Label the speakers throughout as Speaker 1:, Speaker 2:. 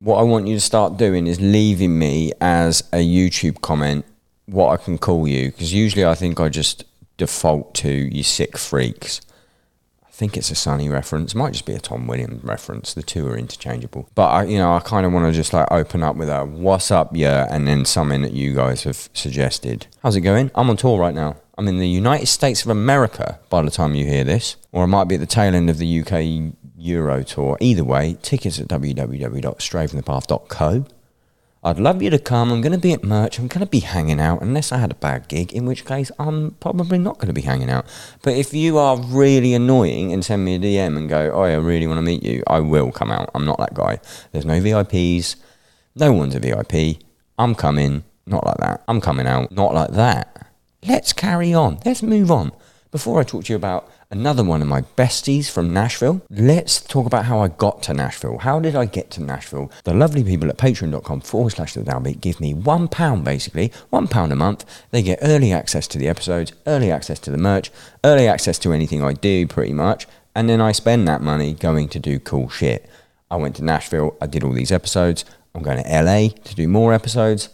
Speaker 1: What I want you to start doing is leaving me as a YouTube comment what I can call you because usually I think I just default to you sick freaks. I think it's a Sunny reference. Might just be a Tom Williams reference. The two are interchangeable. But I, you know, I kind of want to just like open up with a "What's up, yeah?" and then something that you guys have suggested. How's it going? I'm on tour right now. I'm in the United States of America by the time you hear this, or I might be at the tail end of the UK Euro tour. Either way, tickets at www.strayfromthepath.co. I'd love you to come. I'm going to be at merch. I'm going to be hanging out, unless I had a bad gig, in which case I'm probably not going to be hanging out. But if you are really annoying and send me a DM and go, oh, I really want to meet you, I will come out. I'm not that guy. There's no VIPs. No one's a VIP. I'm coming. Not like that. I'm coming out. Not like that. Let's carry on. Let's move on. Before I talk to you about another one of my besties from Nashville, let's talk about how I got to Nashville. How did I get to Nashville? The lovely people at patreon.com forward slash the downbeat give me one pound basically, one pound a month. They get early access to the episodes, early access to the merch, early access to anything I do pretty much. And then I spend that money going to do cool shit. I went to Nashville, I did all these episodes. I'm going to LA to do more episodes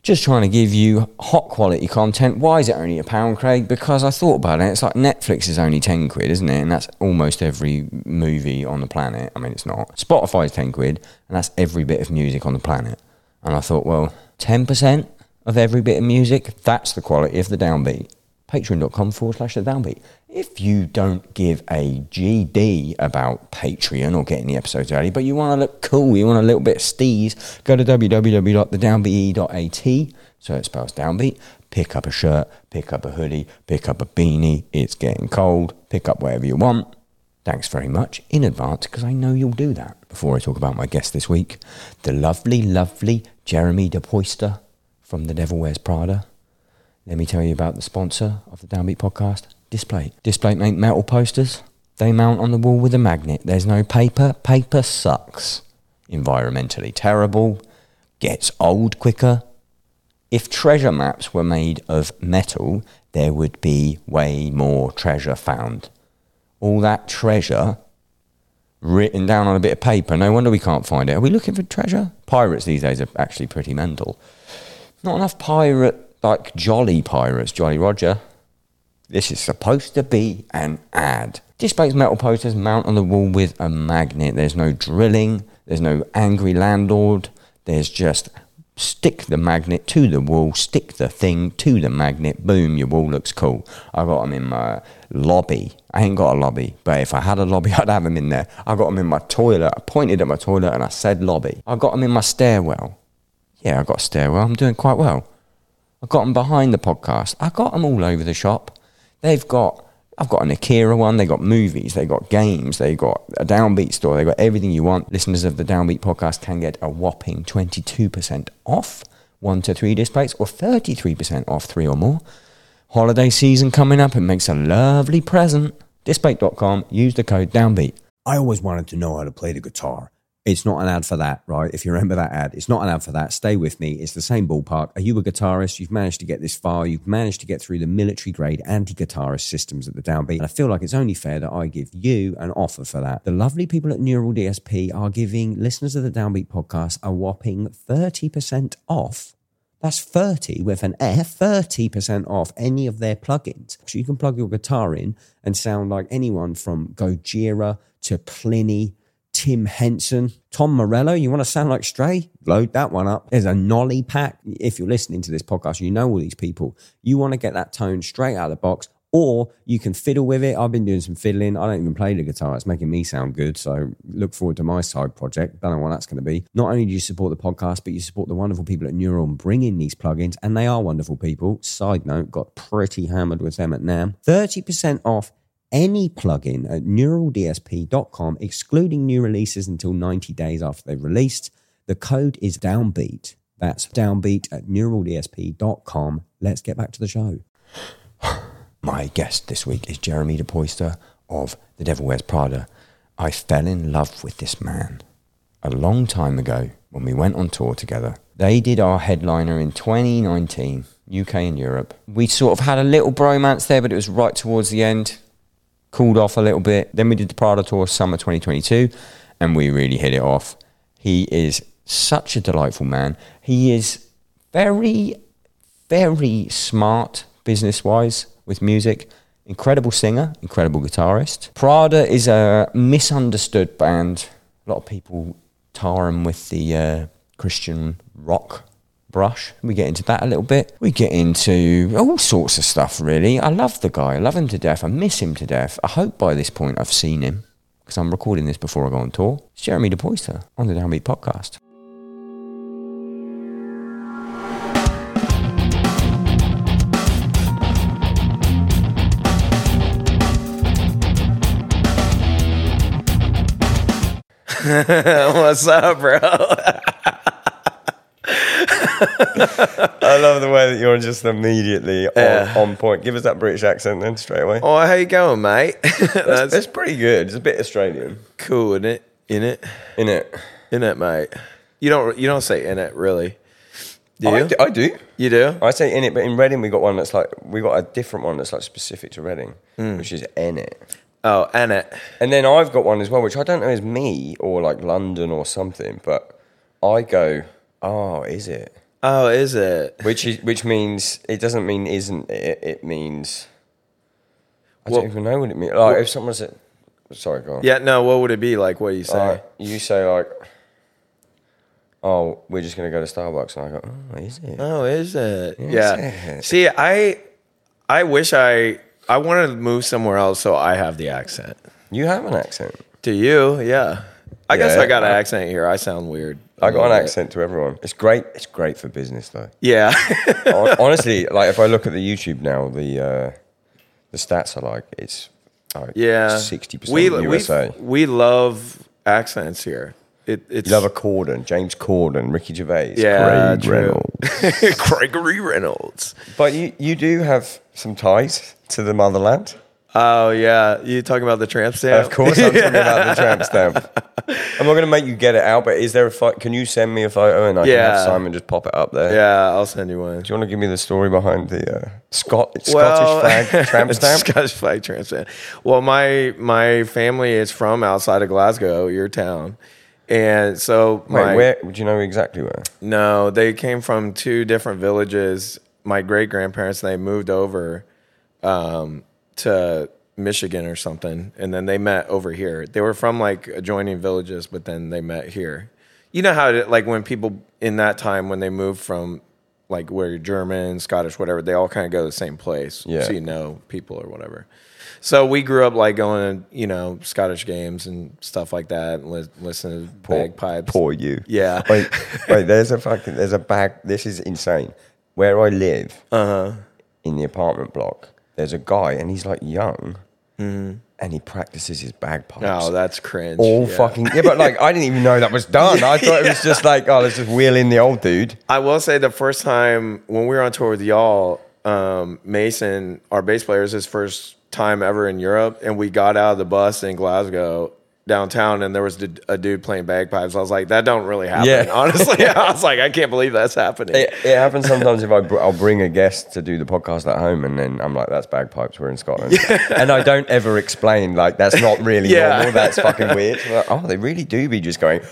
Speaker 1: just trying to give you hot quality content. Why is it only a pound, Craig? Because I thought about it. It's like Netflix is only 10 quid, isn't it? And that's almost every movie on the planet. I mean, it's not. Spotify's 10 quid, and that's every bit of music on the planet. And I thought, well, 10% of every bit of music, that's the quality of the downbeat. Patreon.com forward slash the downbeat. If you don't give a GD about Patreon or getting the episodes early, but you want to look cool, you want a little bit of steez, go to www.thedownbeat.at. So it spells downbeat. Pick up a shirt, pick up a hoodie, pick up a beanie. It's getting cold. Pick up whatever you want. Thanks very much in advance because I know you'll do that. Before I talk about my guest this week, the lovely, lovely Jeremy De Poyster from The Devil Wears Prada. Let me tell you about the sponsor of the Downbeat podcast, Display. Display make metal posters. They mount on the wall with a magnet. There's no paper. Paper sucks. Environmentally terrible. Gets old quicker. If treasure maps were made of metal, there would be way more treasure found. All that treasure written down on a bit of paper. No wonder we can't find it. Are we looking for treasure? Pirates these days are actually pretty mental. Not enough pirate like Jolly Pirates, Jolly Roger. This is supposed to be an ad. Displays metal posters mount on the wall with a magnet. There's no drilling, there's no angry landlord. There's just stick the magnet to the wall, stick the thing to the magnet, boom, your wall looks cool. I got them in my lobby. I ain't got a lobby, but if I had a lobby, I'd have them in there. I got them in my toilet. I pointed at my toilet and I said lobby. I got them in my stairwell. Yeah, I got a stairwell. I'm doing quite well. I've got them behind the podcast. I've got them all over the shop. They've got, I've got an Akira one. They've got movies. They've got games. They've got a Downbeat store. They've got everything you want. Listeners of the Downbeat podcast can get a whopping 22% off one to three displays or 33% off three or more. Holiday season coming up. It makes a lovely present. Display.com. Use the code Downbeat. I always wanted to know how to play the guitar. It's not an ad for that, right? If you remember that ad, it's not an ad for that. Stay with me. It's the same ballpark. Are you a guitarist? You've managed to get this far. You've managed to get through the military grade anti guitarist systems at the downbeat. And I feel like it's only fair that I give you an offer for that. The lovely people at Neural DSP are giving listeners of the Downbeat podcast a whopping 30% off. That's 30 with an F, 30% off any of their plugins. So you can plug your guitar in and sound like anyone from Gojira to Pliny Tim Henson, Tom Morello. You want to sound like Stray? Load that one up. There's a Nolly pack. If you're listening to this podcast, you know all these people. You want to get that tone straight out of the box, or you can fiddle with it. I've been doing some fiddling. I don't even play the guitar. It's making me sound good. So look forward to my side project. Don't know what that's going to be. Not only do you support the podcast, but you support the wonderful people at Neuron bringing these plugins, and they are wonderful people. Side note, got pretty hammered with them at NAM. 30% off any plugin at neuraldsp.com, excluding new releases until 90 days after they've released. The code is downbeat. That's downbeat at neuraldsp.com. Let's get back to the show. My guest this week is Jeremy De Poyster of The Devil Wears Prada. I fell in love with this man a long time ago when we went on tour together. They did our headliner in 2019, UK and Europe. We sort of had a little bromance there, but it was right towards the end cooled off a little bit. Then we did the Prada tour summer 2022 and we really hit it off. He is such a delightful man. He is very, very smart business wise with music. Incredible singer, incredible guitarist. Prada is a misunderstood band. A lot of people tar them with the uh, Christian rock brush. We get into that a little bit. We get into all sorts of stuff, really. I love the guy. I love him to death. I miss him to death. I hope by this point I've seen him because I'm recording this before I go on tour. It's Jeremy DePoyster on the Downbeat Podcast.
Speaker 2: What's up, bro?
Speaker 3: I love the way that you're just immediately on, on point. Give us that British accent then straight away.
Speaker 2: Oh, how you going, mate?
Speaker 3: that's,
Speaker 2: That's
Speaker 3: that's pretty good. It's a bit Australian,
Speaker 2: cool, isn't it? In it,
Speaker 3: isn't it?
Speaker 2: in it, mate. You don't you don't say in it really. Do you?
Speaker 3: Oh, I, do, I do.
Speaker 2: you do?
Speaker 3: I say in it, but in Reading we got one that's like we got a different one that's like specific to Reading,
Speaker 2: Mm.
Speaker 3: which is in it.
Speaker 2: Oh, in it.
Speaker 3: And then I've got one as well, which I don't know is me or like London or something, but I go, oh, is it?
Speaker 2: Oh, is it?
Speaker 3: Which is which means it doesn't mean isn't it? It means I
Speaker 2: What-
Speaker 3: don't even know what it means. Like if someone said, sorry, go on.
Speaker 2: Yeah, no. What would it be like? What do you say?
Speaker 3: Uh, you say like, "Oh, we're just gonna go to Starbucks," and I go, "Oh, is it?"
Speaker 2: Oh, is it? yeah.
Speaker 3: it?
Speaker 2: See, I I wish I I want to move somewhere else so I have the accent.
Speaker 3: You have an accent.
Speaker 2: To you, yeah. I guess
Speaker 3: Yeah.
Speaker 2: I got an accent here. I sound weird.
Speaker 3: I got an
Speaker 2: Yeah.
Speaker 3: accent to everyone. It's great. It's great for business though.
Speaker 2: Yeah.
Speaker 3: Hon- Honestly, like if I look at the YouTube now, the uh, the stats are like it's
Speaker 2: yeah.
Speaker 3: sixty
Speaker 2: We
Speaker 3: percent USA.
Speaker 2: we we love accents here. It, it's
Speaker 3: you love a Corden, James Corden, Ricky Gervais,
Speaker 2: yeah,
Speaker 3: Craig
Speaker 2: true.
Speaker 3: Reynolds.
Speaker 2: Gregory Reynolds.
Speaker 3: But you you do have some ties to the motherland.
Speaker 2: Oh yeah, you talking about the tramp stamp?
Speaker 3: Of course, I'm talking about the tramp stamp. I'm not going to make you get it out, but is there a pho- Can you send me a photo and I can
Speaker 2: Yeah.
Speaker 3: have Simon just pop it up there?
Speaker 2: Yeah, I'll send you one.
Speaker 3: Do you want to give me the story behind the uh, Scot-
Speaker 2: Well-
Speaker 3: Scottish flag tramp stamp?
Speaker 2: Scottish flag tramp stamp. Well, my my family is from outside of Glasgow, your town, and so
Speaker 3: Wait,
Speaker 2: my
Speaker 3: where do you know exactly where?
Speaker 2: no, they came from two different villages. My great grandparents they moved over um, to Michigan or something, and then they met over here. They were from like adjoining villages, but then they met here. You know how it, like when people in that time when they moved from like where you're German, Scottish, whatever, they all kind of go to the same place.
Speaker 3: Yeah.
Speaker 2: So you know people or whatever. So we grew up like going to, you know, Scottish games and stuff like that and li- listen to bagpipes.
Speaker 3: Poor you.
Speaker 2: Yeah.
Speaker 3: Wait, wait. There's a fucking. There's a bag. This is insane. Where I live, in the apartment block, there's a guy, and he's like young, and he practices his bagpipes.
Speaker 2: Oh, that's cringe.
Speaker 3: all
Speaker 2: Yeah.
Speaker 3: fucking yeah, but like I didn't even know that was done. I thought it was just like, oh, let's just wheel in the old dude.
Speaker 2: I will say the first time when we were on tour with y'all, um, Mason, our bass player, is his first time ever in Europe, and we got out of the bus in Glasgow downtown, and there was d- a dude playing bagpipes. I was like, that don't really happen.
Speaker 3: Yeah.
Speaker 2: Honestly, I was like, I can't believe that's happening.
Speaker 3: It, it happens sometimes if I br- I'll bring a guest to do the podcast at home, and then I'm like, that's bagpipes. We're in Scotland, and I don't ever explain like that's not really
Speaker 2: Yeah.
Speaker 3: normal. That's fucking weird. I'm like, oh, they really do be just going.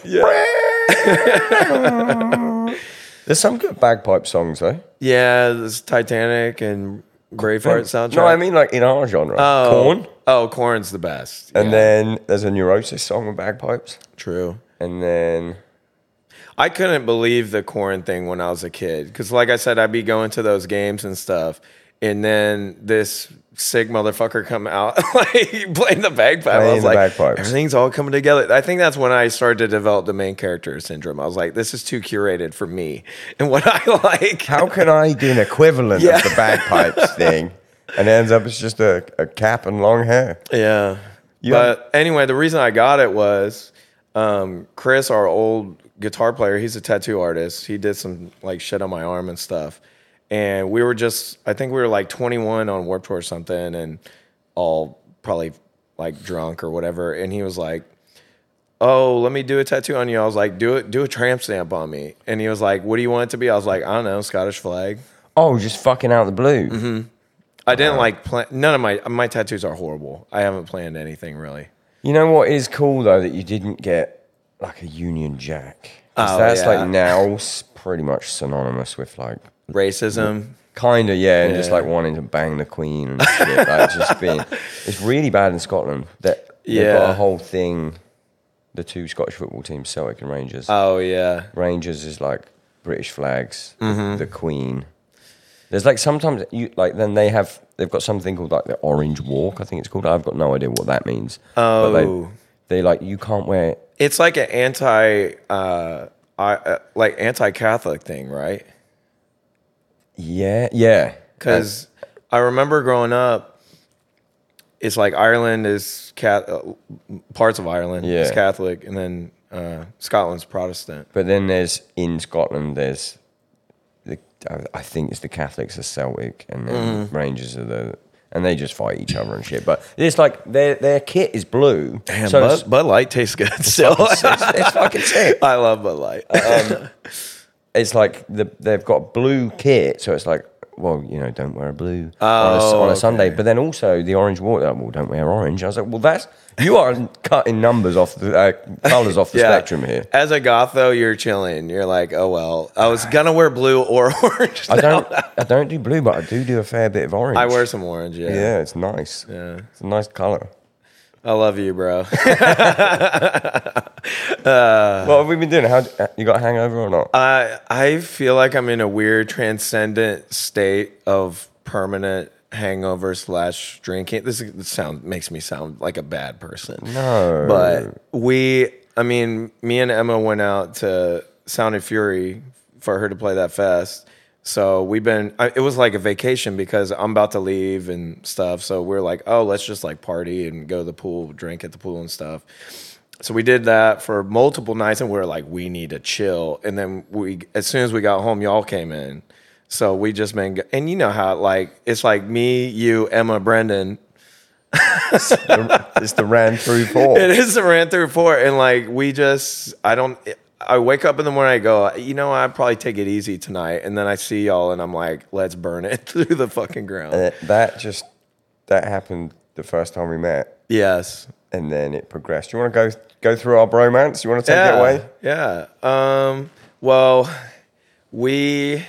Speaker 3: There's some good bagpipe songs though.
Speaker 2: yeah, this Titanic and Braveheart soundtrack.
Speaker 3: No, I mean like in our genre,
Speaker 2: oh,
Speaker 3: corn.
Speaker 2: Oh, Corn's the best.
Speaker 3: And
Speaker 2: Yeah,
Speaker 3: then there's a Neurosis song with bagpipes,
Speaker 2: true.
Speaker 3: and then
Speaker 2: I couldn't believe the corn thing when I was a kid because, like I said, I'd be going to those games and stuff, and then this sick motherfucker come out like playing the bagpipe. I
Speaker 3: Playing
Speaker 2: was
Speaker 3: the
Speaker 2: like,
Speaker 3: bagpipes.
Speaker 2: everything's all coming together. I think that's when I started to develop the main character syndrome. I was like, this is too curated for me and what I like.
Speaker 3: how can I do an equivalent
Speaker 2: Yeah.
Speaker 3: of the bagpipes thing? And it ends up it's just a, a cap and long hair.
Speaker 2: Yeah. but anyway, the reason I got it was um, Chris, our old guitar player, he's a tattoo artist. He did some like shit on my arm and stuff. And we were just, I think we were like 21 on Warped Tour or something and all probably like drunk or whatever. And he was like, oh, let me do a tattoo on you. I was like, do it, do a tramp stamp on me. And he was like, what do you want it to be? I was like, I don't know, Scottish flag.
Speaker 3: Oh, just fucking out of the blue.
Speaker 2: Mm-hmm. I didn't like plan. None of my my tattoos are horrible. I haven't planned anything really.
Speaker 3: You know what is cool though that you didn't get like a Union Jack. 'Cause
Speaker 2: Oh,
Speaker 3: that's
Speaker 2: yeah.
Speaker 3: like now s- pretty much synonymous with like
Speaker 2: Racism.
Speaker 3: kind of yeah, and just
Speaker 2: Yeah.
Speaker 3: like wanting to bang the Queen and shit. like just being, it's really bad in Scotland. That they've got
Speaker 2: Yeah.
Speaker 3: a whole thing. The two Scottish football teams, Celtic and Rangers.
Speaker 2: Oh yeah.
Speaker 3: Rangers is like British flags, the-
Speaker 2: Mm-hmm.
Speaker 3: the Queen. There's like sometimes you like then they have they've got something called like the Orange Walk, I think it's called. I've got no idea what that means. But
Speaker 2: Oh.
Speaker 3: they, they like you can't wear
Speaker 2: It's like an anti, uh, I, uh, like anti-Catholic thing, right?
Speaker 3: yeah yeah
Speaker 2: Because I remember growing up, it's like Ireland is cat, uh, parts of Ireland is
Speaker 3: Yeah.
Speaker 2: Catholic, and then uh, Scotland's Protestant.
Speaker 3: But then there's in Scotland there's the I- I think it's the Catholics are Celtic and then
Speaker 2: Mm-hmm.
Speaker 3: Rangers are the and they just fight each other and shit. But it's like their their kit is blue.
Speaker 2: Damn,
Speaker 3: so it's,
Speaker 2: Bud, Bud Light tastes good still.
Speaker 3: it's- it's fucking sick.
Speaker 2: I love Bud Light.
Speaker 3: it's like the, they've got blue kit, so it's like, well, you know, don't wear a blue on, a,
Speaker 2: Oh,
Speaker 3: on a Sunday. But then also the orange water, well, don't wear orange. I was like, well, that's you are cutting numbers off the uh, colors off the spectrum here.
Speaker 2: As a goth though, you're chilling. You're like, oh well, I was gonna wear blue or orange.
Speaker 3: I
Speaker 2: now.
Speaker 3: don't, I don't do blue, but I do do a fair bit of orange.
Speaker 2: I wear some orange. Yeah.
Speaker 3: Yeah, it's nice.
Speaker 2: Yeah.
Speaker 3: It's a nice color.
Speaker 2: I love you, bro. Uh.
Speaker 3: what have we been doing? How uh, you got a hangover or not?
Speaker 2: I I feel like I'm in a weird transcendent state of permanent hangover slash drinking. This, is- this sound makes me sound like a bad person.
Speaker 3: No.
Speaker 2: but we, I mean, me and Emma went out to Sound and Fury for her to play that fest. So we've been. I, it was like a vacation because I'm about to leave and stuff. So we're like, oh, let's just like party and go to the pool, drink at the pool and stuff. So we did that for multiple nights, and we were like, we need to chill. And then we, as soon as we got home, y'all came in. So we just been, and you know how like it's like me, you, Emma, Brendan,
Speaker 3: it's the ran through four.
Speaker 2: it is a ran through four, and like we just, I don't. I wake up in the morning, I go, you know, I probably take it easy tonight, and then I see y'all, and I'm like, let's burn it through the fucking ground.
Speaker 3: Uh, that just that happened the first time we met,
Speaker 2: Yes.
Speaker 3: and then it progressed. You want to go go through our bromance? You want to take
Speaker 2: yeah.
Speaker 3: it away?
Speaker 2: Yeah. Um, well, we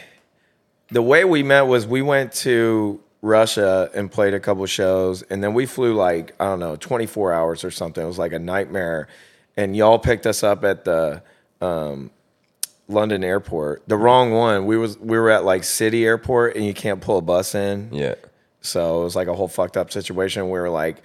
Speaker 2: the way we met was we went to Russia and played a couple shows, and then we flew like I don't know, 24 hours or something. It was like a nightmare, and y'all picked us up at the um, London airport, the wrong one. We was we were at like City Airport, and you can't pull a bus in.
Speaker 3: Yeah.
Speaker 2: So it was like a whole fucked up situation. We were like,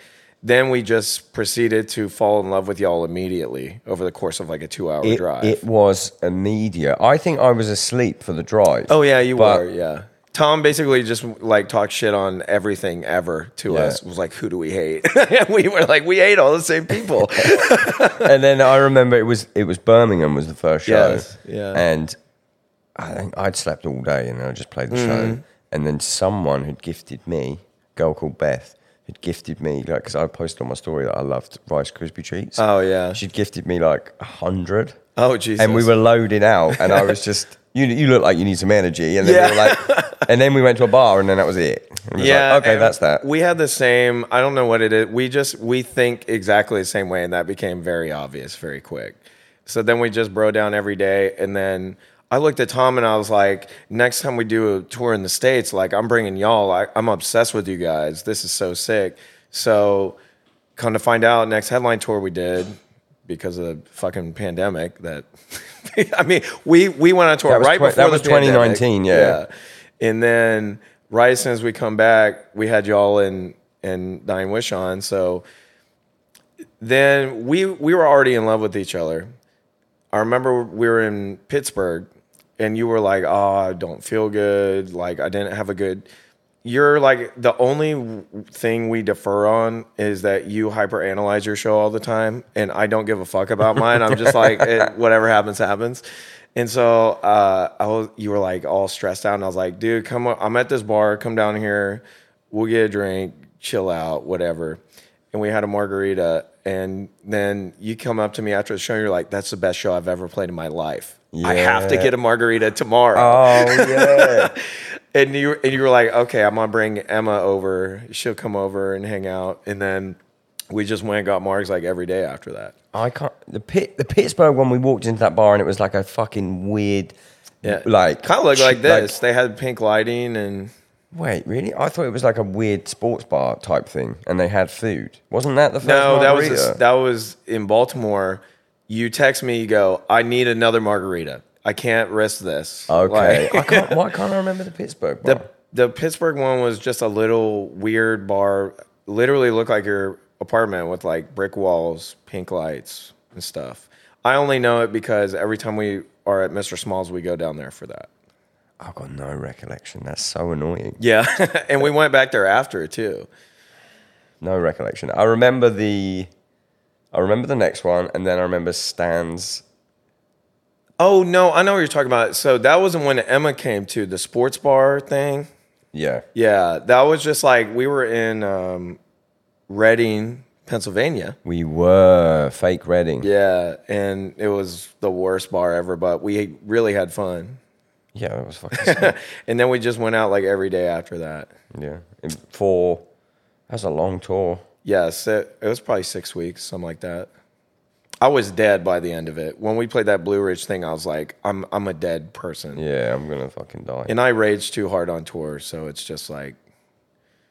Speaker 2: then we just proceeded to fall in love with y'all immediately over the course of like a two hour
Speaker 3: It,
Speaker 2: drive.
Speaker 3: it was a media. I think I was asleep for the drive.
Speaker 2: oh, yeah, you
Speaker 3: But-
Speaker 2: were. Yeah. Tom basically just like talked shit on everything ever to
Speaker 3: Yeah.
Speaker 2: us. Was like, who do we hate? we were like, we hate all the same people.
Speaker 3: and then I remember it was it was Birmingham was the first show.
Speaker 2: Yes, yeah.
Speaker 3: And I think I'd slept all day and I just played the
Speaker 2: Mm-hmm.
Speaker 3: show. And then someone had gifted me, a girl called Beth, had gifted me like because I posted on my story that I loved Rice Krispie treats.
Speaker 2: Oh, yeah.
Speaker 3: She'd gifted me like a hundred.
Speaker 2: oh, Jesus.
Speaker 3: And we were loading out, and I was just, you, you look like you need some energy. And then we were like, and then we went to a bar, and then that was it. And it was like, okay,
Speaker 2: and
Speaker 3: that's that.
Speaker 2: We had the same. I don't know what it is. We just we think exactly the same way, and that became very obvious very quick. So then we just bro down every day, and then I looked at Tom and I was like, next time we do a tour in the states, like I'm bringing y'all. I, I'm obsessed with you guys. This is so sick. So come to find out, next headline tour we did. Because of the fucking pandemic, that I mean, we we went on tour
Speaker 3: That was
Speaker 2: right
Speaker 3: twen- that
Speaker 2: before the
Speaker 3: was
Speaker 2: pandemic.
Speaker 3: 2019, yeah.
Speaker 2: And then right as soon as we come back, we had y'all and and Dying Wish on. So then we we were already in love with each other. I remember we were in Pittsburgh and you were like, "Oh, I don't feel good. Like I didn't have a good you're like the only w- thing we defer on is that you hyperanalyze your show all the time and I don't give a fuck about mine. I'm just like eh, whatever happens happens. And so uh, I was you were like all stressed out and I was like, "Dude, come on. I'm at this bar. Come down here. We'll get a drink, chill out, whatever." and we had a margarita. And then you come up to me after the show, and you're like, "That's the best show I've ever played in my life. I have to
Speaker 3: Yeah.
Speaker 2: get a margarita tomorrow."
Speaker 3: oh, yeah.
Speaker 2: And you and you were like, "Okay, I'm gonna bring Emma over. She'll come over and hang out." And then We just went and got marks like every day after that.
Speaker 3: I can't. The pit, the Pittsburgh one. We walked into that bar and it was like a fucking weird,
Speaker 2: Yeah,
Speaker 3: like
Speaker 2: kind of looked like this. they had pink lighting and
Speaker 3: wait, really? I thought it was like a weird sports bar type thing, and they had food. Wasn't that the first?
Speaker 2: no, that was
Speaker 3: margarita?
Speaker 2: that was in Baltimore. You text me, you go, I need another margarita. I can't risk this.
Speaker 3: okay.
Speaker 2: Like-
Speaker 3: I can't, why can't I remember the Pittsburgh bar?
Speaker 2: The the Pittsburgh one was just a little weird bar. Literally looked like your apartment with like brick walls, pink lights, and stuff. I only know it because every time we are at Mr. Small's, we go down there for that.
Speaker 3: I've got no recollection. That's so annoying.
Speaker 2: Yeah, and we went back there after too.
Speaker 3: No recollection. I remember the, I remember the next one, and then I remember Stan's.
Speaker 2: Oh no, I know what you're talking about. So that wasn't when Emma came to the sports bar thing.
Speaker 3: Yeah,
Speaker 2: Yeah, that was just like we were in um, Reading, Pennsylvania.
Speaker 3: we were fake Reading.
Speaker 2: Yeah, and it was the worst bar ever, but we really had fun.
Speaker 3: yeah, it was fucking. sick.
Speaker 2: and then we just went out like every day after that.
Speaker 3: yeah, And for that was a long tour.
Speaker 2: Yeah, so it was probably six weeks, something like that. I was dead by the end of it. When we played that Blue Ridge thing, I was like, I'm I'm a dead person.
Speaker 3: Yeah, I'm gonna fucking die.
Speaker 2: And I rage too hard on tour, so it's just like,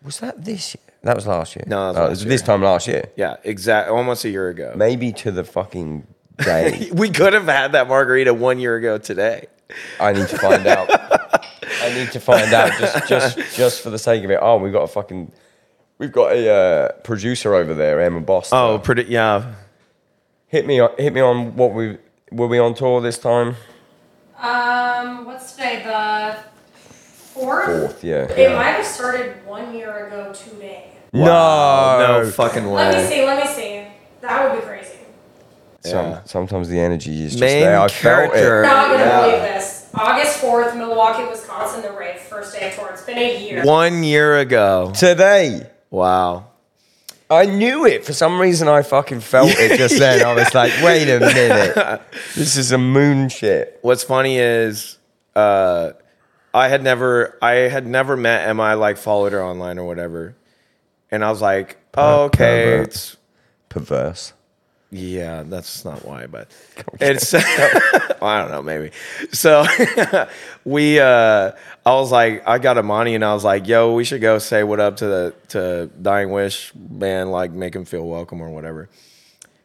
Speaker 3: Was that this year? That was last year.
Speaker 2: No, that was
Speaker 3: Oh, it
Speaker 2: last
Speaker 3: was this time last year.
Speaker 2: yeah, exact almost a year ago.
Speaker 3: Maybe to the fucking day.
Speaker 2: We could have had that margarita one year ago today.
Speaker 3: I need to find out. I need to find out just just just for the sake of it. Oh, we've got a fucking we've got a uh, producer over there, Emma Boss.
Speaker 2: pretty yeah.
Speaker 3: hit me on- hit me on what we were we on tour this time?
Speaker 4: Um, what's today? The fourth.
Speaker 3: Fourth, yeah.
Speaker 4: It might have started one year ago today.
Speaker 2: No,
Speaker 3: No,
Speaker 2: fucking way.
Speaker 4: Let me see. Let me see. That would be crazy.
Speaker 3: Some, sometimes the energy is just
Speaker 2: Main
Speaker 3: there. I
Speaker 2: character.
Speaker 3: felt
Speaker 4: Not gonna
Speaker 2: Yeah.
Speaker 4: believe this. August fourth, Milwaukee, Wisconsin. The Rave, first day of tour. It's been a year.
Speaker 2: One year ago.
Speaker 3: it today.
Speaker 2: Wow.
Speaker 3: I knew it. For some reason, I fucking felt it just then. I was like, wait a minute. This is a moon shit.
Speaker 2: what's funny is uh, I had never I had never met Emma. I like followed her online or whatever, and I was like, oh, okay,
Speaker 3: pervert.
Speaker 2: it's
Speaker 3: Perverse.
Speaker 2: yeah, that's not why, but it's I don't know, maybe. So we uh I was like I got Imani and I was like, yo, we should go say what up to the to Dying Wish man, like make him feel welcome or whatever.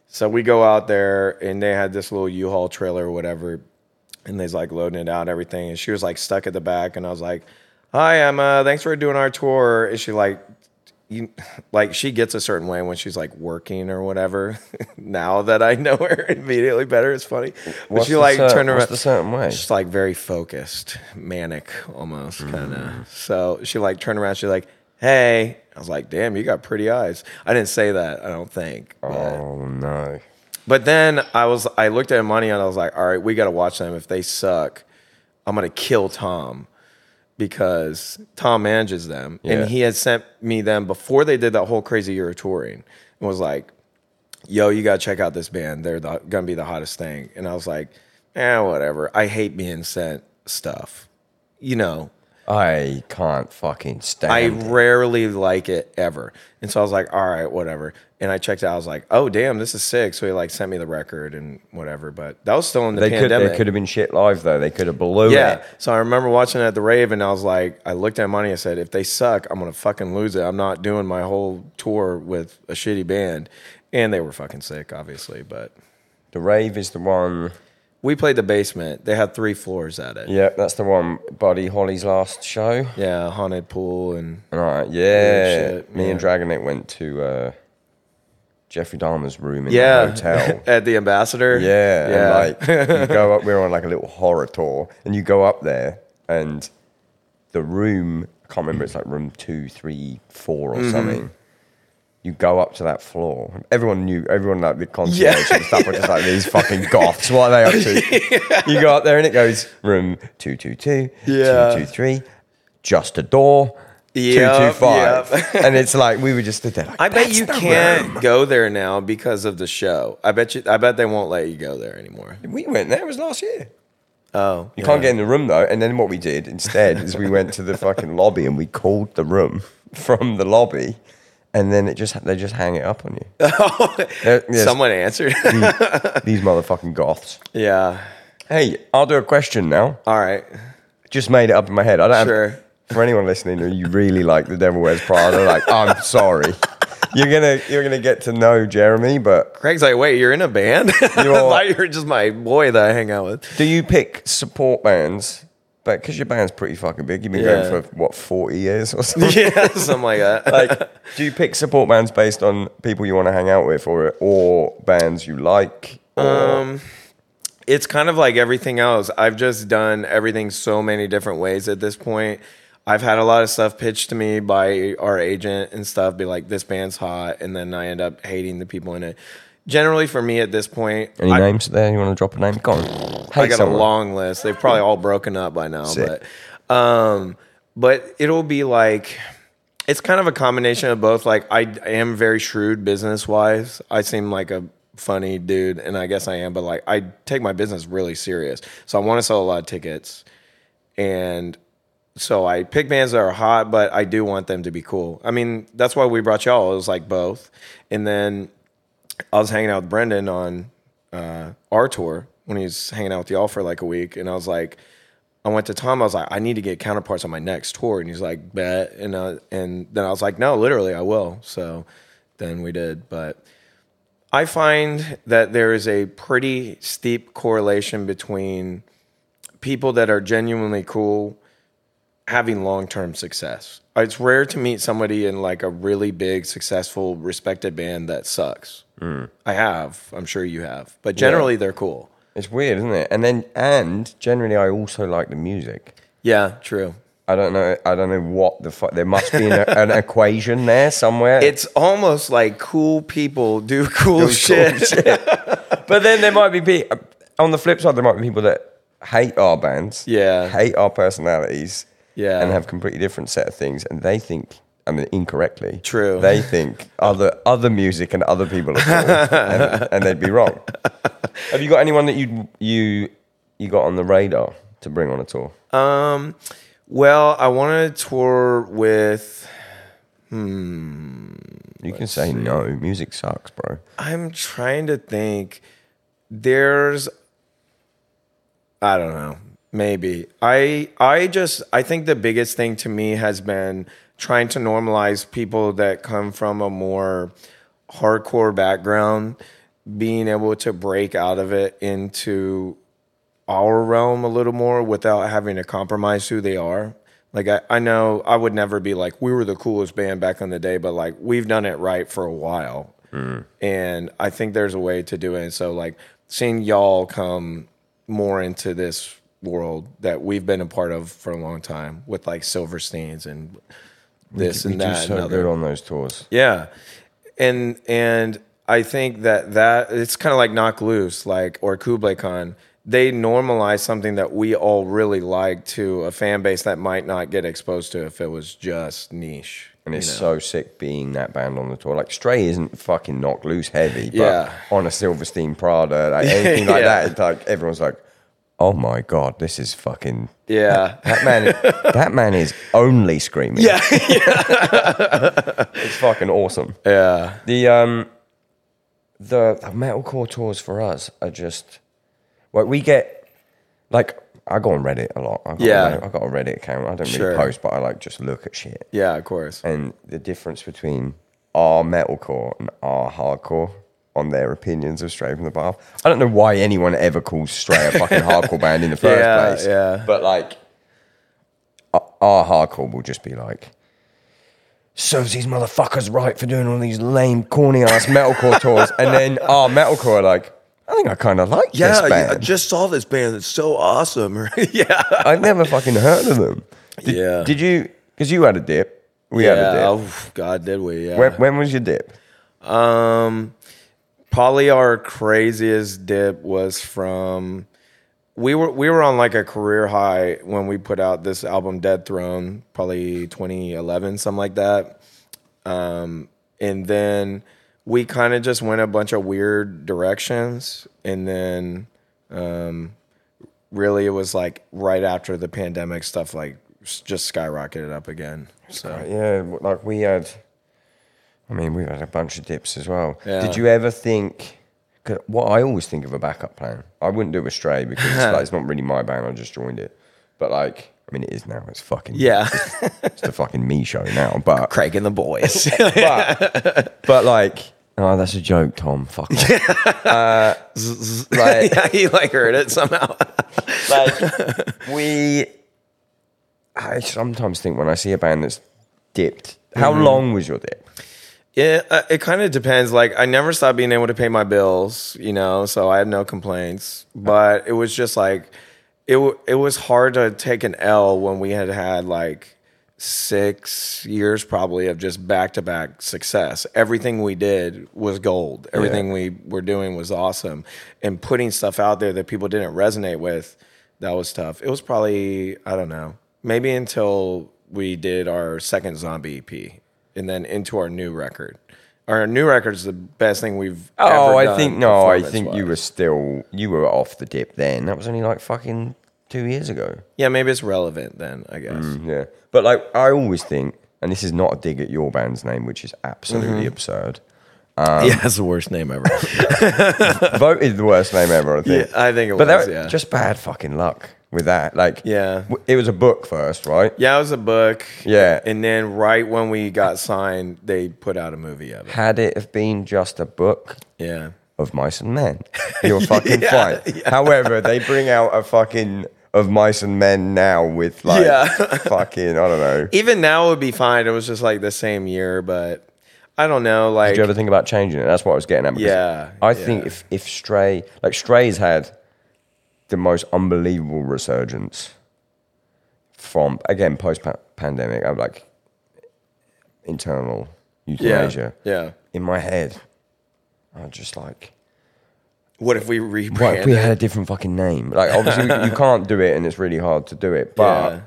Speaker 2: So we go out there and they had this little U-Haul trailer or whatever, and they's like loading it out and everything. And she was like stuck at the back, and I was like, Hi Emma, thanks for doing our tour. And she like you like she gets a certain way when she's like working or whatever. now that I know her immediately better, it's funny. But
Speaker 3: What's
Speaker 2: she
Speaker 3: the
Speaker 2: like
Speaker 3: cer-
Speaker 2: turned
Speaker 3: what's
Speaker 2: around.
Speaker 3: the certain way?
Speaker 2: She's like very focused, manic almost kind of. So she like turned around. She's like, "Hey," I was like, "Damn, you got pretty eyes." I didn't say that. I don't think. but-
Speaker 3: Oh, no.
Speaker 2: but then I was, I looked at Imani and I was like, all right, we got to watch them. If they suck, I'm gonna kill Tom because Tom manages them,
Speaker 3: Yeah.
Speaker 2: and he had sent me them before they did that whole crazy year of touring, and was like, yo, you gotta check out this band. They're the, gonna be the hottest thing. And I was like, eh, whatever. I hate being sent stuff. You know,
Speaker 3: I can't fucking
Speaker 2: I
Speaker 3: stand.
Speaker 2: rarely like it ever. And so I was like, all right, whatever. And I checked out. I was like, oh, damn, this is sick. So he like sent me the record and whatever. But that was still in the
Speaker 3: they could,
Speaker 2: pandemic.
Speaker 3: they could have been shit live, though. They could have blew
Speaker 2: yeah.
Speaker 3: it.
Speaker 2: So I remember watching it at the rave and I was like, I looked at money. I said, if they suck, I'm going to fucking lose it. I'm not doing my whole tour with a shitty band. And they were fucking sick, obviously. But
Speaker 3: The rave is the one.
Speaker 2: we played the basement. They had three floors at it.
Speaker 3: Yeah, that's the one. Buddy Holly's last show.
Speaker 2: Yeah, haunted pool and
Speaker 3: Right, yeah.
Speaker 2: shit,
Speaker 3: Me and
Speaker 2: yeah.
Speaker 3: Dragonet went to uh, Jeffrey Dahmer's room in
Speaker 2: yeah,
Speaker 3: the hotel.
Speaker 2: at the ambassador.
Speaker 3: Yeah,
Speaker 2: yeah,
Speaker 3: And like you go up, we were on like a little horror tour, and you go up there, and the room I can't remember. It's like room two, three, four,
Speaker 2: Mm-hmm.
Speaker 3: or something. You go up to that floor. and Everyone knew. Everyone like the concierge and stuff were just like these fucking goths. What are they up to? You go up there and it goes room two two two,
Speaker 2: Yeah.
Speaker 3: two two three, just a door, two two
Speaker 2: Yep,
Speaker 3: five,
Speaker 2: yep.
Speaker 3: and it's like we were just stood there. Like,
Speaker 2: I bet
Speaker 3: "That's
Speaker 2: you
Speaker 3: the
Speaker 2: can't go there now because of the show. I bet you. I bet they won't let you go there anymore.
Speaker 3: room." We went there. It was last year.
Speaker 2: Oh,
Speaker 3: You can't get in the room though. And then what we did instead is we went to the fucking lobby and we called the room from the lobby and then it just they just hang it up on you. There- yes,
Speaker 2: Oh, Someone answered.
Speaker 3: these motherfucking goths.
Speaker 2: yeah.
Speaker 3: Hey, I'll do a question now.
Speaker 2: All right.
Speaker 3: Just made it up in my head. I don't
Speaker 2: Sure.
Speaker 3: have, for anyone listening who you really like The Devil Wears Prada, like I'm sorry. You're gonna you're gonna get to know Jeremy, but
Speaker 2: Craig's like, wait, you're in a band? I
Speaker 3: You're-
Speaker 2: thought you were just my boy that I hang out with.
Speaker 3: do you pick support bands? But because your band's pretty fucking big, you've been
Speaker 2: Yeah.
Speaker 3: going for what forty years or something.
Speaker 2: Yeah, something like that.
Speaker 3: like, do you pick support bands based on people you want to hang out with, or or bands you like? Or,
Speaker 2: Um, it's kind of like everything else. I've just done everything so many different ways at this point. I've had a lot of stuff pitched to me by our agent and stuff, be like, this band's hot. And then I end up hating the people in it. Generally, for me at this point,
Speaker 3: any
Speaker 2: I,
Speaker 3: names there? You want to drop a name? Go on.
Speaker 2: I
Speaker 3: Hate
Speaker 2: got
Speaker 3: someone.
Speaker 2: a long list. They've probably all broken up by now,
Speaker 3: Sick.
Speaker 2: but um, but it'll be like it's kind of a combination of both. Like I am very shrewd business wise. I seem like a funny dude, and I guess I am, but like I take my business really serious. So I want to sell a lot of tickets, and so I pick bands that are hot, but I do want them to be cool. I mean, that's why we brought y'all. It was like both, and then I was hanging out with Brendan on uh, our tour when he was hanging out with y'all for like a week, and I was like, I went to Tom. I was like, I need to get counterparts on my next tour, and he's like, bet. And uh, and then I was like, no, literally, I will. So then we did, but. I find that there is a pretty steep correlation between people that are genuinely cool having long-term success. It's rare to meet somebody in like a really big, successful, respected band that sucks. I have, I'm sure you have, but generally they're cool.
Speaker 3: It's weird, isn't it? And then and generally, I also like the music.
Speaker 2: Yeah, true.
Speaker 3: I don't know. I don't know what the fuck. There must be an, an equation there somewhere.
Speaker 2: It's almost like cool people do cool
Speaker 3: Cool
Speaker 2: shit.
Speaker 3: but then there might be pe- uh, on the flip side, there might be people that hate our bands,
Speaker 2: Yeah.
Speaker 3: hate our personalities,
Speaker 2: Yeah.
Speaker 3: and have completely different set of things, and they think. I mean, incorrectly.
Speaker 2: True.
Speaker 3: They think other other music and other people are cool, and, and they'd be wrong. Have you got anyone that you you you got on the radar to bring on a tour?
Speaker 2: Um, well, I want to tour with
Speaker 3: You can say no. Music sucks, bro.
Speaker 2: I'm trying to think. There's I don't know. Maybe. I I just I think the biggest thing to me has been trying to normalize people that come from a more hardcore background being able to break out of it into our realm a little more without having to compromise who they are. Like I, I know I would never be like we were the coolest band back in the day, but like we've done it right for a while,
Speaker 3: Mm.
Speaker 2: and I think there's a way to do it. And so like seeing y'all come more into this world that we've been a part of for a long time with like Silversteins and this
Speaker 3: we
Speaker 2: and
Speaker 3: do
Speaker 2: that
Speaker 3: so
Speaker 2: and other
Speaker 3: good on those tours.
Speaker 2: yeah. And and I think that that it's kind of like Knock Loose, like or Kublai Khan. They normalize something that we all really like to a fan base that might not get exposed to if it was just niche.
Speaker 3: And it's so sick being that band on the tour. Like Stray isn't fucking knock loose heavy, but
Speaker 2: Yeah.
Speaker 3: on a Silverstein Prada, like anything like
Speaker 2: Yeah.
Speaker 3: that, it's like everyone's like, "Oh my god, this is fucking
Speaker 2: Yeah.
Speaker 3: that man. that man is only screaming.
Speaker 2: Yeah.
Speaker 3: it's fucking awesome.
Speaker 2: yeah.
Speaker 3: The um, the, the metalcore tours for us are just like we get like I go on Reddit a lot. I got
Speaker 2: Yeah.
Speaker 3: a- I got a Reddit account. I don't really
Speaker 2: Sure.
Speaker 3: post, but I like just look at shit.
Speaker 2: Yeah, of course.
Speaker 3: and the difference between our metalcore and our hardcore on their opinions of Stray from the Path. I don't know why anyone ever calls Stray a fucking hardcore band in the first
Speaker 2: Yeah,
Speaker 3: place.
Speaker 2: yeah.
Speaker 3: But like, o- our hardcore will just be like, serves these motherfuckers right for doing all these lame, corny ass metalcore tours, and then our metalcore are like. I think I kind of like this band.
Speaker 2: just saw this band. It's so awesome. yeah.
Speaker 3: I've never fucking heard of them. Did,
Speaker 2: Yeah.
Speaker 3: Did you? Because you had a dip. We had a
Speaker 2: Yeah.
Speaker 3: dip.
Speaker 2: Oh, God, did we? Yeah.
Speaker 3: when, when was your dip?
Speaker 2: Um, probably our craziest dip was from we were we were on like a career high when we put out this album Dead Throne, probably 2011, something like that. Um, and then we kind of just went a bunch of weird directions, and then um, really it was like right after the pandemic stuff like s- just skyrocketed up again. So
Speaker 3: Yeah, w- like we had, I mean, we've had a bunch of dips as well.
Speaker 2: Yeah.
Speaker 3: Did you ever think? 'cause what I always think of a backup plan. I wouldn't do a stray because it's, like, it's not really my band. I just joined it, but like, I mean, it is now. It's fucking
Speaker 2: Yeah.
Speaker 3: It's the fucking me show now. But
Speaker 2: Craig and the boys.
Speaker 3: but, but like, oh, that's a joke, Tom. Fuck off. uh, like,
Speaker 2: yeah, he like heard it somehow.
Speaker 3: like we I sometimes think when I see a band that's dipped, how
Speaker 2: Mm-hmm.
Speaker 3: long was your dip?
Speaker 2: Yeah, uh, it kind of depends. Like, I never stopped being able to pay my bills, you know, so I have no complaints. But it was just like, it w- it was hard to take an L when we had had like six years probably of just back to back success. Everything we did was gold. Everything we were doing was awesome, and putting stuff out there that people didn't resonate with, that was tough. It was probably I don't know, maybe until we did our second zombie EP and then into our new record. Our new record is the best thing we've.
Speaker 3: Oh,
Speaker 2: ever
Speaker 3: I
Speaker 2: done
Speaker 3: think no, I think
Speaker 2: performance-wise.
Speaker 3: you were still you were off the dip then. That was only like fucking two years ago.
Speaker 2: Yeah, maybe it's relevant then. I guess.
Speaker 3: Yeah. But like I always think, and this is not a dig at your band's name, which is absolutely absurd.
Speaker 2: yeah, that's the worst name ever.
Speaker 3: Voted the worst name ever, I think.
Speaker 2: I think it
Speaker 3: but
Speaker 2: was.
Speaker 3: that,
Speaker 2: yeah.
Speaker 3: just bad fucking luck with that. Like
Speaker 2: Yeah.
Speaker 3: w- it was a book first, right?
Speaker 2: yeah, it was a book.
Speaker 3: Yeah.
Speaker 2: and then right when we got signed, they put out a movie of it.
Speaker 3: Had it have been just a book,
Speaker 2: Yeah.
Speaker 3: of mice and men. You're fucking
Speaker 2: Yeah,
Speaker 3: fine. However, they bring out a fucking of mice and men now with like
Speaker 2: Yeah.
Speaker 3: fucking I don't know.
Speaker 2: Even now it would be fine. It was just like the same year, but I don't know. Like,
Speaker 3: Did you ever think about changing it? That's what I was getting at. because
Speaker 2: Yeah,
Speaker 3: I think
Speaker 2: yeah.
Speaker 3: if if Stray like Stray's had the most unbelievable resurgence from again post pandemic. I'm like internal euthanasia.
Speaker 2: yeah.
Speaker 3: In my head, I'm just like.
Speaker 2: What if we
Speaker 3: What
Speaker 2: rebranded?
Speaker 3: if we had a different fucking name? Like, obviously, you can't do it, and it's really hard to do it.
Speaker 2: Yeah.
Speaker 3: But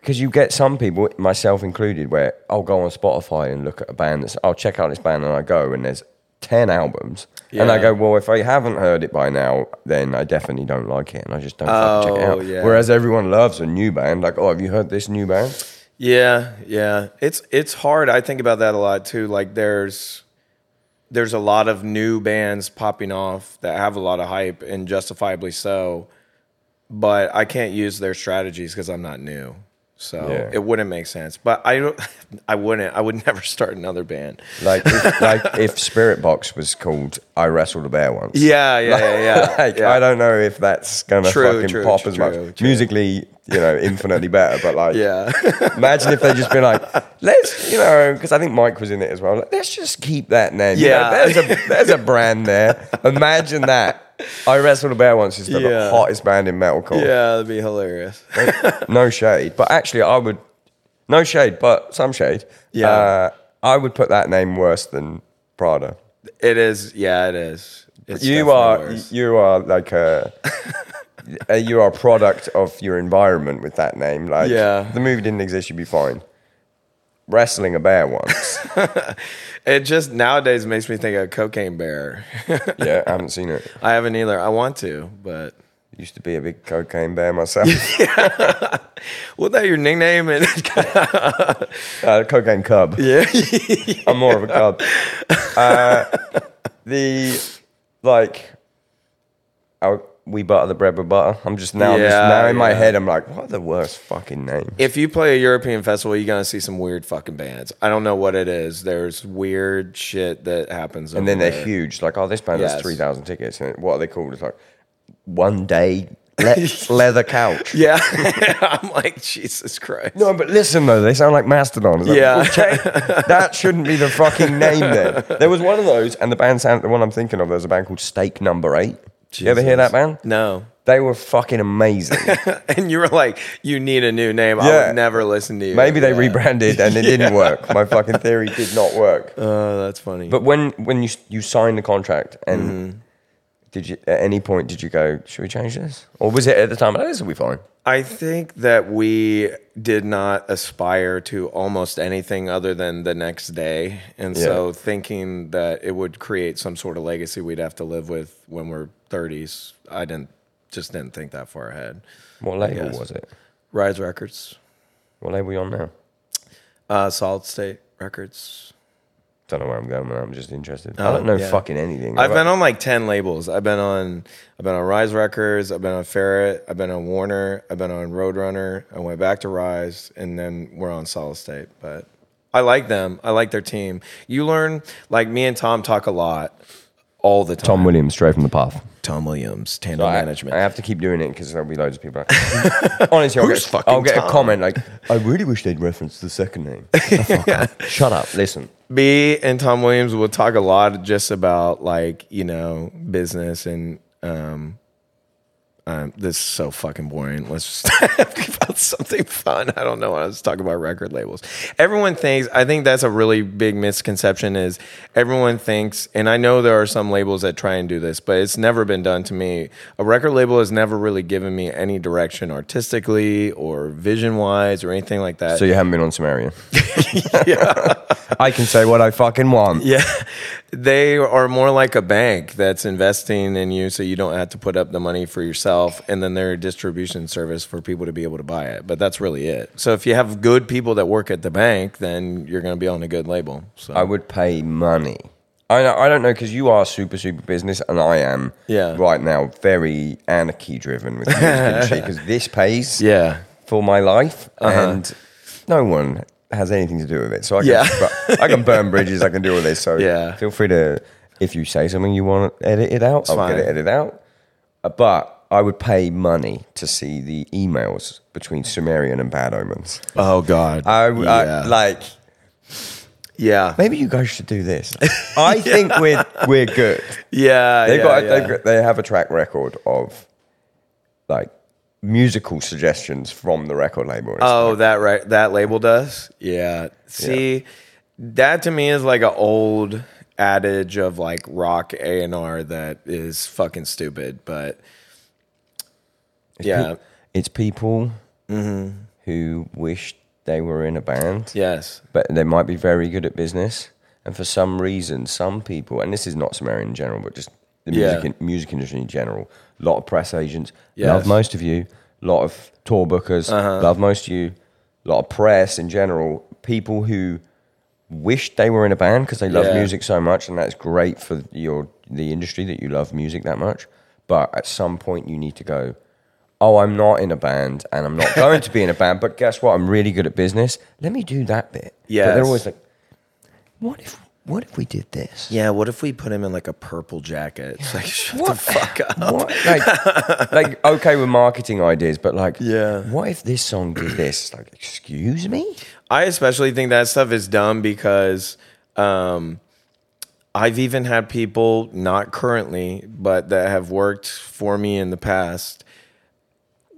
Speaker 3: because you get some people, myself included, where I'll go on Spotify and look at a band that's, I'll check out this band, and I go, and there's 10 albums. And I
Speaker 2: Yeah.
Speaker 3: go, well, if I haven't heard it by now, then I definitely don't like it, and I just don't fucking check it
Speaker 2: Oh,
Speaker 3: out.
Speaker 2: yeah.
Speaker 3: Whereas everyone loves a new band. Like, oh, have you heard this new band?
Speaker 2: Yeah, yeah. It's it's hard. I think about that a lot too. Like there's there's a lot of new bands popping off that have a lot of hype and justifiably so, but I can't use their strategies because I'm not new. So
Speaker 3: Yeah.
Speaker 2: it wouldn't make sense. But I don't I wouldn't. I would never start another band.
Speaker 3: Like, if, like if Spirit Box was called I Wrestled a Bear Once.
Speaker 2: Yeah, yeah, yeah. yeah.
Speaker 3: like, I don't know if that's gonna
Speaker 2: True,
Speaker 3: fucking
Speaker 2: true,
Speaker 3: pop
Speaker 2: true,
Speaker 3: as much.
Speaker 2: true.
Speaker 3: Musically, you know, infinitely better. But like,
Speaker 2: Yeah.
Speaker 3: imagine if they just been like, let's, you know, because I think Mike was in it as well. Like, let's just keep that name. You know,
Speaker 2: Yeah.
Speaker 3: there's a there's a brand there. Imagine that. I wrestled a bear once. Is the
Speaker 2: Yeah.
Speaker 3: hottest band in metalcore.
Speaker 2: Yeah, that'd be hilarious.
Speaker 3: No shade, but actually, I would. No shade, but some shade.
Speaker 2: Yeah.
Speaker 3: Uh, I would put that name worse than Prada.
Speaker 2: It is yeah, it is. It's
Speaker 3: you
Speaker 2: definitely
Speaker 3: are
Speaker 2: worse.
Speaker 3: you are like a, a- you are a product of your environment with that name. Like
Speaker 2: Yeah.
Speaker 3: the movie didn't exist, you'd be fine. Wrestling a bear once.
Speaker 2: It just nowadays makes me think of Cocaine Bear.
Speaker 3: yeah, I haven't seen it.
Speaker 2: I haven't either. I want to, but
Speaker 3: Used to be a big cocaine bear myself.
Speaker 2: wasn't that your nickname? And
Speaker 3: uh, cocaine cub.
Speaker 2: yeah,
Speaker 3: I'm more of a cub. Uh, the like, I, we butter the bread with butter. I'm just now. I'm just,
Speaker 2: Yeah,
Speaker 3: now in my
Speaker 2: yeah.
Speaker 3: head, I'm like, what the worst fucking name?
Speaker 2: if you play a European festival, you're gonna see some weird fucking bands. I don't know what it is. There's weird shit that happens,
Speaker 3: and then
Speaker 2: over
Speaker 3: they're
Speaker 2: there.
Speaker 3: huge. Like, oh, this band has
Speaker 2: Yes.
Speaker 3: three thousand tickets, and what are they called? It's like one day le- leather couch.
Speaker 2: Yeah, I'm like Jesus Christ.
Speaker 3: No, but listen though, they sound like Mastodon. It's like,
Speaker 2: Yeah.
Speaker 3: okay, that shouldn't be the fucking name. Then there was one of those, and the band sound the one I'm thinking of. There's a band called Steak Number Eight. You ever hear
Speaker 2: Jesus.
Speaker 3: that band?
Speaker 2: No.
Speaker 3: They were fucking amazing.
Speaker 2: And you were like, you need a new name. I
Speaker 3: Yeah.
Speaker 2: would never listen to you.
Speaker 3: Maybe they
Speaker 2: Yeah.
Speaker 3: rebranded and it didn't work. My fucking theory did not work.
Speaker 2: Oh, that's funny.
Speaker 3: But when when you you signed the contract and
Speaker 2: Mm-hmm.
Speaker 3: did you at any point did you go should we change this or was it at the time oh, this will be fine?
Speaker 2: I think that we did not aspire to almost anything other than the next day. And so thinking that it would create some sort of legacy we'd have to live with when we're 30s, I didn't just didn't think that far ahead.
Speaker 3: What label
Speaker 2: guess.
Speaker 3: was it?
Speaker 2: Rise Records,
Speaker 3: What label are you on now?
Speaker 2: uh, Solid State Records.
Speaker 3: don't know where I'm going. man. I'm just interested. I don't know
Speaker 2: Oh, yeah.
Speaker 3: fucking anything.
Speaker 2: I've been on like ten labels. I've been on I've been on Rise Records, I've been on Ferret, I've been on Warner, I've been on Roadrunner, I went back to Rise, and then we're on Solid State. But I like them. I like their team. You learn like me and Tom talk a lot all the time.
Speaker 3: Tom Williams straight from the path.
Speaker 2: Tom Williams, tandem
Speaker 3: I-
Speaker 2: management.
Speaker 3: I, have to keep doing it because there'll be loads of people. Like, honestly, I'll,
Speaker 2: Who's
Speaker 3: get,
Speaker 2: fucking
Speaker 3: I'll get a
Speaker 2: Tom?
Speaker 3: comment like, "I really wish they'd reference the second name." Fuck off. Shut up. Listen,
Speaker 2: me and Tom Williams will talk a lot just about like you know business and um, um this is so fucking boring. Let's just talk about something fun. I don't know. Let's talk about record labels. Everyone thinks. I think that's a really big misconception. Is everyone thinks, and I know there are some labels that try and do this, but it's never been done to me. A record label has never really given me any direction artistically or vision wise or anything like that.
Speaker 3: so you haven't been on Samaria. I can say what I fucking want.
Speaker 2: Yeah, they are more like a bank that's investing in you, so you don't have to put up the money for yourself, and then they're a distribution service for people to be able to buy it. But that's really it. So if you have good people that work at the bank, then you're going to be on a good label. So
Speaker 3: I would pay money. I know, I don't know because you are super super business and I am
Speaker 2: Yeah.
Speaker 3: right now very anarchy driven with the music industry because this pays
Speaker 2: yeah, Uh-huh.
Speaker 3: for my life and no one has anything to do with it. So I can,
Speaker 2: Yeah.
Speaker 3: but I can burn bridges. I can do all this. So
Speaker 2: Yeah.
Speaker 3: feel free to if you say something you want edited out, I'll
Speaker 2: fine.
Speaker 3: get it edited out. Uh, But I would pay money to see the emails between Sumerian and Bad Omens.
Speaker 2: oh god,
Speaker 3: I, w- I-
Speaker 2: yeah.
Speaker 3: like
Speaker 2: yeah,
Speaker 3: maybe you guys should do this. I think we're we're good.
Speaker 2: yeah,
Speaker 3: They've
Speaker 2: yeah,
Speaker 3: got
Speaker 2: yeah.
Speaker 3: They've got, they have a track record of like musical suggestions from the record label. It's
Speaker 2: Oh, that right, that label does. Yeah. See, that to me is like an old adage of like rock A and R that is fucking stupid. But yeah,
Speaker 3: it's people Mm-hmm. who wish they were in a band,
Speaker 2: yes,
Speaker 3: but they might be very good at business. And for some reason, some people, and this is not Sumerian in general, but just the
Speaker 2: Yeah.
Speaker 3: music, in, music industry in general, a lot of press agents
Speaker 2: Yes. Uh-huh.
Speaker 3: love most of you, a lot of tour bookers love most of you, a lot of press in general, people who wish they were in a band because they love
Speaker 2: Yeah.
Speaker 3: music so much, and that's great for your the industry that you love music that much. But at some point, you need to go. Oh, I'm not in a band, and I'm not going to be in a band. But guess what? I'm really good at business. Let me do that bit. but they're
Speaker 2: Yes.
Speaker 3: always like, "What if? What if we did this?
Speaker 2: yeah. What if we put him in like a purple jacket? It's like shut the fuck up.
Speaker 3: What? Like, like, okay with marketing ideas, but like,
Speaker 2: Yeah.
Speaker 3: What if this song did this? It's Like, excuse me?
Speaker 2: I especially think that stuff is dumb because um, I've even had people, not currently, but that have worked for me in the past.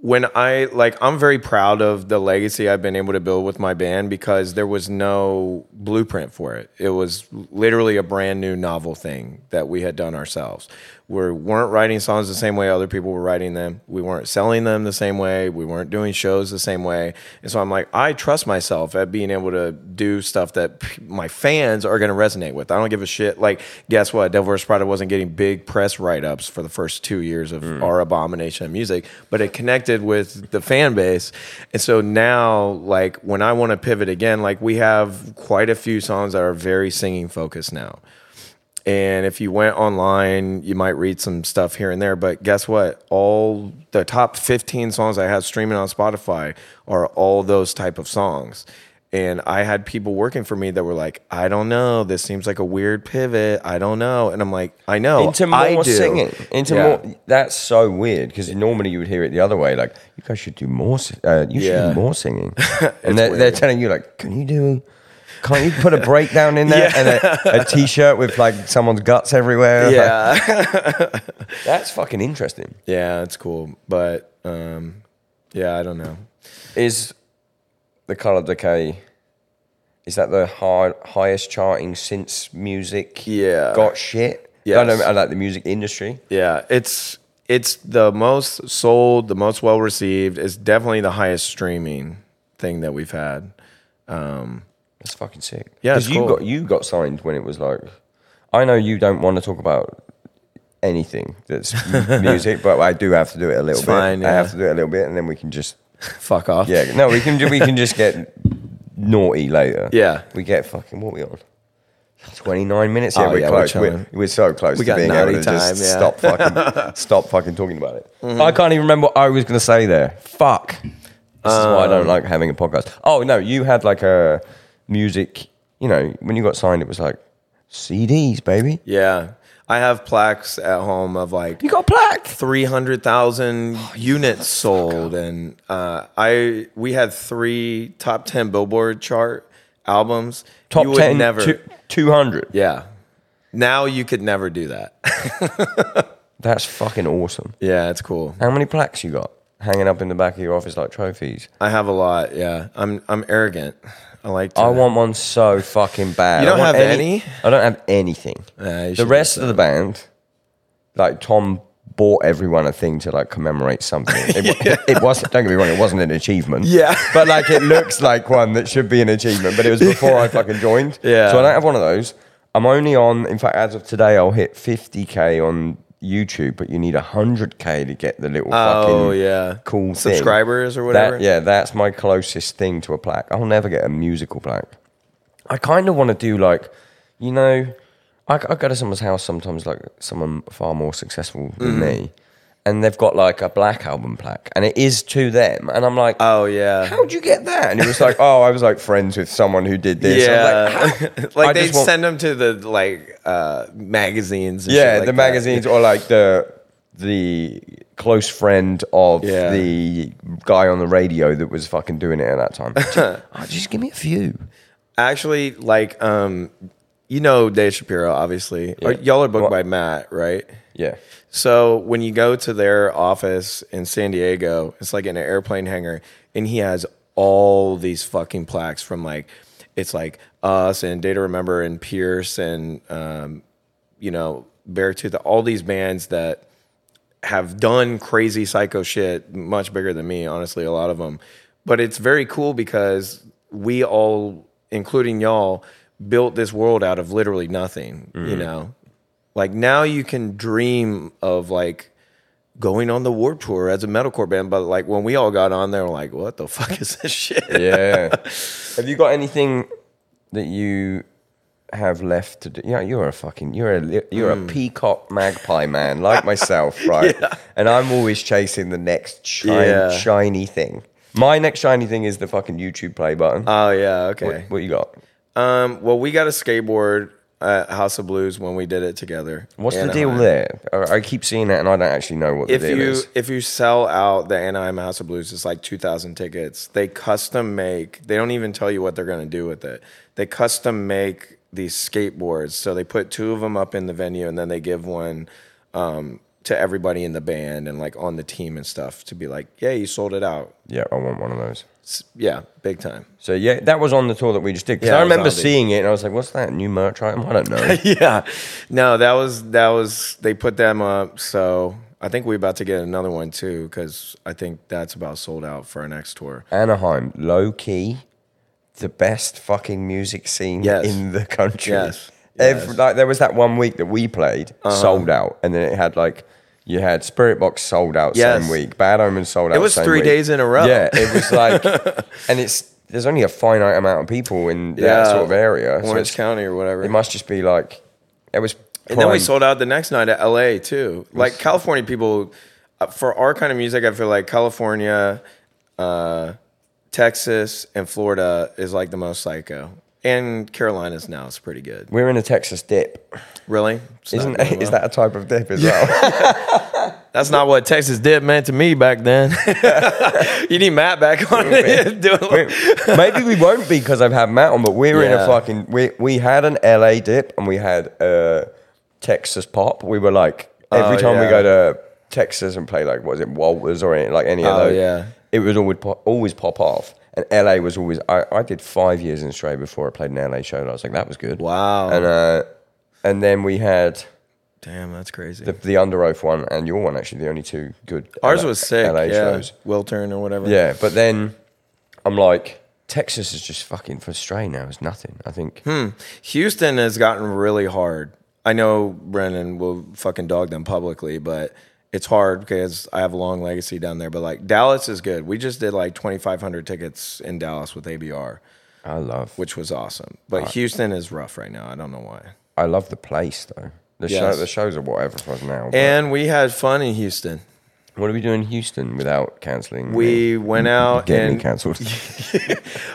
Speaker 2: When I like, I'm very proud of the legacy I've been able to build with my band because there was no blueprint for it. It was literally a brand new novel thing that we had done ourselves. We weren't writing songs the same way other people were writing them. We weren't selling them the same way. We weren't doing shows the same way. And so I'm like, I trust myself at being able to do stuff that p- my fans are going to resonate with. I don't give a shit. Like, guess what? Devil Wears Prada wasn't getting big press write ups for the first two years of our abomination of music, but it connected with the fan base. And so now, like, when I want to pivot again, like, we have quite a few songs that are very singing focused now. And if you went online, you might read some stuff here and there. But guess what? All the top 15 songs I have streaming on Spotify are all those type of songs. And I had people working for me that were like, I don't know. This seems like a weird pivot. I don't know. And I'm like, I know.
Speaker 3: Into more
Speaker 2: I do.
Speaker 3: singing. Into
Speaker 2: Yeah.
Speaker 3: more. That's so weird because normally you would hear it the other way. Like, you guys should do more. si- Uh, you
Speaker 2: Yeah.
Speaker 3: should do more singing. and they're, they're telling you like, can you do? Can't you put a breakdown in there and a, a t-shirt with like someone's guts everywhere? Like,
Speaker 2: Yeah.
Speaker 3: that's fucking interesting.
Speaker 2: yeah, it's cool. But um, yeah, I don't know.
Speaker 3: Is the Color Decay? Is that the high, highest charting since music?
Speaker 2: Yeah.
Speaker 3: got shit.
Speaker 2: Yes.
Speaker 3: I, know, I like the music industry.
Speaker 2: Yeah, it's it's the most sold, the most well received. It's definitely the highest streaming thing that we've had. Um,
Speaker 3: That's fucking sick.
Speaker 2: Yeah, it's
Speaker 3: you
Speaker 2: cool.
Speaker 3: got you got signed when it was like, I know you don't want to talk about anything that's m- music, but I do have to do it a little bit.
Speaker 2: fine,
Speaker 3: I
Speaker 2: yeah.
Speaker 3: have to do it a little bit, and then we can just
Speaker 2: Fuck off.
Speaker 3: yeah. No, we can ju- we can just get naughty later.
Speaker 2: Yeah.
Speaker 3: we get fucking what we on. 29 minutes here.
Speaker 2: Oh,
Speaker 3: we're
Speaker 2: yeah, we're
Speaker 3: close. We're,
Speaker 2: chilling.
Speaker 3: we're, so close
Speaker 2: We
Speaker 3: to
Speaker 2: got
Speaker 3: being able
Speaker 2: naughty
Speaker 3: to just
Speaker 2: time, yeah. Mm-hmm.
Speaker 3: stop fucking stop fucking talking about it. I can't even remember what I was going to say there. Fuck. This is why I
Speaker 2: Um,
Speaker 3: don't like having a podcast. Oh no, you had like a music. You know, when you got signed, it was like CDs, baby.
Speaker 2: Yeah. I have plaques at home of like
Speaker 3: You got a plaque. Oh,
Speaker 2: 300,000 units sold and uh, I we had three top 10 Billboard chart albums.
Speaker 3: Top
Speaker 2: you would
Speaker 3: ten,
Speaker 2: never
Speaker 3: two hundred.
Speaker 2: Yeah. Now you could never do that.
Speaker 3: That's fucking awesome.
Speaker 2: yeah, it's cool.
Speaker 3: How many plaques you got hanging up in the back of your office like trophies?
Speaker 2: I have a lot, yeah. I'm I'm arrogant. I like to
Speaker 3: I want one so fucking bad.
Speaker 2: You don't
Speaker 3: I want
Speaker 2: have any?
Speaker 3: I don't have anything.
Speaker 2: Yeah, you
Speaker 3: the
Speaker 2: should
Speaker 3: rest of the band, like Tom, bought everyone a thing to like commemorate something. It, wa- it wasn't. Don't get me wrong. It wasn't an achievement.
Speaker 2: Yeah.
Speaker 3: but like it looks like one that should be an achievement. But it was before I fucking joined.
Speaker 2: Yeah.
Speaker 3: So I don't have one of those. I'm only on. In fact, as of today, I'll hit 50k on YouTube, but you need 100k to get the little
Speaker 2: Oh
Speaker 3: fucking
Speaker 2: yeah.
Speaker 3: cool thing.
Speaker 2: Subscribers or
Speaker 3: That-
Speaker 2: whatever.
Speaker 3: yeah, that's my closest thing to a plaque. I'll never get a musical plaque. I kind of want to do like, you know, I, I go to someone's house sometimes, like someone far more successful
Speaker 2: Mm.
Speaker 3: than me, and they've got like a black album plaque, and it is to them, and I'm like,
Speaker 2: Oh yeah.
Speaker 3: how'd you get that? And it was like, oh, I was like friends with someone who did this. I was like,
Speaker 2: Yeah, like,
Speaker 3: I
Speaker 2: they
Speaker 3: just want-
Speaker 2: send them to the like uh, magazines. And
Speaker 3: yeah,
Speaker 2: shit like
Speaker 3: the
Speaker 2: that.
Speaker 3: magazines or like the the close friend of
Speaker 2: Yeah.
Speaker 3: the guy on the radio that was fucking doing it at that time. Just, oh, just give me a few.
Speaker 2: Actually, like um, you know Dave Shapiro, obviously.
Speaker 3: Yeah.
Speaker 2: Y'all are booked by
Speaker 3: Well-
Speaker 2: Matt, right?
Speaker 3: Yeah.
Speaker 2: So when you go to their office in San Diego, it's like in an airplane hangar, and he has all these fucking plaques from like, it's like us and Data Remember and Pierce and um, you know Beartooth, all these bands that have done crazy psycho shit much bigger than me honestly a lot of them but it's very cool because we all including y'all built this world out of literally nothing
Speaker 3: Mm-hmm.
Speaker 2: you know like now you can dream of like going on the warp tour as a metalcore band but like when we all got on they were like what the fuck is this shit
Speaker 3: Yeah. have you got anything that you have left to do? Yeah, you're a fucking you're a li- you're a peacock magpie man like myself, right? And I'm always chasing the next shiny,
Speaker 2: Yeah.
Speaker 3: shiny thing. My next shiny thing is the fucking YouTube play button.
Speaker 2: oh yeah okay
Speaker 3: what, what you got?
Speaker 2: um well we got a skateboard at house of blues when we did it together
Speaker 3: What's the
Speaker 2: Anaheim.
Speaker 3: deal there? I, I keep seeing that and I don't actually know what the
Speaker 2: if
Speaker 3: deal
Speaker 2: you
Speaker 3: is.
Speaker 2: if you sell out the Anaheim House of Blues, it's like two thousand tickets. They custom make. They don't even tell you what they're gonna do with it. They custom make these skateboards. So they put two of them up in the venue, and then they give one um, to everybody in the band and like on the team and stuff to be like, yeah, you sold it out.
Speaker 3: Yeah, I want one of those.
Speaker 2: It's- yeah, big time.
Speaker 3: So yeah, that was on the tour that we just did. 'Cause
Speaker 2: Yeah,
Speaker 3: I
Speaker 2: it was
Speaker 3: remember
Speaker 2: on the-
Speaker 3: seeing it and I was like, "What's that new merch item?" I don't know.
Speaker 2: yeah, no, that was that was they put them up. So I think we're about to get another one too because I think that's about sold out for our next tour.
Speaker 3: Anaheim, low key, the best fucking music scene
Speaker 2: Yes.
Speaker 3: in the country.
Speaker 2: Yes.
Speaker 3: Every,
Speaker 2: Yes. Uh-huh.
Speaker 3: like there was that one week that we played sold out, and then it had like you had Spirit Box sold out
Speaker 2: Yes.
Speaker 3: same week, Bad Omens sold out.
Speaker 2: was
Speaker 3: same
Speaker 2: three
Speaker 3: week.
Speaker 2: days in a row.
Speaker 3: Yeah, it was like, and it's there's only a finite amount of people in that
Speaker 2: Yeah.
Speaker 3: sort of area, so
Speaker 2: Orange
Speaker 3: it's-
Speaker 2: County or whatever.
Speaker 3: It must just be like it was.
Speaker 2: And then we
Speaker 3: prime-
Speaker 2: sold out the next night at LA too. Like California people, uh, for our kind of music, I feel like California, uh, Texas, and Florida is like the most psycho. And Carolinas now is pretty good.
Speaker 3: We're in a Texas dip.
Speaker 2: Really? It's not
Speaker 3: Isn't
Speaker 2: doing
Speaker 3: is
Speaker 2: well.
Speaker 3: that a type of dip as well?
Speaker 2: That's not what Texas did meant to me back then. you need Matt back on it. doing like-
Speaker 3: Maybe we won't be because I've had Matt on, but we're in a
Speaker 2: Yeah.
Speaker 3: fucking. We we had an LA dip and we had uh, Texas pop. We were like every
Speaker 2: Oh,
Speaker 3: time we
Speaker 2: yeah.
Speaker 3: go to Texas and play like what is it Walters or any, like any of
Speaker 2: Oh,
Speaker 3: those.
Speaker 2: yeah.
Speaker 3: it was always pop, always pop off. And LA was always. I, I did five years in Australia before I played an LA show. And I was like, that was good.
Speaker 2: Wow.
Speaker 3: And uh, and then we had
Speaker 2: Damn, that's crazy.
Speaker 3: the, the Under Oath one and your one actually the only two good.
Speaker 2: Ours
Speaker 3: LA
Speaker 2: was sick.
Speaker 3: LA
Speaker 2: yeah.
Speaker 3: shows.
Speaker 2: Wiltern or whatever.
Speaker 3: Yeah, but then I'm like, Texas is just fucking for stray now. It's nothing. I think.
Speaker 2: Hmm. Houston has gotten really hard. I know Brennan will fucking dog them publicly, but it's hard because I have a long legacy down there. But like Dallas is good. We just did like 2,500 tickets in Dallas with ABR.
Speaker 3: I love
Speaker 2: which was awesome. But Houston is rough right now. I don't know why.
Speaker 3: I love the place though. The
Speaker 2: Yes.
Speaker 3: show the shows are whatever for us now. but
Speaker 2: And we had fun in Houston.
Speaker 3: what do we do in Houston without canceling? me?
Speaker 2: We went out
Speaker 3: get me
Speaker 2: and
Speaker 3: cancelled.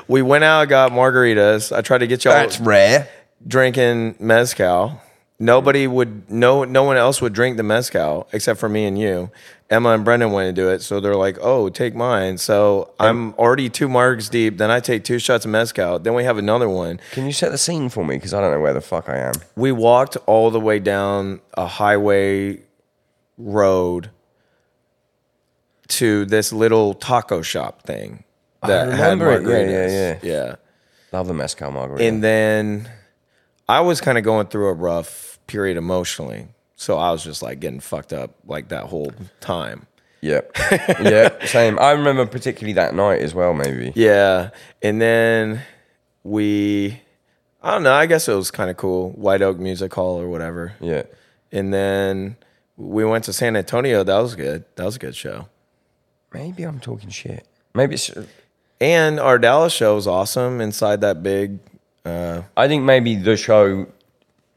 Speaker 2: we went out and got margaritas. I tried to get y'all
Speaker 3: That's rare.
Speaker 2: drinking mezcal. Nobody would no no one else would drink the mezcal except for me and you. Emma and Brendan wanted to do it, so they're like, "Oh, take mine." So I'm already two margs deep. Then I take two shots of mezcal. Then we have another one.
Speaker 3: Can you set the scene for me? Because I don't know where the fuck I am.
Speaker 2: We walked all the way down a highway road to this little taco shop thing that had
Speaker 3: remember it. Yeah,
Speaker 2: margaritas.
Speaker 3: yeah,
Speaker 2: yeah.
Speaker 3: Love the mezcal margarita.
Speaker 2: And then I was kind of going through a rough period emotionally. So I was just like getting fucked up like that whole time.
Speaker 3: yep, yep, same. I remember particularly that night as well. Maybe
Speaker 2: Yeah. And then we, I don't know, I guess it was kind of cool. White Oak Music Hall or whatever.
Speaker 3: yeah.
Speaker 2: And then we went to San Antonio. That was good. That was a good show.
Speaker 3: Maybe I'm talking shit. Maybe it's.
Speaker 2: And our Dallas show was awesome inside that big. Uh,
Speaker 3: I think maybe the show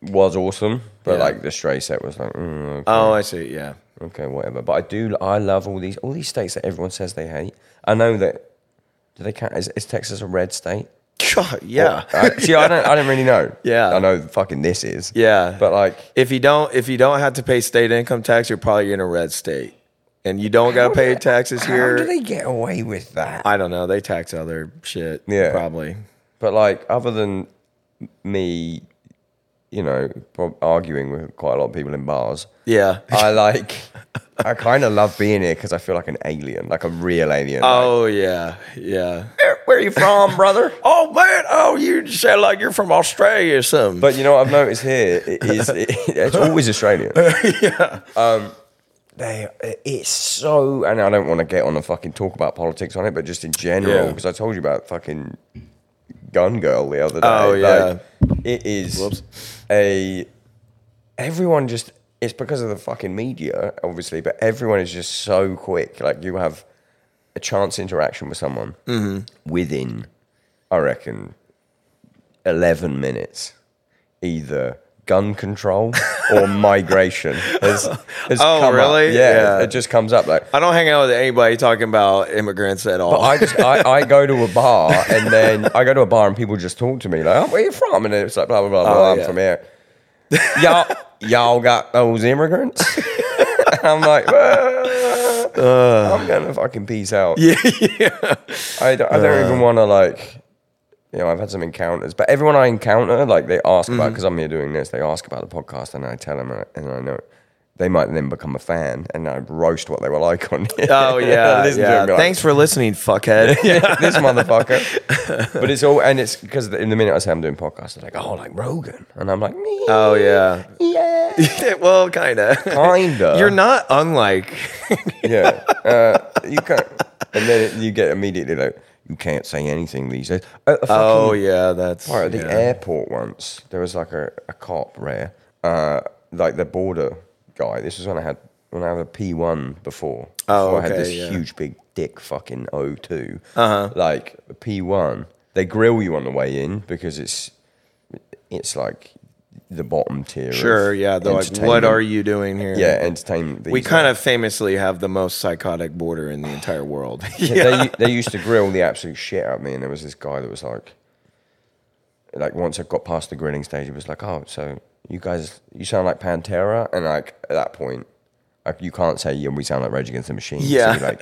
Speaker 3: was awesome, but
Speaker 2: Yeah.
Speaker 3: like the stray set was like, mm, okay,
Speaker 2: oh, I see. Yeah.
Speaker 3: okay, whatever. But I do, I love all these all these states that everyone says they hate. I know that. Do they count? Is, is Texas a red state?
Speaker 2: God, yeah.
Speaker 3: I, see, I don't, I don't really know.
Speaker 2: Yeah.
Speaker 3: I know. Fucking this is.
Speaker 2: Yeah.
Speaker 3: but like,
Speaker 2: if you don't if you don't have to pay state income tax, you're probably in a red state, and you don't got to pay taxes
Speaker 3: how do
Speaker 2: here.
Speaker 3: they get away with that?
Speaker 2: I don't know. They tax other shit.
Speaker 3: Yeah.
Speaker 2: probably.
Speaker 3: But like, other than me, you know, prob- arguing with quite a lot of people in bars,
Speaker 2: Yeah.
Speaker 3: I like, I kind of love being here because I feel like an alien, like a real alien. like,
Speaker 2: Oh yeah, yeah.
Speaker 3: where, where are you from, brother?
Speaker 2: Oh man, oh you sound like you're from Australia or something.
Speaker 3: But you know what I've noticed here it is it, it's always Australian. yeah. Um, they it's so and I don't want to get on and fucking talk about politics on it, but just in general
Speaker 2: Yeah.
Speaker 3: because I told you about fucking gun girl the other day.
Speaker 2: Oh, yeah.
Speaker 3: it is
Speaker 2: Whoops.
Speaker 3: a everyone just it's because of the fucking media, obviously, but everyone is just so quick. Like you have a chance interaction with someone
Speaker 2: Mm-hmm.
Speaker 3: within, I reckon, eleven minutes. Either gun control or migration has, has
Speaker 2: Oh,
Speaker 3: come up.
Speaker 2: really?
Speaker 3: Yeah,
Speaker 2: Yeah.
Speaker 3: it just comes up like
Speaker 2: I don't hang out with anybody talking about immigrants at all.
Speaker 3: I just I, I go to a bar and then I go to a bar and people just talk to me like, oh, where you from? And it's like blah blah blah. blah
Speaker 2: Oh,
Speaker 3: I'm
Speaker 2: yeah.
Speaker 3: from here. Y'all y'all got those immigrants? And I'm like, "Well, I'm gonna fucking peace out. Yeah, I don't, I don't even want to like. You know, I've had some encounters, but everyone I encounter, like they ask about
Speaker 2: Mm-hmm.
Speaker 3: because I'm here doing this, they ask about the podcast, and I tell them, and I- and I know they might then become a fan, and I roast what they were like on. here.
Speaker 2: oh yeah,
Speaker 3: Listen to it
Speaker 2: yeah.
Speaker 3: and be like,
Speaker 2: Thanks for listening, fuckhead.
Speaker 3: this motherfucker. But it's all, and it's because in the minute I say I'm doing podcasts, they're like, oh, like Rogan. And I'm like, me.
Speaker 2: Oh yeah.
Speaker 3: yeah.
Speaker 2: well, kind of.
Speaker 3: Kinda.
Speaker 2: You're not unlike.
Speaker 3: Yeah. Uh, you can't. And then it, you get immediately like, you can't say anything these days. Uh, At the
Speaker 2: Oh
Speaker 3: fucking-
Speaker 2: yeah, that's
Speaker 3: Right, at the
Speaker 2: yeah.
Speaker 3: airport once, there was like a, a cop rare, uh, like the border guy. This was when I had when I had a P one before.
Speaker 2: Oh,
Speaker 3: before I had
Speaker 2: okay,
Speaker 3: this
Speaker 2: yeah.
Speaker 3: huge big dick fucking O2. Uh-huh. Like P one, they grill you on the way in because it's it's like the bottom tier. of
Speaker 2: Sure, yeah. They're like, what
Speaker 3: entertainment."
Speaker 2: are you doing here?
Speaker 3: Yeah, entertainment.
Speaker 2: We
Speaker 3: these
Speaker 2: kind of
Speaker 3: days.
Speaker 2: famously have the most psychotic border in the entire world.
Speaker 3: Yeah, they, they used to grill the absolute shit out of me, and there was this guy that was like, like once I got past the grilling stage, he was like, "Oh, so you guys, you sound like Pantera," and like at that point, like you can't say yeah, we sound like Rage Against the Machine. So
Speaker 2: Yeah.
Speaker 3: you're like,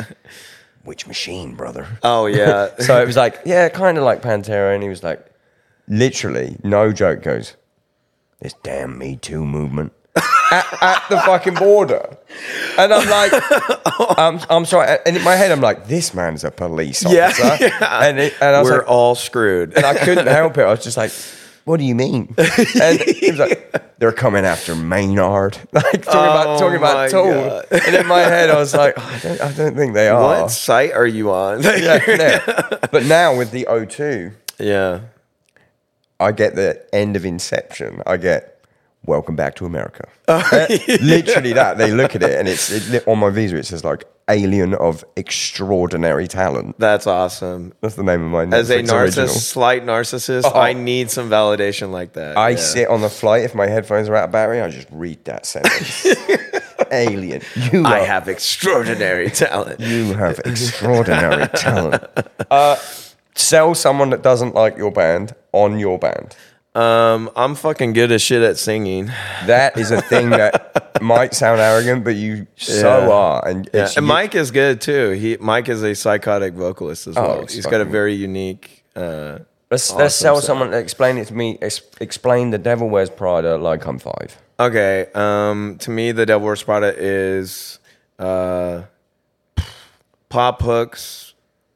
Speaker 3: which machine, brother?
Speaker 2: oh yeah.
Speaker 3: So it was like, yeah, kind of like Pantera, and he was like, literally, no joke, goes, "This damn Me Too movement." at, at the fucking border, and I'm like, I'm, I'm sorry, and in my head I'm like, this man's a police
Speaker 2: Yeah,
Speaker 3: officer,
Speaker 2: yeah.
Speaker 3: and it, and I was
Speaker 2: We're
Speaker 3: like,
Speaker 2: all screwed.
Speaker 3: and I couldn't help it. I was just like, what do you mean? And he was like, they're coming after Maynard. Like talking
Speaker 2: Oh
Speaker 3: about talking
Speaker 2: my
Speaker 3: about Tool.
Speaker 2: God.
Speaker 3: And in my head, I was like, I, don't, I don't think they are.
Speaker 2: What site are you on?
Speaker 3: Yeah, no. But now with the O2,
Speaker 2: yeah.
Speaker 3: I get the end of Inception. I get welcome back to America. Literally that. They look at it and it's it, on my visa. It says like alien of extraordinary talent.
Speaker 2: That's awesome.
Speaker 3: That's the name of my
Speaker 2: As a
Speaker 3: Netflix
Speaker 2: narcissist,
Speaker 3: original.
Speaker 2: slight narcissist,
Speaker 3: Oh.
Speaker 2: I need some validation like that.
Speaker 3: I
Speaker 2: Yeah.
Speaker 3: sit on the flight if my headphones are out of battery. I just read that sentence. alien, you
Speaker 2: I
Speaker 3: are-
Speaker 2: have extraordinary talent.
Speaker 3: You have extraordinary talent. Uh, sell someone that doesn't like your band on your band.
Speaker 2: Um, I'm fucking good as shit at singing.
Speaker 3: That is a thing that might sound arrogant, but you so
Speaker 2: Yeah.
Speaker 3: are. And, it's-
Speaker 2: And
Speaker 3: you-
Speaker 2: Mike is good too. He Mike is a psychotic vocalist as well.
Speaker 3: it's
Speaker 2: He's got a
Speaker 3: Oh, fucking-
Speaker 2: very unique. Uh,
Speaker 3: let's, let's
Speaker 2: awesome
Speaker 3: sell
Speaker 2: sound.
Speaker 3: someone. Explain it to me. ex- explain the devil wears Prada like I'm five.
Speaker 2: Okay. Um, to me, the Devil Wears Prada is uh, pop hooks,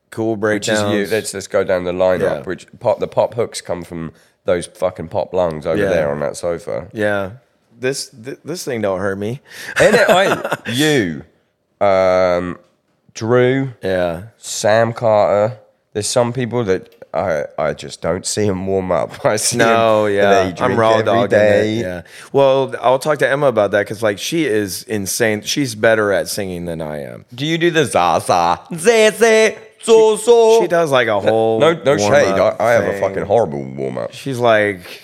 Speaker 2: cool
Speaker 3: Which is
Speaker 2: breakdowns.
Speaker 3: you. Let's let's go down the lineup.
Speaker 2: Yeah.
Speaker 3: Which pop the pop hooks come from those fucking pop lungs over
Speaker 2: Yeah.
Speaker 3: there on that sofa.
Speaker 2: yeah. This th- this thing don't hurt me.
Speaker 3: And it, I, you, um, Drew,
Speaker 2: Yeah.
Speaker 3: Sam Carter. There's some people that I I just don't see them warm up. I see 'em-
Speaker 2: No, yeah,
Speaker 3: They drink
Speaker 2: I'm raw
Speaker 3: every
Speaker 2: dog.
Speaker 3: day.
Speaker 2: Yeah. Well, I'll talk to Emma about that because like she is insane. She's better at singing than I am.
Speaker 3: Do you do the za za ze ze so so?
Speaker 2: She does like a whole
Speaker 3: No, no shade. I,
Speaker 2: warm-up
Speaker 3: I have a
Speaker 2: thing.
Speaker 3: fucking horrible warm up.
Speaker 2: She's like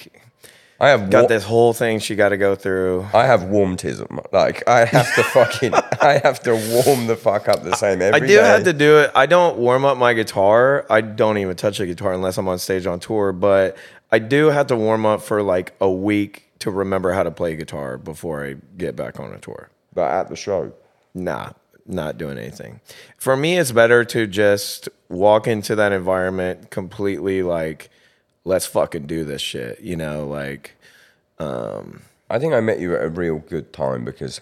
Speaker 3: I have
Speaker 2: got
Speaker 3: wa-
Speaker 2: this whole thing she got to go through.
Speaker 3: I have warmtism. Like I have to fucking I have to warm the fuck up the same every
Speaker 2: I
Speaker 3: day.
Speaker 2: do have to do it. I don't warm up my guitar. I don't even touch a guitar unless I'm on stage on tour, but I do have to warm up for like a week to remember how to play guitar before I get back on a tour.
Speaker 3: but at the show.
Speaker 2: Nah, not doing anything. For me, it's better to just walk into that environment completely like, let's fucking do this shit, you know, like,
Speaker 3: I think I met you at a real good time because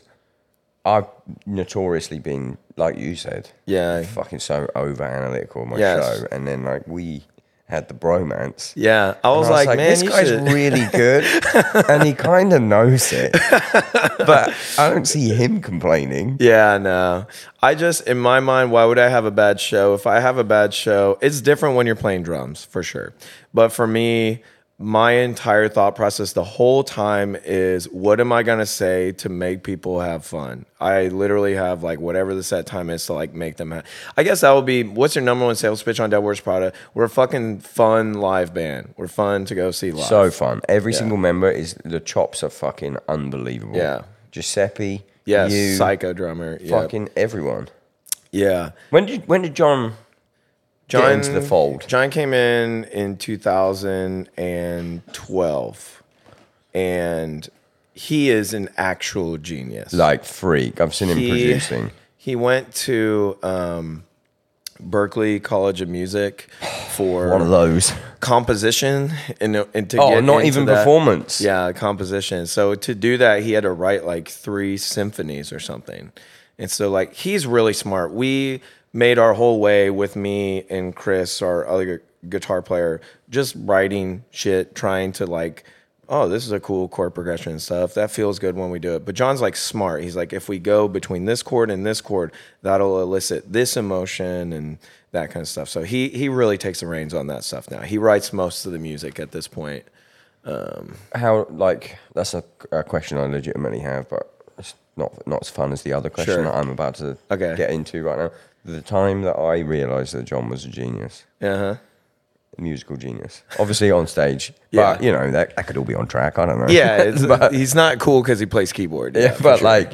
Speaker 3: I've notoriously been, like you said,
Speaker 2: Yeah.
Speaker 3: fucking so over analytical on my
Speaker 2: Yes.
Speaker 3: show, and then like we had the bromance.
Speaker 2: yeah. I was,
Speaker 3: And
Speaker 2: like, man,
Speaker 3: this
Speaker 2: you
Speaker 3: guy's
Speaker 2: should-
Speaker 3: really good, and he kind of knows it, but I don't see him complaining.
Speaker 2: Yeah, no. I just in my mind, why would I have a bad show? If I have a bad show, it's different when you're playing drums for sure. But for me, my entire thought process the whole time is what am I gonna say to make people have fun? I literally have like whatever the set time is to like make them. Ha- I guess that would be what's your number one sales pitch on Dead Worst Prada? We're a fucking fun live band. We're fun to go see live.
Speaker 3: So fun. Every single member is the chops are fucking unbelievable.
Speaker 2: Yeah.
Speaker 3: Giuseppe.
Speaker 2: yes,
Speaker 3: you,
Speaker 2: psycho drummer. Yeah,
Speaker 3: fucking everyone.
Speaker 2: yeah.
Speaker 3: When did when did John
Speaker 2: John
Speaker 3: get into the fold?
Speaker 2: John came in in 2012, and he is an actual genius.
Speaker 3: like freak. I've seen him
Speaker 2: he,
Speaker 3: producing.
Speaker 2: He went to um, Berkeley College of Music for
Speaker 3: One of those.
Speaker 2: composition and, and to
Speaker 3: Oh,
Speaker 2: get
Speaker 3: not
Speaker 2: into
Speaker 3: even
Speaker 2: that-
Speaker 3: performance.
Speaker 2: yeah composition so to do that he had to write like three symphonies or something and so like he's really smart we made our whole way with me and chris our other gu- guitar player just writing shit trying to like oh this is a cool chord progression and stuff that feels good when we do it but john's like smart he's like if we go between this chord and this chord that'll elicit this emotion and that kind of stuff so he he really takes the reins on that stuff now he writes most of the music at this point
Speaker 3: How like that's a, a question I legitimately have, but it's not not as fun as the other question
Speaker 2: Sure.
Speaker 3: that I'm about to
Speaker 2: Okay.
Speaker 3: get into right now. The time that I realised that John was a genius,
Speaker 2: uh-huh
Speaker 3: musical genius, obviously on stage,
Speaker 2: Yeah.
Speaker 3: but you know that, that could all be on track. I don't know.
Speaker 2: Yeah, it's, he's not cool because he plays keyboard.
Speaker 3: Yeah,
Speaker 2: for
Speaker 3: but
Speaker 2: sure.
Speaker 3: like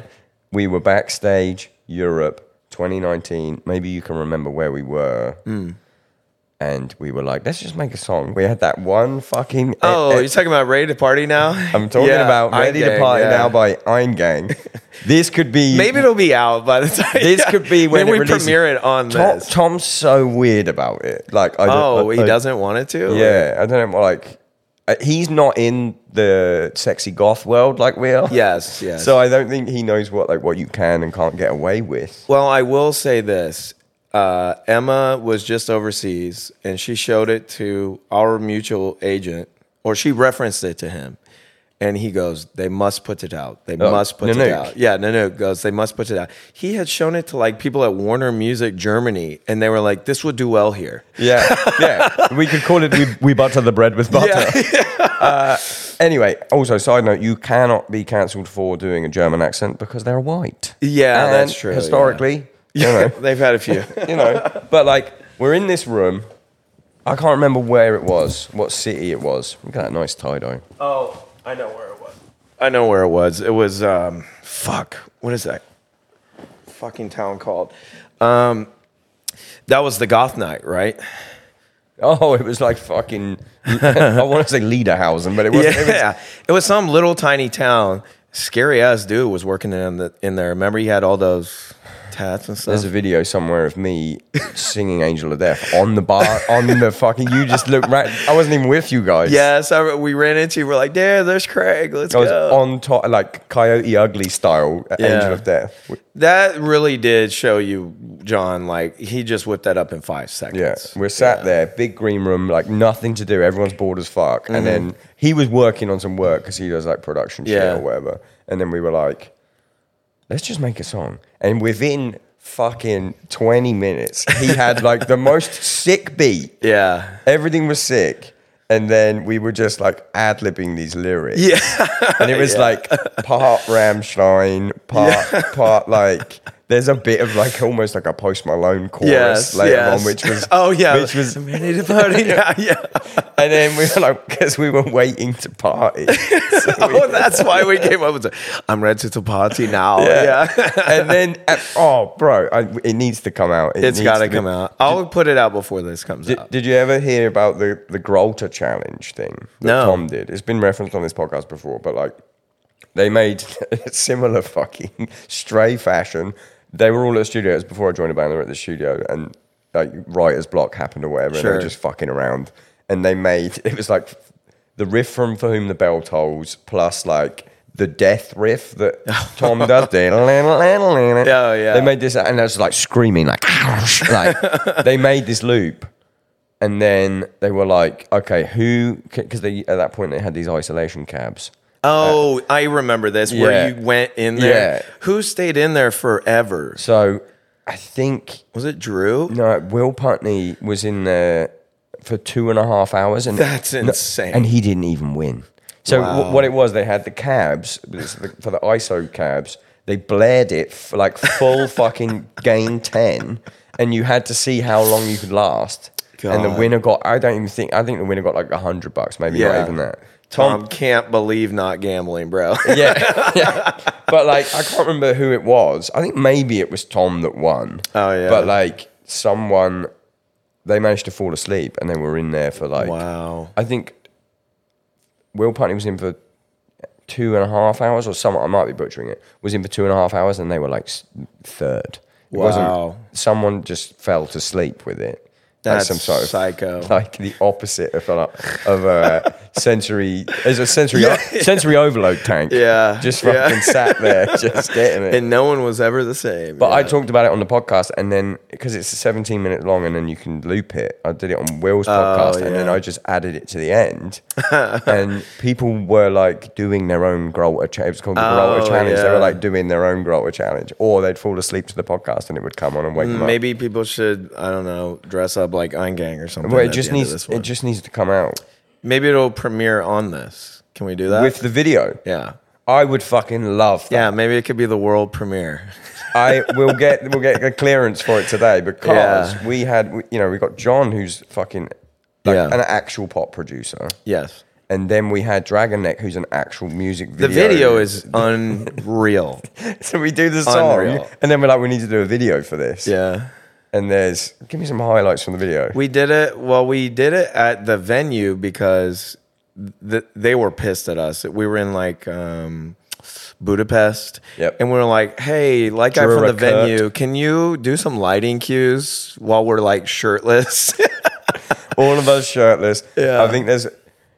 Speaker 3: we were backstage, Europe, 2019. Maybe you can remember where we were.
Speaker 2: Hmm.
Speaker 3: And we were like, let's just make a song. We had that one fucking. e-,
Speaker 2: oh, you're talking about ready to party now?
Speaker 3: I'm talking
Speaker 2: Yeah,
Speaker 3: about
Speaker 2: I
Speaker 3: Ready to
Speaker 2: Gang,
Speaker 3: Party
Speaker 2: yeah.
Speaker 3: Now by Ein Gang. This could be.
Speaker 2: Maybe it'll be out by the time.
Speaker 3: This could be when
Speaker 2: Maybe
Speaker 3: it
Speaker 2: we
Speaker 3: releases.
Speaker 2: premiere it on
Speaker 3: Tom,
Speaker 2: this.
Speaker 3: Tom's so weird about it. Like, I don't,
Speaker 2: oh,
Speaker 3: I-
Speaker 2: he
Speaker 3: I-
Speaker 2: doesn't want it to.
Speaker 3: Yeah, I don't know. Like, uh, he's not in the sexy goth world like we are.
Speaker 2: Yes. Yes.
Speaker 3: So I don't think he knows what like what you can and can't get away with.
Speaker 2: Well, I will say this. Uh, Emma was just overseas and she showed it to our mutual agent, or she referenced it to him. And he goes, They must put it out. They
Speaker 3: Oh,
Speaker 2: must put
Speaker 3: Nanook.
Speaker 2: it out. Yeah, no, no, goes, They must put it out. He had shown it to like people at Warner Music Germany, and they were like, This would do well here.
Speaker 3: Yeah, yeah. we could call it we, we butter the bread with butter. Uh, anyway, also side note, you cannot be cancelled for doing a German accent because they're white.
Speaker 2: Yeah,
Speaker 3: And
Speaker 2: that's true,
Speaker 3: Historically,
Speaker 2: Yeah, they've had a few.
Speaker 3: you know. But like, we're in this room. I can't remember where it was, what city it was. Look at that nice tie dye.
Speaker 5: Oh, I know where it was.
Speaker 2: I know where it was. It was um, fuck. What is that fucking town called? Um, that was the Goth Night, right?
Speaker 3: Oh, it was like fucking. I want to say Lederhausen, but it wasn't. It was,
Speaker 2: Yeah, it was some little tiny town. Scary ass dude was working in the, in there. Remember, he had all those tats and stuff.
Speaker 3: There's a video somewhere of me singing "Angel of Death" on the bar, on the fucking. You just look right. I wasn't even with you guys.
Speaker 2: yes, I, we ran into. you. We're like, there, there's Craig. Let's
Speaker 3: I was
Speaker 2: go.
Speaker 3: on top, like Coyote Ugly style,
Speaker 2: Yeah.
Speaker 3: Angel of Death.
Speaker 2: that really did show you, John. Like he just whipped that up in five seconds.
Speaker 3: Yeah, we're sat there, big green room, like nothing to do. Everyone's bored as fuck.
Speaker 2: Mm-hmm.
Speaker 3: And then he was working on some work because he does like production
Speaker 2: Yeah.
Speaker 3: shit or whatever. And then we were like, let's just make a song. And within fucking 20 minutes, he had like the most sick beat.
Speaker 2: Yeah.
Speaker 3: Everything was sick. And then we were just like ad libbing these lyrics. Yeah. And it was like part Ramstein, part, part like. There's a bit of like almost like a post Malone chorus
Speaker 2: Yes.
Speaker 3: later
Speaker 2: yes.
Speaker 3: on, which was
Speaker 2: oh yeah,
Speaker 3: which was
Speaker 2: I'm ready to party now. Yeah.
Speaker 3: and then we were like, because we were waiting to party. So we-
Speaker 2: Oh, that's why we came up with it. I'm ready to party now. Yeah.
Speaker 3: yeah. and then, uh, oh, bro, I, it needs to come out. It
Speaker 2: It's
Speaker 3: needs
Speaker 2: got to
Speaker 3: be-
Speaker 2: come out. I'll put it out before this comes
Speaker 3: Did,
Speaker 2: out.
Speaker 3: did you ever hear about the, the Grolta challenge thing that
Speaker 2: No.
Speaker 3: Tom did? It's been referenced on this podcast before, but like they made a similar fucking stray fashion. They were all at the studio. It was before I joined the band. They were at the studio and like writer's block happened or whatever. And they
Speaker 2: Sure.
Speaker 3: were just fucking around. And they made, it was like the riff from For Whom the Bell Tolls plus like the death riff that Tom does. yeah,
Speaker 2: Yeah, yeah.
Speaker 3: They made this, and I was like screaming, like, like they made this loop, and then they were like, okay, who? Because they at that point they had these isolation cabs.
Speaker 2: oh, I remember this
Speaker 3: yeah.
Speaker 2: where you went in there.
Speaker 3: Yeah.
Speaker 2: Who stayed in there forever?
Speaker 3: So I think
Speaker 2: Was it Drew?
Speaker 3: no, Will Putney was in there for two and a half hours, and
Speaker 2: That's
Speaker 3: no,
Speaker 2: insane.
Speaker 3: and he didn't even win. So wh- what it was, they had the cabs this is the- for the ISO cabs. They blared it for like full fucking gain ten, and you had to see how long you could last. And the
Speaker 2: God.
Speaker 3: winner got. I don't even think. I think the winner got like a hundred bucks, maybe
Speaker 2: Yeah.
Speaker 3: not even that.
Speaker 2: Tom can't believe not gambling, bro.
Speaker 3: Yeah, yeah. But like, I can't remember who it was. I think maybe it was Tom that won.
Speaker 2: Oh, yeah.
Speaker 3: But like, someone they managed to fall asleep and they were in there for like.
Speaker 2: wow.
Speaker 3: I think Will Putney was in for two and a half hours or something. I might be butchering it. Was in for two and a half hours and they were like s- third. It
Speaker 2: Wow.
Speaker 3: someone just fell to sleep with it. Like
Speaker 2: That's psycho.
Speaker 3: Like the opposite of a, of a sensory, as a sensory sensory overload tank.
Speaker 2: Yeah,
Speaker 3: just fucking
Speaker 2: yeah.
Speaker 3: sat there, just getting it.
Speaker 2: And no one was ever the same.
Speaker 3: But I
Speaker 2: Yeah.
Speaker 3: talked about it on the podcast, and then because it's 17 minute long, and then you can loop it. I did it on Will's podcast, and then
Speaker 2: Oh, yeah.
Speaker 3: I just added it to the end. and people were like doing their own Grolter challenge. It was called the Grolter
Speaker 2: Oh,
Speaker 3: challenge. They
Speaker 2: yeah.
Speaker 3: were like doing their own Grolter challenge, or they'd fall asleep to the podcast, and it would come on and wake them
Speaker 2: maybe people should I don't know dress up like Ein Gang or something.
Speaker 3: up. Well, it
Speaker 2: at
Speaker 3: just
Speaker 2: the end of
Speaker 3: needs
Speaker 2: this
Speaker 3: it
Speaker 2: one.
Speaker 3: just needs to come out
Speaker 2: maybe it'll premiere on this. Can we do that?
Speaker 3: with the video.
Speaker 2: yeah,
Speaker 3: I would fucking love that.
Speaker 2: yeah. Maybe it could be the world premiere.
Speaker 3: I will get we'll get a clearance for it today because
Speaker 2: Yeah.
Speaker 3: we had we- you know we got John who's fucking like
Speaker 2: Yeah.
Speaker 3: an actual pop producer.
Speaker 2: yes.
Speaker 3: And then we had Dragon Neck, who's an actual music
Speaker 2: The
Speaker 3: video.
Speaker 2: video is unreal.
Speaker 3: so we do the song,
Speaker 2: Unreal.
Speaker 3: and then we're like, we need to do a video for this.
Speaker 2: yeah.
Speaker 3: And there's, give me some highlights from the video.
Speaker 2: We did it. Well, we did it at the venue because th- they were pissed at us. We were in like um, Budapest.
Speaker 3: Yep.
Speaker 2: And we were like, hey, like guy
Speaker 3: Drew
Speaker 2: from the
Speaker 3: a cut.
Speaker 2: venue, can you do some lighting cues while we're like shirtless? Uh,
Speaker 3: All of us shirtless.
Speaker 2: Yeah.
Speaker 3: I think there's.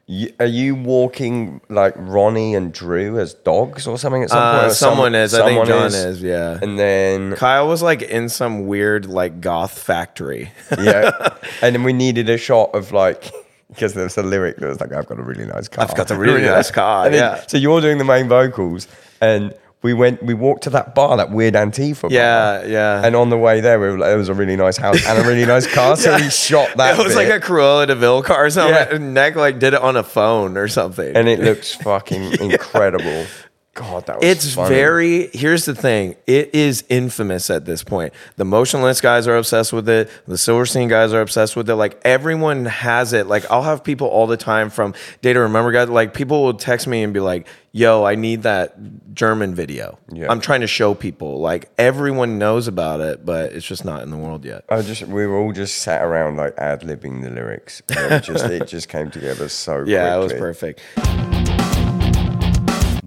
Speaker 3: y- Are you walking like Ronnie and Drew as dogs or something at some
Speaker 2: Uh,
Speaker 3: point? Or some-
Speaker 2: someone is. I think
Speaker 3: someone
Speaker 2: John is, yeah.
Speaker 3: And then
Speaker 2: Kyle was like in some weird like goth factory.
Speaker 3: yeah, and then we needed a shot of like because there's a lyric that was like, "I've got a really nice car."
Speaker 2: I've got a really nice car,
Speaker 3: And
Speaker 2: yeah.
Speaker 3: So you're doing the main vocals, and we went, we walked to that bar, that weird Antifa bar.
Speaker 2: Yeah, yeah.
Speaker 3: And on the way there, we were like, it was a really nice house and a really nice car, so we shot that.
Speaker 2: it was like a
Speaker 3: bit,
Speaker 2: Cruella Deville car or something.
Speaker 3: Yeah.
Speaker 2: Neck like did it on a phone or something.
Speaker 3: and it looks fucking incredible. God, that was
Speaker 2: It's
Speaker 3: funny.
Speaker 2: very. Here's the thing. It is infamous at this point. The motionless guys are obsessed with it. The Silverstein guys are obsessed with it. Like everyone has it. Like I'll have people all the time from Day to Remember guys. Like people will text me and be like, "Yo, I need that German video.
Speaker 3: Yeah.
Speaker 2: I'm trying to show people." Like everyone knows about it, but it's just not in the world yet.
Speaker 3: I just we were all just sat around like ad libbing the lyrics. And it just it just came together so
Speaker 2: Yeah, it was
Speaker 3: quickly.
Speaker 2: perfect.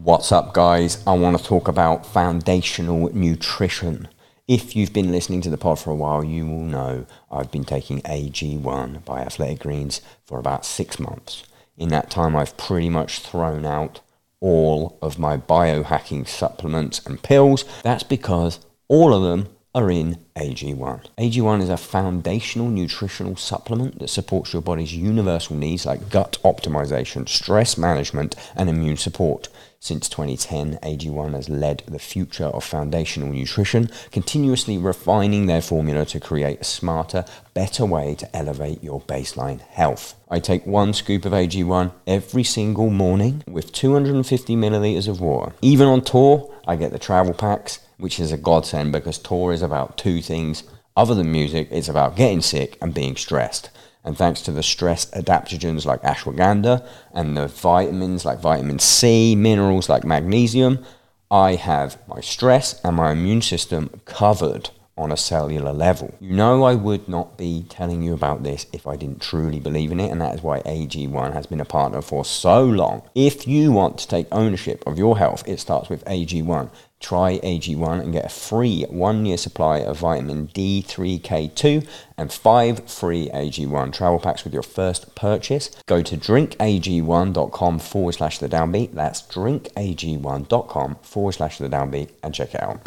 Speaker 1: What's up, guys? I want to talk about foundational nutrition. If you've been listening to the pod for a while, you will know I've been taking AG1 by Athletic Greens for about six months. In that time, I've pretty much thrown out all of my biohacking supplements and pills. That's because all of them are in AG1. AG1 is a foundational nutritional supplement that supports your body's universal needs like gut optimization, stress management, and immune support. Since 2010, AG1 has led the future of foundational nutrition, continuously refining their formula to create a smarter, better way to elevate your baseline health. I take one scoop of AG1 every single morning with 250 milliliters of water. Even on tour, I get the travel packs, which is a godsend because tour is about two things other than music. It's about getting sick and being stressed. And thanks to the stress adaptogens like ashwagandha and the vitamins like vitamin C, minerals like magnesium, I have my stress and my immune system covered on a cellular level. You know, I would not be telling you about this if I didn't truly believe in it, and that is why AG1 has been a partner for so long. If you want to take ownership of your health, it starts with AG1. Try AG1 and get a free one year supply of vitamin D3K2 and five free AG1 travel packs with your first purchase. Go to drinkag1.com forward slash the downbeat. That's drinkag1.com forward slash the downbeat and check it out.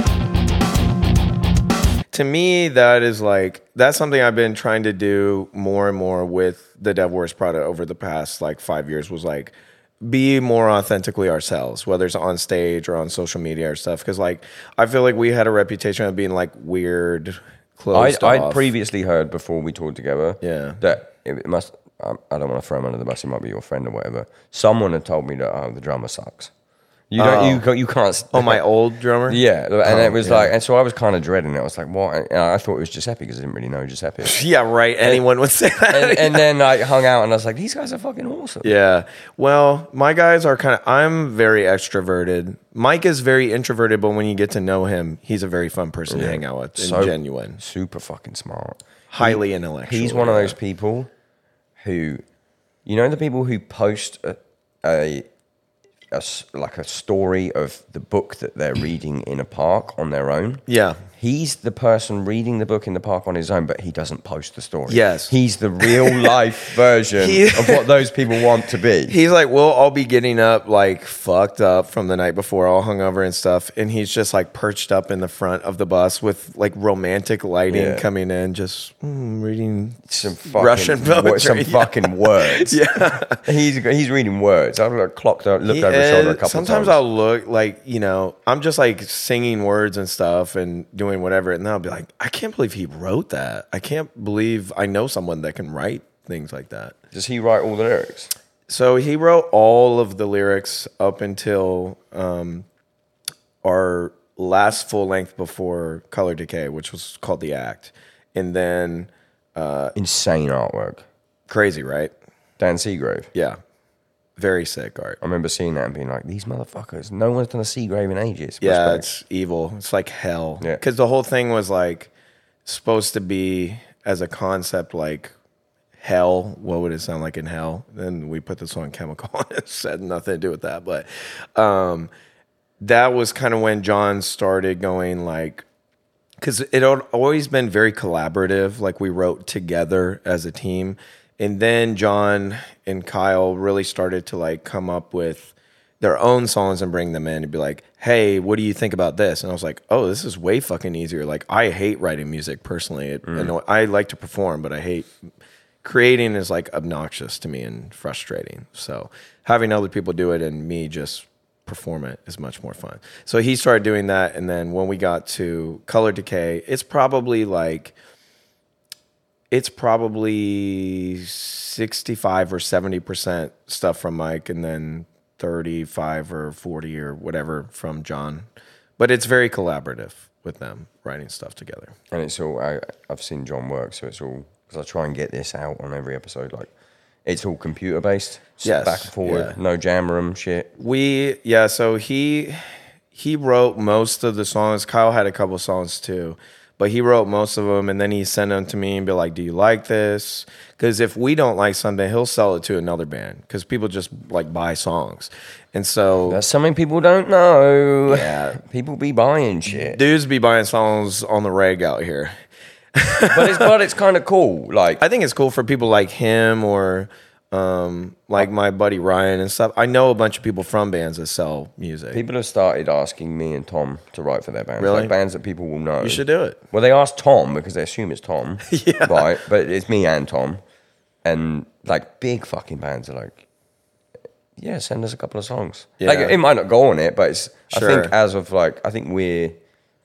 Speaker 2: to me that is like that's something i've been trying to do more and more with the dev wars product over the past like five years was like be more authentically ourselves whether it's on stage or on social media or stuff because like i feel like we had a reputation of being like weird
Speaker 3: I'd,
Speaker 2: closed
Speaker 3: I'd
Speaker 2: off.
Speaker 3: previously heard before we toured together.
Speaker 2: Yeah.
Speaker 3: That it it must. I I don't want to throw him under the bus. He might be your friend or whatever. Someone had told me that oh, the drummer sucks. You don't. You You you can't. s-
Speaker 2: oh my old drummer
Speaker 3: Yeah, and it was
Speaker 2: yeah.
Speaker 3: like, and so I was kind of dreading it. I was like, what? And I thought it was Giuseppe because I didn't really know Giuseppe.
Speaker 2: yeah right anyone would say that
Speaker 3: and, and then I hung out and I was like, these guys are fucking awesome.
Speaker 2: Yeah. Well, my guys are kind of, I'm very extroverted. Mike is very introverted, but when you get to know him, he's a very fun person to hang out with and
Speaker 3: So
Speaker 2: genuine,
Speaker 3: super fucking smart.
Speaker 2: highly intellectual.
Speaker 3: He's one of those people who, you know, the people who post a, a, a s- like a story of the book that they're reading in a park on their own.
Speaker 2: Yeah.
Speaker 3: He's the person reading the book in the park on his own, but he doesn't post the story.
Speaker 2: Yes.
Speaker 3: He's the real life version
Speaker 2: He-
Speaker 3: of what those people want to be.
Speaker 2: He's like, we'll all be getting up like fucked up from the night before, all hungover and stuff. And he's just like perched up in the front of the bus with like romantic lighting
Speaker 3: Yeah.
Speaker 2: coming in, just mm, reading
Speaker 3: some fucking
Speaker 2: Russian
Speaker 3: wo-
Speaker 2: poetry.
Speaker 3: some
Speaker 2: Yeah.
Speaker 3: fucking words. yeah, he's he's reading words. I've like, clocked out, looked
Speaker 2: He
Speaker 3: over his shoulder a
Speaker 2: is.
Speaker 3: couple
Speaker 2: Sometimes
Speaker 3: times.
Speaker 2: I'll look like, you know, I'm just like singing words and stuff and doing whatever. And then I'll be like, I can't believe he wrote that. I can't believe I know someone that can write things like that.
Speaker 3: Does he write all the lyrics?
Speaker 2: So he wrote all of the lyrics up until um, our last full length before Color Decay, which was called The Act. And then
Speaker 3: Insane artwork.
Speaker 2: crazy, right?
Speaker 3: Dan Seagrave.
Speaker 2: Yeah. Very sick art.
Speaker 3: I remember seeing that and being like, these motherfuckers. No one's done a Seagrave in ages.
Speaker 2: Yeah,
Speaker 3: Respect.
Speaker 2: it's evil. It's like hell.
Speaker 3: Yeah.
Speaker 2: Because the whole thing was like supposed to be as a concept like hell. What would it sound like in hell? Then we put the song Chemical on it. Said nothing to do with that. But um, that was kind of when John started going like because it had always been very collaborative. Like we wrote together as a team, and then John and Kyle really started to like come up with their own songs and bring them in and be like, "Hey, what do you think about this?" And I was like, "Oh, this is way fucking easier." Like I hate writing music personally. It, anno- I like to perform, but I hate creating is like obnoxious to me and frustrating. So having other people do it and me just perform it is much more fun. So he started doing that, and then when we got to Color Decay, it's probably like it's probably 65 or 70% stuff from Mike and then 35 or 40 or whatever from John. But it's very collaborative with them writing stuff together.
Speaker 3: and it's all I, I've seen John work, so it's all because I try and get this out on every episode. Like, it's all computer based,
Speaker 2: Yes,
Speaker 3: back and forward,
Speaker 2: yeah.
Speaker 3: no jam room shit.
Speaker 2: We yeah, so he he wrote most of the songs. Kyle had a couple songs too, but he wrote most of them, and then he sent them to me and be like, "Do you like this?" Because if we don't like something, he'll sell it to another band because people just like buy songs, and so
Speaker 3: That's something people don't know.
Speaker 2: Yeah.
Speaker 3: people be buying shit,
Speaker 2: dudes be buying songs on the reg out here.
Speaker 3: but it's but it's kind of cool. Like,
Speaker 2: I think it's cool for people like him or um, like my buddy Ryan and stuff. I know a bunch of people from bands that sell music.
Speaker 3: people have started asking me and Tom to write for their bands,
Speaker 2: Really?
Speaker 3: like bands that people will know.
Speaker 2: you should do it.
Speaker 3: Well, they asked Tom because they assume it's Tom, right? But it's me and Tom, and like big fucking bands are like, yeah, send us a couple of songs. Like
Speaker 2: Yeah.
Speaker 3: it might not go on it, but it's. I
Speaker 2: Sure.
Speaker 3: think as of like, I think we're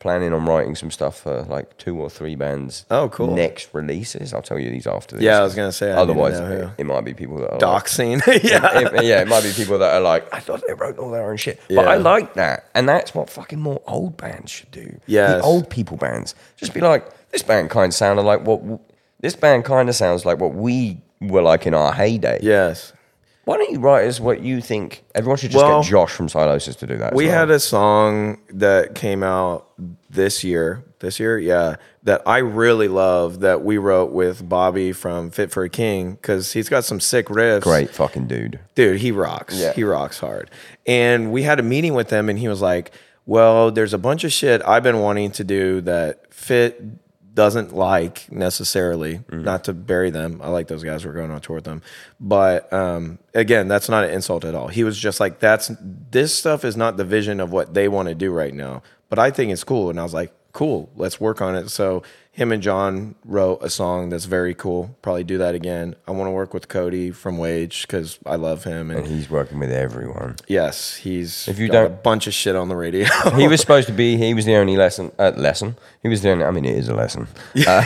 Speaker 3: planning on writing some stuff for like two or three bands.
Speaker 2: Oh, cool.
Speaker 3: Next releases, I'll tell you these after this.
Speaker 2: Yeah, I was gonna say, I need to
Speaker 3: Otherwise,
Speaker 2: know who.
Speaker 3: it, it might be people that are like-
Speaker 2: Doc scene. yeah.
Speaker 3: it- yeah, it might be people that are like, I thought they wrote all their own shit. But
Speaker 2: Yeah.
Speaker 3: I like that. And that's what fucking more old bands should do.
Speaker 2: Yes.
Speaker 3: The old people bands. Just be like, this band kind of sounded like what, w- this band kind of sounds like what we were like in our heyday.
Speaker 2: Yes.
Speaker 3: Why don't you write us what you think? Everyone should just
Speaker 2: Well,
Speaker 3: get Josh from Silosis to do that. as
Speaker 2: We
Speaker 3: well.
Speaker 2: had a song that came out this year. This year, yeah, that I really love that we wrote with Bobby from Fit for a King because he's got some sick riffs.
Speaker 3: great fucking dude.
Speaker 2: dude, he rocks.
Speaker 3: Yeah.
Speaker 2: He rocks hard. And we had a meeting with him, and he was like, "Well, there's a bunch of shit I've been wanting to do that Fit doesn't like necessarily. Not to bury them. I like those guys. We're going on tour with them, but um, again, that's not an insult at all. He was just like, "That's this stuff is not the vision of what they want to do right now." But I think it's cool, and I was like. Cool, let's work on it. So, him and John wrote a song that's very cool. Probably do that again. I want to work with Cody from Wage because I love him. And
Speaker 3: And he's working with everyone.
Speaker 2: Yes, he's
Speaker 3: If you
Speaker 2: got a
Speaker 3: don't-
Speaker 2: bunch of shit on the radio.
Speaker 3: He was supposed to be. He was the only lesson. Uh, lesson. He was the only. I mean, it is a lesson. Uh,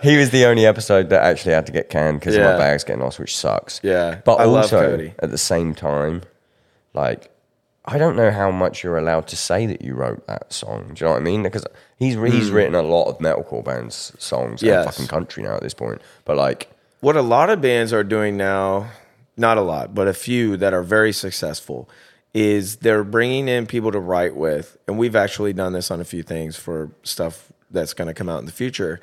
Speaker 3: he was the only episode that actually had to get canned because
Speaker 2: Yeah.
Speaker 3: my bag's getting lost, which sucks.
Speaker 2: Yeah.
Speaker 3: But
Speaker 2: I love
Speaker 3: also
Speaker 2: Cody.
Speaker 3: at the same time, like, I don't know how much you're allowed to say that you wrote that song. Do you know what I mean? Because he's he's written a lot of metalcore bands songs
Speaker 2: Yes.
Speaker 3: and fucking country now at this point. But like,
Speaker 2: what a lot of bands are doing now, not a lot, but a few that are very successful, is they're bringing in people to write with. And we've actually done this on a few things for stuff that's going to come out in the future.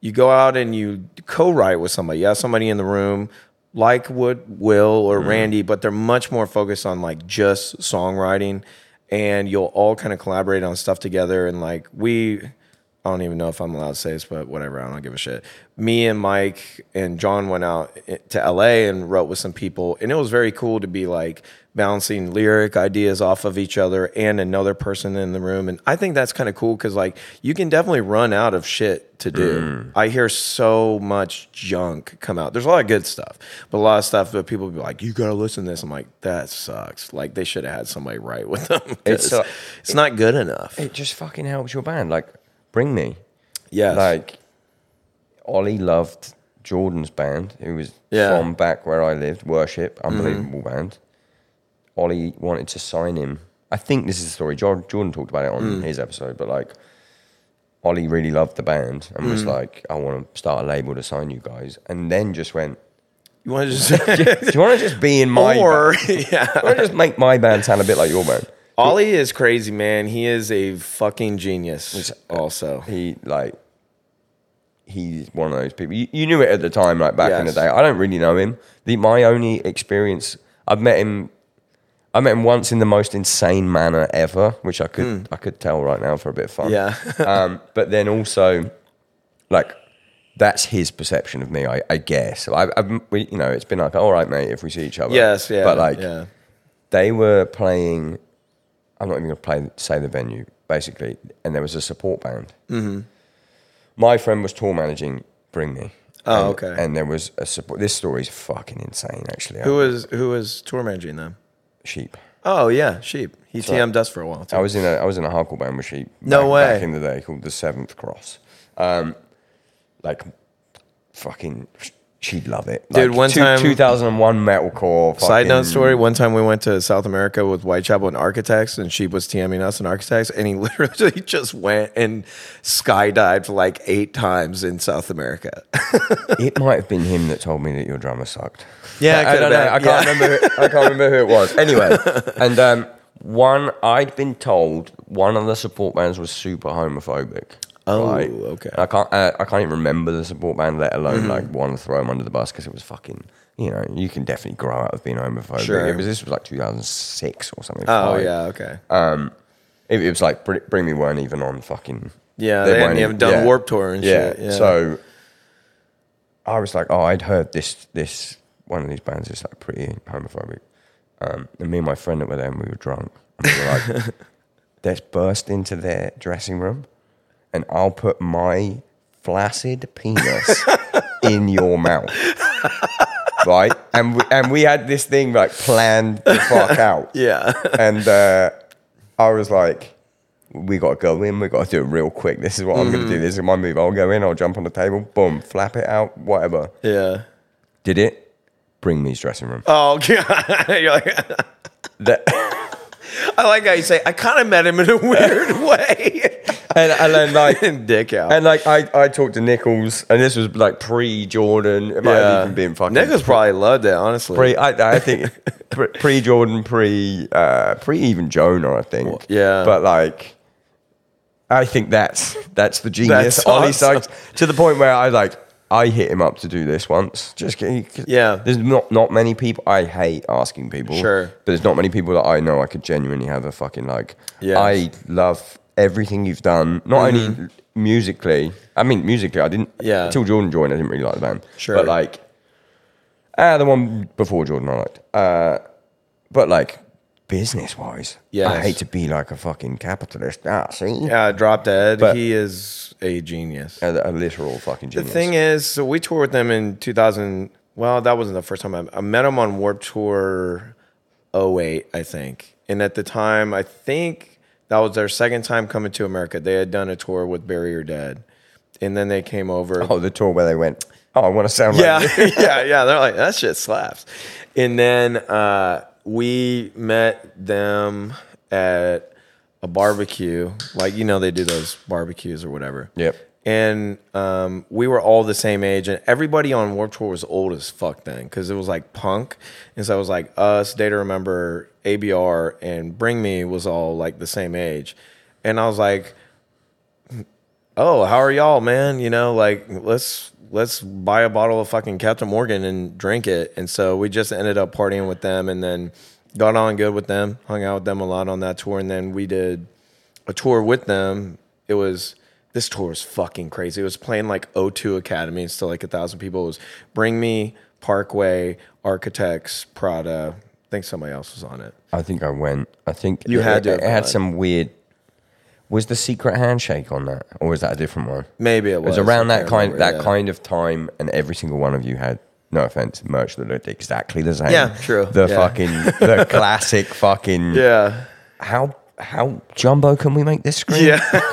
Speaker 2: You go out and you co write with somebody. You have somebody in the room, like would Will or
Speaker 3: Mm-hmm.
Speaker 2: Randy, but they're much more focused on like just songwriting. And you'll all kind of collaborate on stuff together. And like, we, I don't even know if I'm allowed to say this, but whatever. I don't give a shit. Me and Mike and John went out i- to LA and wrote with some people, and it was very cool to be like bouncing lyric ideas off of each other and another person in the room. And I think that's kind of cool because like you can definitely run out of shit to do.
Speaker 3: Mm.
Speaker 2: I hear so much junk come out. There's a lot of good stuff, but a lot of stuff that people be like, "You gotta listen to this." I'm like, that sucks. Like they should have had somebody write with them. 'cause
Speaker 3: It's
Speaker 2: It's
Speaker 3: so-
Speaker 2: not good enough.
Speaker 3: it just fucking helps your band. Like, bring me.
Speaker 2: yes.
Speaker 3: Like, Ollie loved Jordan's band, who was
Speaker 2: Yeah. Mm-hmm.
Speaker 3: from back where I lived, Worship, unbelievable band. Ollie wanted to sign him. I think this is the story. Jor- Jordan talked about it on
Speaker 2: Mm.
Speaker 3: his episode, but like, Ollie really loved the band and
Speaker 2: Mm.
Speaker 3: was like, I want to start a label to sign you guys. And then just went,
Speaker 2: you want to just
Speaker 3: Do you want to just be in my
Speaker 2: or
Speaker 3: band?
Speaker 2: yeah.
Speaker 3: Do you want to just make my band sound a bit like your band?
Speaker 2: Ollie is crazy, man. He is a fucking genius. Also,
Speaker 3: he like he's one of those people. You, you knew it at the time, like back in the
Speaker 2: Yes.
Speaker 3: day. I don't really know him. The my only experience, I've met him. I met him once in the most insane manner ever, which I could I could tell right now for a bit of fun.
Speaker 2: Hmm. Yeah.
Speaker 3: um, but then also, like, that's his perception of me, I, I guess. I, I've, we, you know, it's been like, all right, mate, if we see each other.
Speaker 2: yes, yeah.
Speaker 3: But like,
Speaker 2: yeah.
Speaker 3: they were playing. I'm not even gonna play say the venue basically, and there was a support band. Mm-hmm. My friend was tour managing Bring Me.
Speaker 2: Oh,
Speaker 3: And-
Speaker 2: okay.
Speaker 3: And there was a support. This story's fucking insane, actually.
Speaker 2: who was who was tour managing them?
Speaker 3: Sheep?
Speaker 2: Oh yeah, Sheep. He
Speaker 3: like-
Speaker 2: TM'd us for a while too.
Speaker 3: I was in a I was in a hardcore band with Sheep.
Speaker 2: No
Speaker 3: back,
Speaker 2: way.
Speaker 3: Back in the day, called the Seventh Cross. Um, like fucking she'd love it.
Speaker 2: Dude, one time-
Speaker 3: 2001 metalcore.
Speaker 2: Side note
Speaker 3: fucking-
Speaker 2: story: One time we went to South America with Whitechapel and Architects, and she was TMing us and Architects, and he literally just went and skydived like eight times in South America.
Speaker 3: It might have been him that told me that your drummer sucked.
Speaker 2: Yeah, it
Speaker 3: I, I
Speaker 2: could've
Speaker 3: don't know.
Speaker 2: been,
Speaker 3: I can't
Speaker 2: yeah.
Speaker 3: remember. Who, I can't remember who it was. Anyway, and um, one I'd been told one of the support bands was super homophobic.
Speaker 2: Oh,
Speaker 3: right?
Speaker 2: okay. Mm-hmm.
Speaker 3: I can't. Uh, I can't even remember the support band, let alone like one throw them under the bus because it was fucking. You know, you can definitely grow out of being homophobic.
Speaker 2: Sure.
Speaker 3: It was this was like 2006 or something.
Speaker 2: oh
Speaker 3: five.
Speaker 2: yeah, okay,
Speaker 3: It, it was like Br- Bring Me weren't even on fucking.
Speaker 2: Yeah, they hadn't
Speaker 3: weren't
Speaker 2: even done Warped Tour and shit, yeah.
Speaker 3: So I was like, oh, I'd heard this this one of these bands is like pretty homophobic. Um, and me and my friend that were there, and we were drunk. And we were like, let's burst into their dressing room, and I'll put my flaccid penis in your mouth. Right, and we, and we had this thing like planned the fuck out
Speaker 2: yeah.
Speaker 3: and uh, I was like, we got to go in. We got to do it real quick. This is what I'm going to do. This is my move. I'll go in. I'll jump on the table. Boom. Flap it out. Whatever.
Speaker 2: Yeah.
Speaker 3: Did it. Bring me's dressing room.
Speaker 2: Oh god. You're like,
Speaker 3: That-
Speaker 2: I like how you say. I kind of met him in a weird way.
Speaker 3: and, and then like,
Speaker 2: and dick out.
Speaker 3: and like I, I talked to Nichols, and this was like pre Jordan. It might have even been fucking
Speaker 2: Nichols probably loved it, honestly.
Speaker 3: pre. I, I think pre Jordan, pre uh, pre even Jonah. I think.
Speaker 2: Yeah.
Speaker 3: But like. I think that's that's the genius.
Speaker 2: That's
Speaker 3: Ollie
Speaker 2: awesome.
Speaker 3: Sykes to the point where I like I hit him up to do this once. Just kidding.
Speaker 2: Yeah.
Speaker 3: There's not not many people. I hate asking people.
Speaker 2: Sure.
Speaker 3: But there's not many people that I know I could genuinely have a fucking like.
Speaker 2: Yes.
Speaker 3: I love everything you've done. Not only musically. I mean, musically, I didn't.
Speaker 2: Mm-hmm. Yeah.
Speaker 3: Until Jordan joined, I didn't really like the band.
Speaker 2: Sure.
Speaker 3: But like, ah, the one before Jordan, I liked. Uh, but like. Business wise, I
Speaker 2: Yes.
Speaker 3: hate to be like a fucking capitalist. Ah, see,
Speaker 2: yeah, drop dead.
Speaker 3: But-
Speaker 2: he is a genius.
Speaker 3: a, a literal fucking genius.
Speaker 2: The thing is, so we toured with them in 2000. Well, that wasn't the first time I, I met them on Warp Tour 08, I think. And at the time, I think that was their second time coming to America. They had done a tour with Barrier Dead. And then they came over.
Speaker 3: oh, the tour where they went, oh, I want to sound
Speaker 2: yeah,
Speaker 3: like
Speaker 2: yeah, yeah. They're like, that shit slaps. And then uh, we met them at a barbecue. Like, you know, they do those barbecues or whatever.
Speaker 3: Yep.
Speaker 2: And um, we were all the same age, and everybody on Warped Tour was old as fuck then, because it was like punk, and so it was like us, Day to Remember, ABR, and Bring Me was all like the same age, and I was like, oh how are y'all man you know like let's let's buy a bottle of fucking captain morgan and drink it and so we just ended up partying with them and then got on good with them hung out with them a lot on that tour and then we did a tour with them it was this tour was fucking crazy it was playing like o2 academy it's still like a thousand people it was bring me parkway architects prada i think somebody else was on it
Speaker 3: I think I went. I think
Speaker 2: You
Speaker 3: it,
Speaker 2: had to
Speaker 3: It,
Speaker 2: have
Speaker 3: had
Speaker 2: gone.
Speaker 3: some weird. Was the secret handshake on that, or was that a different one?
Speaker 2: maybe it
Speaker 3: It was
Speaker 2: was
Speaker 3: around
Speaker 2: I
Speaker 3: that
Speaker 2: can't
Speaker 3: kind
Speaker 2: remember,
Speaker 3: that
Speaker 2: yeah.
Speaker 3: kind of time, and every single one of you had. No offense, merch that looked exactly the same.
Speaker 2: Yeah, true.
Speaker 3: The
Speaker 2: Yeah.
Speaker 3: fucking the classic fucking
Speaker 2: yeah
Speaker 3: How how jumbo can we make this screen?
Speaker 2: yeah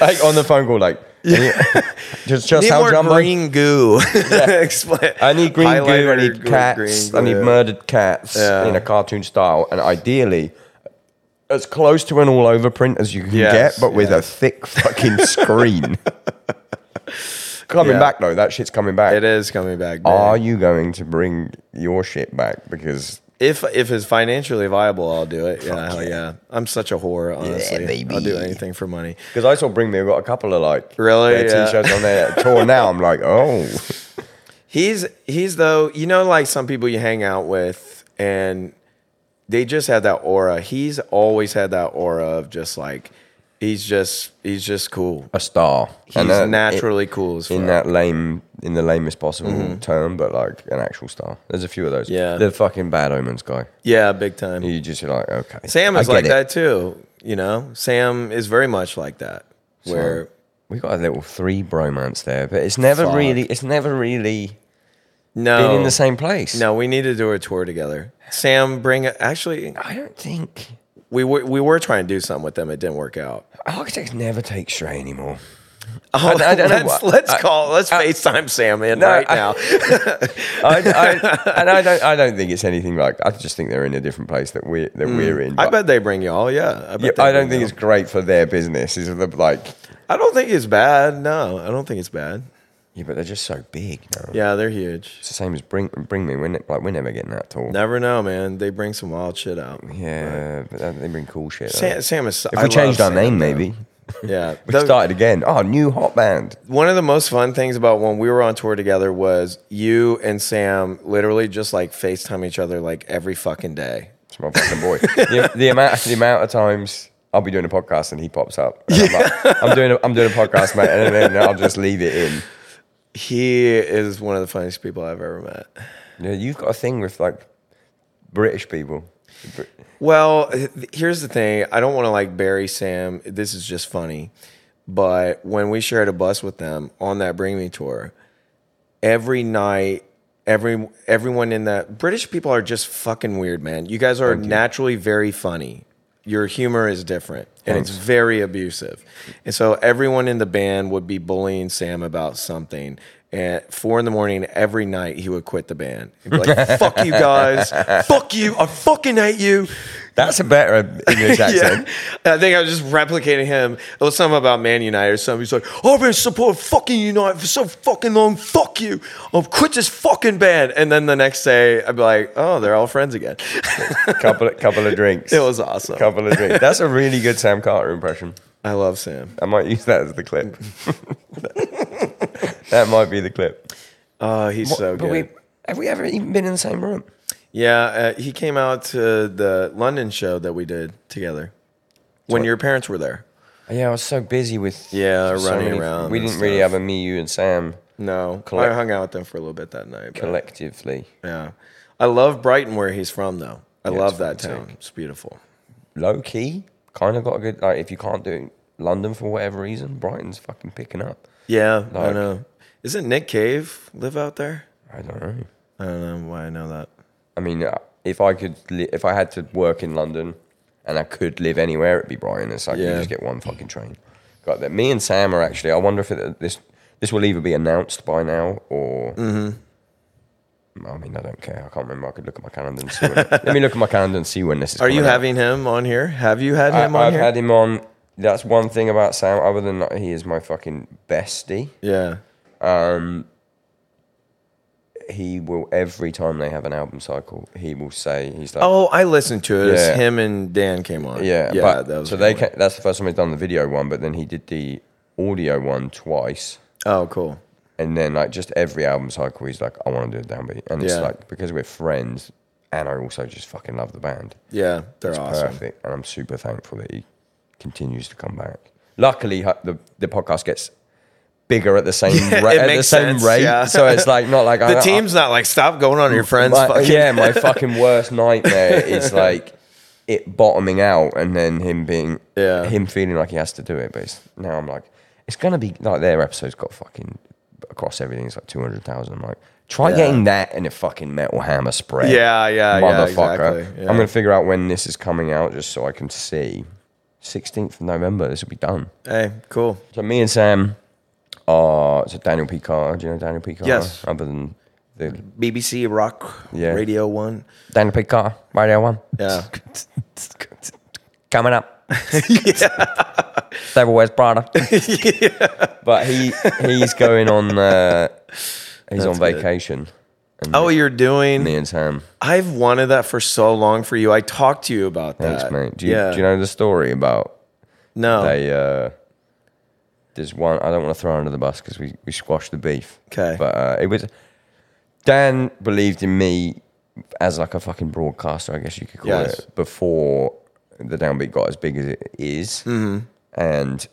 Speaker 3: like on the phone call, like just just
Speaker 2: need
Speaker 3: how
Speaker 2: more
Speaker 3: jumbo.
Speaker 2: green goo. Explain.
Speaker 3: I need green goo. I
Speaker 2: Highlighter
Speaker 3: need
Speaker 2: gr-
Speaker 3: cats.
Speaker 2: green
Speaker 3: I need
Speaker 2: glue.
Speaker 3: murdered cats
Speaker 2: Yeah.
Speaker 3: in a cartoon style, and ideally, as close to an all over print as you can
Speaker 2: Yes,
Speaker 3: get, but with a thick fucking screen. coming
Speaker 2: Yeah.
Speaker 3: back though, that shit's coming back.
Speaker 2: It is coming back. big.
Speaker 3: Are you going to bring your shit back? Because
Speaker 2: if if it's financially viable, I'll do it. Yeah, hell yeah. I'm such a whore, honestly. I'll do
Speaker 3: baby.
Speaker 2: anything for money.
Speaker 3: because I saw Bring Me, I've got a couple of like
Speaker 2: Really?
Speaker 3: their
Speaker 2: Yeah.
Speaker 3: t-shirts on their tour now. I'm like, oh,
Speaker 2: He's he's though, you know, like some people you hang out with and they just have that aura. He's always had that aura of just like he's just he's just cool.
Speaker 3: a star.
Speaker 2: He's
Speaker 3: that-
Speaker 2: naturally cool as fuck.
Speaker 3: in that lame in the lamest possible term, but like an actual star. There's a few of those.
Speaker 2: Yeah.
Speaker 3: The fucking bad omens guy.
Speaker 2: yeah, big time.
Speaker 3: You just you're like, okay.
Speaker 2: Sam
Speaker 3: I
Speaker 2: is
Speaker 3: get
Speaker 2: like
Speaker 3: it.
Speaker 2: that too. You know, Sam is very much like that. Where
Speaker 3: We got a little three bromance there, but it's never
Speaker 2: Fuck.
Speaker 3: really it's never really
Speaker 2: no,
Speaker 3: been in the same place.
Speaker 2: No, we need to do a tour together. Sam, bring actually,
Speaker 3: I don't think
Speaker 2: we were we were trying to do something with them. It didn't work out.
Speaker 3: architects never take stray anymore.
Speaker 2: Oh,
Speaker 3: I- I don't know
Speaker 2: let's
Speaker 3: what-
Speaker 2: let's
Speaker 3: I-
Speaker 2: call let's FaceTime Sam in
Speaker 3: No,
Speaker 2: right
Speaker 3: I-
Speaker 2: now.
Speaker 3: I, I, and I don't, I don't think it's anything like. I just think they're in a different place that we're that we're in.
Speaker 2: Mm. I
Speaker 3: but-
Speaker 2: bet they bring y'all. Yeah, I, bet
Speaker 3: Yeah,
Speaker 2: they
Speaker 3: I
Speaker 2: bring
Speaker 3: don't think
Speaker 2: y'all.
Speaker 3: it's great for their business. Is the like,
Speaker 2: I don't think it's bad. No, I don't think it's bad.
Speaker 3: yeah, but they're just so big. Now.
Speaker 2: Yeah, they're huge.
Speaker 3: It's the same as bring bring me. We're ne- like we're never getting that tall.
Speaker 2: Never know, man. They bring some wild shit out.
Speaker 3: Yeah, but that- they bring cool shit.
Speaker 2: Sam,
Speaker 3: though.
Speaker 2: Sam is.
Speaker 3: if we changed our name, maybe
Speaker 2: Yeah,
Speaker 3: we
Speaker 2: The-
Speaker 3: started again. Oh, new hot band.
Speaker 2: one of the most fun things about when we were on tour together was you and Sam literally just like FaceTime each other like every fucking day.
Speaker 3: It's my fucking boy. the, the amount the amount of times I'll be doing a podcast and he pops up. and I'm, like, I'm doing a, I'm doing a podcast, mate, and then I'll just leave it in.
Speaker 2: He is one of the funniest people I've ever met.
Speaker 3: Yeah, you've got a thing with like British people. Br-
Speaker 2: Well, h- here's the thing. I don't want to like bury Sam. This is just funny. But when we shared a bus with them on that Bring Me tour, every night, every everyone in that British people are just fucking weird, man. You guys are naturally very funny. Your humor is different and it's very abusive. And so everyone in the band would be bullying Sam about something. At four in the morning every night, he would quit the band. He'd be like, fuck you guys. Fuck you. I fucking hate you.
Speaker 3: That's a better English accent.
Speaker 2: Yeah. I think I was just replicating him. It was something about Man United or something. He's like, I've been supporting fucking United for so fucking long. Fuck you. I'll quit this fucking band. And then the next day, I'd be like, oh, they're all friends again.
Speaker 3: Couple of, couple of drinks.
Speaker 2: it was awesome.
Speaker 3: couple of drinks. That's a really good Sam Carter impression.
Speaker 2: I love Sam.
Speaker 3: I might use that as the clip. that might be the clip.
Speaker 2: Oh, he's so good.
Speaker 3: have we ever even been in the same room?
Speaker 2: yeah, uh, he came out to the London show that we did together when your parents were there.
Speaker 3: Yeah, I was so busy with
Speaker 2: Yeah, running
Speaker 3: many-
Speaker 2: around
Speaker 3: We
Speaker 2: and
Speaker 3: didn't really
Speaker 2: stuff.
Speaker 3: have a me, you, and Sam
Speaker 2: No,
Speaker 3: Collect-
Speaker 2: I hung out with them for a little bit that night. but-
Speaker 3: collectively.
Speaker 2: yeah, I love Brighton where he's from though. I
Speaker 3: Yeah,
Speaker 2: love
Speaker 3: it's
Speaker 2: that
Speaker 3: fucking
Speaker 2: town. It's beautiful.
Speaker 3: Low key, kind of got a good. Like, if you can't do London for whatever reason, Brighton's fucking picking up.
Speaker 2: Yeah, I
Speaker 3: Like-
Speaker 2: know. Isn't Nick Cave live out there?
Speaker 3: I don't know.
Speaker 2: I don't know why I know that.
Speaker 3: I mean, uh, if I could, li- if I had to work in London and I could live anywhere, it'd be Brighton. It's like
Speaker 2: Yeah.
Speaker 3: you just get one fucking train. Got that. Me and Sam are actually. I wonder if it, uh, this this will either be announced by now or.
Speaker 2: Mm-hmm.
Speaker 3: I mean, I don't care. I can't remember. I could look at my calendar and see. When, let me look at my calendar and see when this is.
Speaker 2: Are you
Speaker 3: coming out.
Speaker 2: having him on here? Have you had
Speaker 3: I,
Speaker 2: him on
Speaker 3: I've
Speaker 2: here?
Speaker 3: had him on. That's one thing about Sam. Other than that, he is my fucking bestie.
Speaker 2: yeah.
Speaker 3: He will every time they have an album cycle. He will say he's like,
Speaker 2: Oh, I listened to it. It's
Speaker 3: Yeah.
Speaker 2: Him and Dan came on.
Speaker 3: Yeah,
Speaker 2: yeah.
Speaker 3: but,
Speaker 2: that was
Speaker 3: so
Speaker 2: a
Speaker 3: they
Speaker 2: good one.
Speaker 3: ca that's the first time he's done the video one, but then he did the audio one twice,
Speaker 2: Oh, cool.
Speaker 3: and then like just every album cycle, he's like, I want to do a downbeat, and it's
Speaker 2: Yeah.
Speaker 3: like because we're friends, and I also just fucking love the band.
Speaker 2: Yeah, they're
Speaker 3: It's
Speaker 2: awesome.
Speaker 3: perfect, and I'm super thankful that he continues to come back. Luckily, hu- the the podcast gets bigger at the same
Speaker 2: Yeah,
Speaker 3: rate,
Speaker 2: it
Speaker 3: at the
Speaker 2: makes
Speaker 3: same
Speaker 2: sense,
Speaker 3: rate,
Speaker 2: yeah.
Speaker 3: so it's like not like
Speaker 2: The
Speaker 3: I- I-
Speaker 2: team's not like stop going on your friends.
Speaker 3: my-
Speaker 2: fucking.
Speaker 3: Yeah, my fucking worst nightmare is like it bottoming out and then him being
Speaker 2: Yeah.
Speaker 3: him feeling like he has to do it. But it's, now I'm like, it's gonna be like their episode's got fucking across everything. It's like two hundred thousand. I'm like, try
Speaker 2: Yeah.
Speaker 3: getting that in a fucking metal hammer spread.
Speaker 2: Yeah, yeah, yeah,
Speaker 3: motherfucker.
Speaker 2: exactly, yeah.
Speaker 3: I'm gonna figure out when this is coming out just so I can see. 16th of November, this will be done.
Speaker 2: Hey, cool.
Speaker 3: So me and Sam are so Daniel Picard. Do you know Daniel Picard?
Speaker 2: Yes.
Speaker 3: Other than the
Speaker 2: BBC Rock
Speaker 3: Yeah.
Speaker 2: Radio One.
Speaker 3: Daniel Picard, Radio One.
Speaker 2: Yeah.
Speaker 3: coming up. Devil Wears Prada. But he he's going on uh, he's on
Speaker 2: good.
Speaker 3: vacation. And
Speaker 2: Oh, you're
Speaker 3: me
Speaker 2: doing.
Speaker 3: and Sam.
Speaker 2: I've wanted that for so long for you. I talked to you about that.
Speaker 3: Thanks, mate. Do you,
Speaker 2: yeah.
Speaker 3: do you know the story about
Speaker 2: No.
Speaker 3: they? Uh, there's one. I don't want to throw her under the bus because we we squashed the beef.
Speaker 2: 'Kay.
Speaker 3: But uh, it was Dan believed in me as like a fucking broadcaster, I guess you could call
Speaker 2: Yes.
Speaker 3: it, before the downbeat got as big as it is.
Speaker 2: Mm-hmm.
Speaker 3: and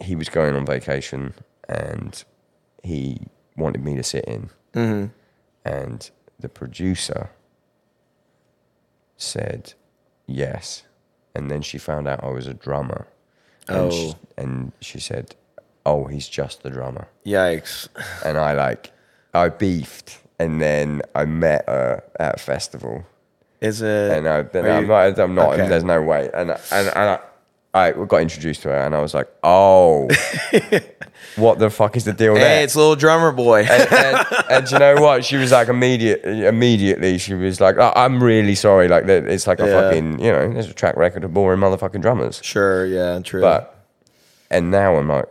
Speaker 3: he was going on vacation, and he wanted me to sit in, and the producer said yes, and then she found out I was a drummer, and she,
Speaker 2: Oh.
Speaker 3: and she said, "Oh, he's just the drummer."
Speaker 2: Yikes.
Speaker 3: and I like I beefed, and then I met her at a festival,
Speaker 2: Is it?
Speaker 3: and I then
Speaker 2: are
Speaker 3: I'm
Speaker 2: you-
Speaker 3: not, I'm not
Speaker 2: Okay.
Speaker 3: there's no way, and and and I, I got introduced to her, and I was like, "Oh, what the fuck is the deal there?"
Speaker 2: Hey, it's little drummer boy.
Speaker 3: and, and, and you know what? She was like immediate. Immediately, she was like, "Oh, "I'm really sorry. Like, that- it's like a
Speaker 2: Yeah.
Speaker 3: fucking you know, there's a track record of boring motherfucking drummers."
Speaker 2: sure, yeah, true.
Speaker 3: But and now I'm like,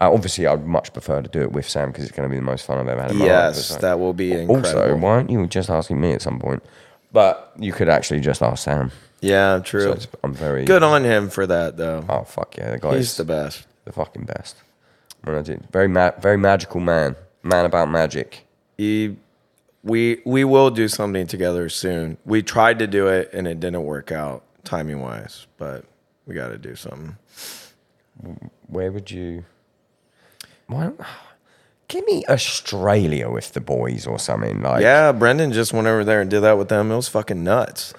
Speaker 3: I, obviously, I'd much prefer to do it with Sam because it's going to be the most fun I've ever had in my life.
Speaker 2: yes,
Speaker 3: It's like-
Speaker 2: that will be incredible.
Speaker 3: also, why aren't you just asking me at some point? But you could actually just ask Sam.
Speaker 2: yeah, true.
Speaker 3: So it's- I'm very
Speaker 2: Good on him for that though.
Speaker 3: Oh fuck yeah, the guy
Speaker 2: He's
Speaker 3: is
Speaker 2: the
Speaker 3: the,
Speaker 2: best.
Speaker 3: fucking best. What I did, very ma- very magical man, man about magic.
Speaker 2: He, we we will do something together soon. We tried to do it and it didn't work out timing wise, but we got to do something.
Speaker 3: Where would you? Why? don't- Give me Australia with the boys or something like.
Speaker 2: Yeah, Brendan just went over there and did that with them. It was fucking nuts.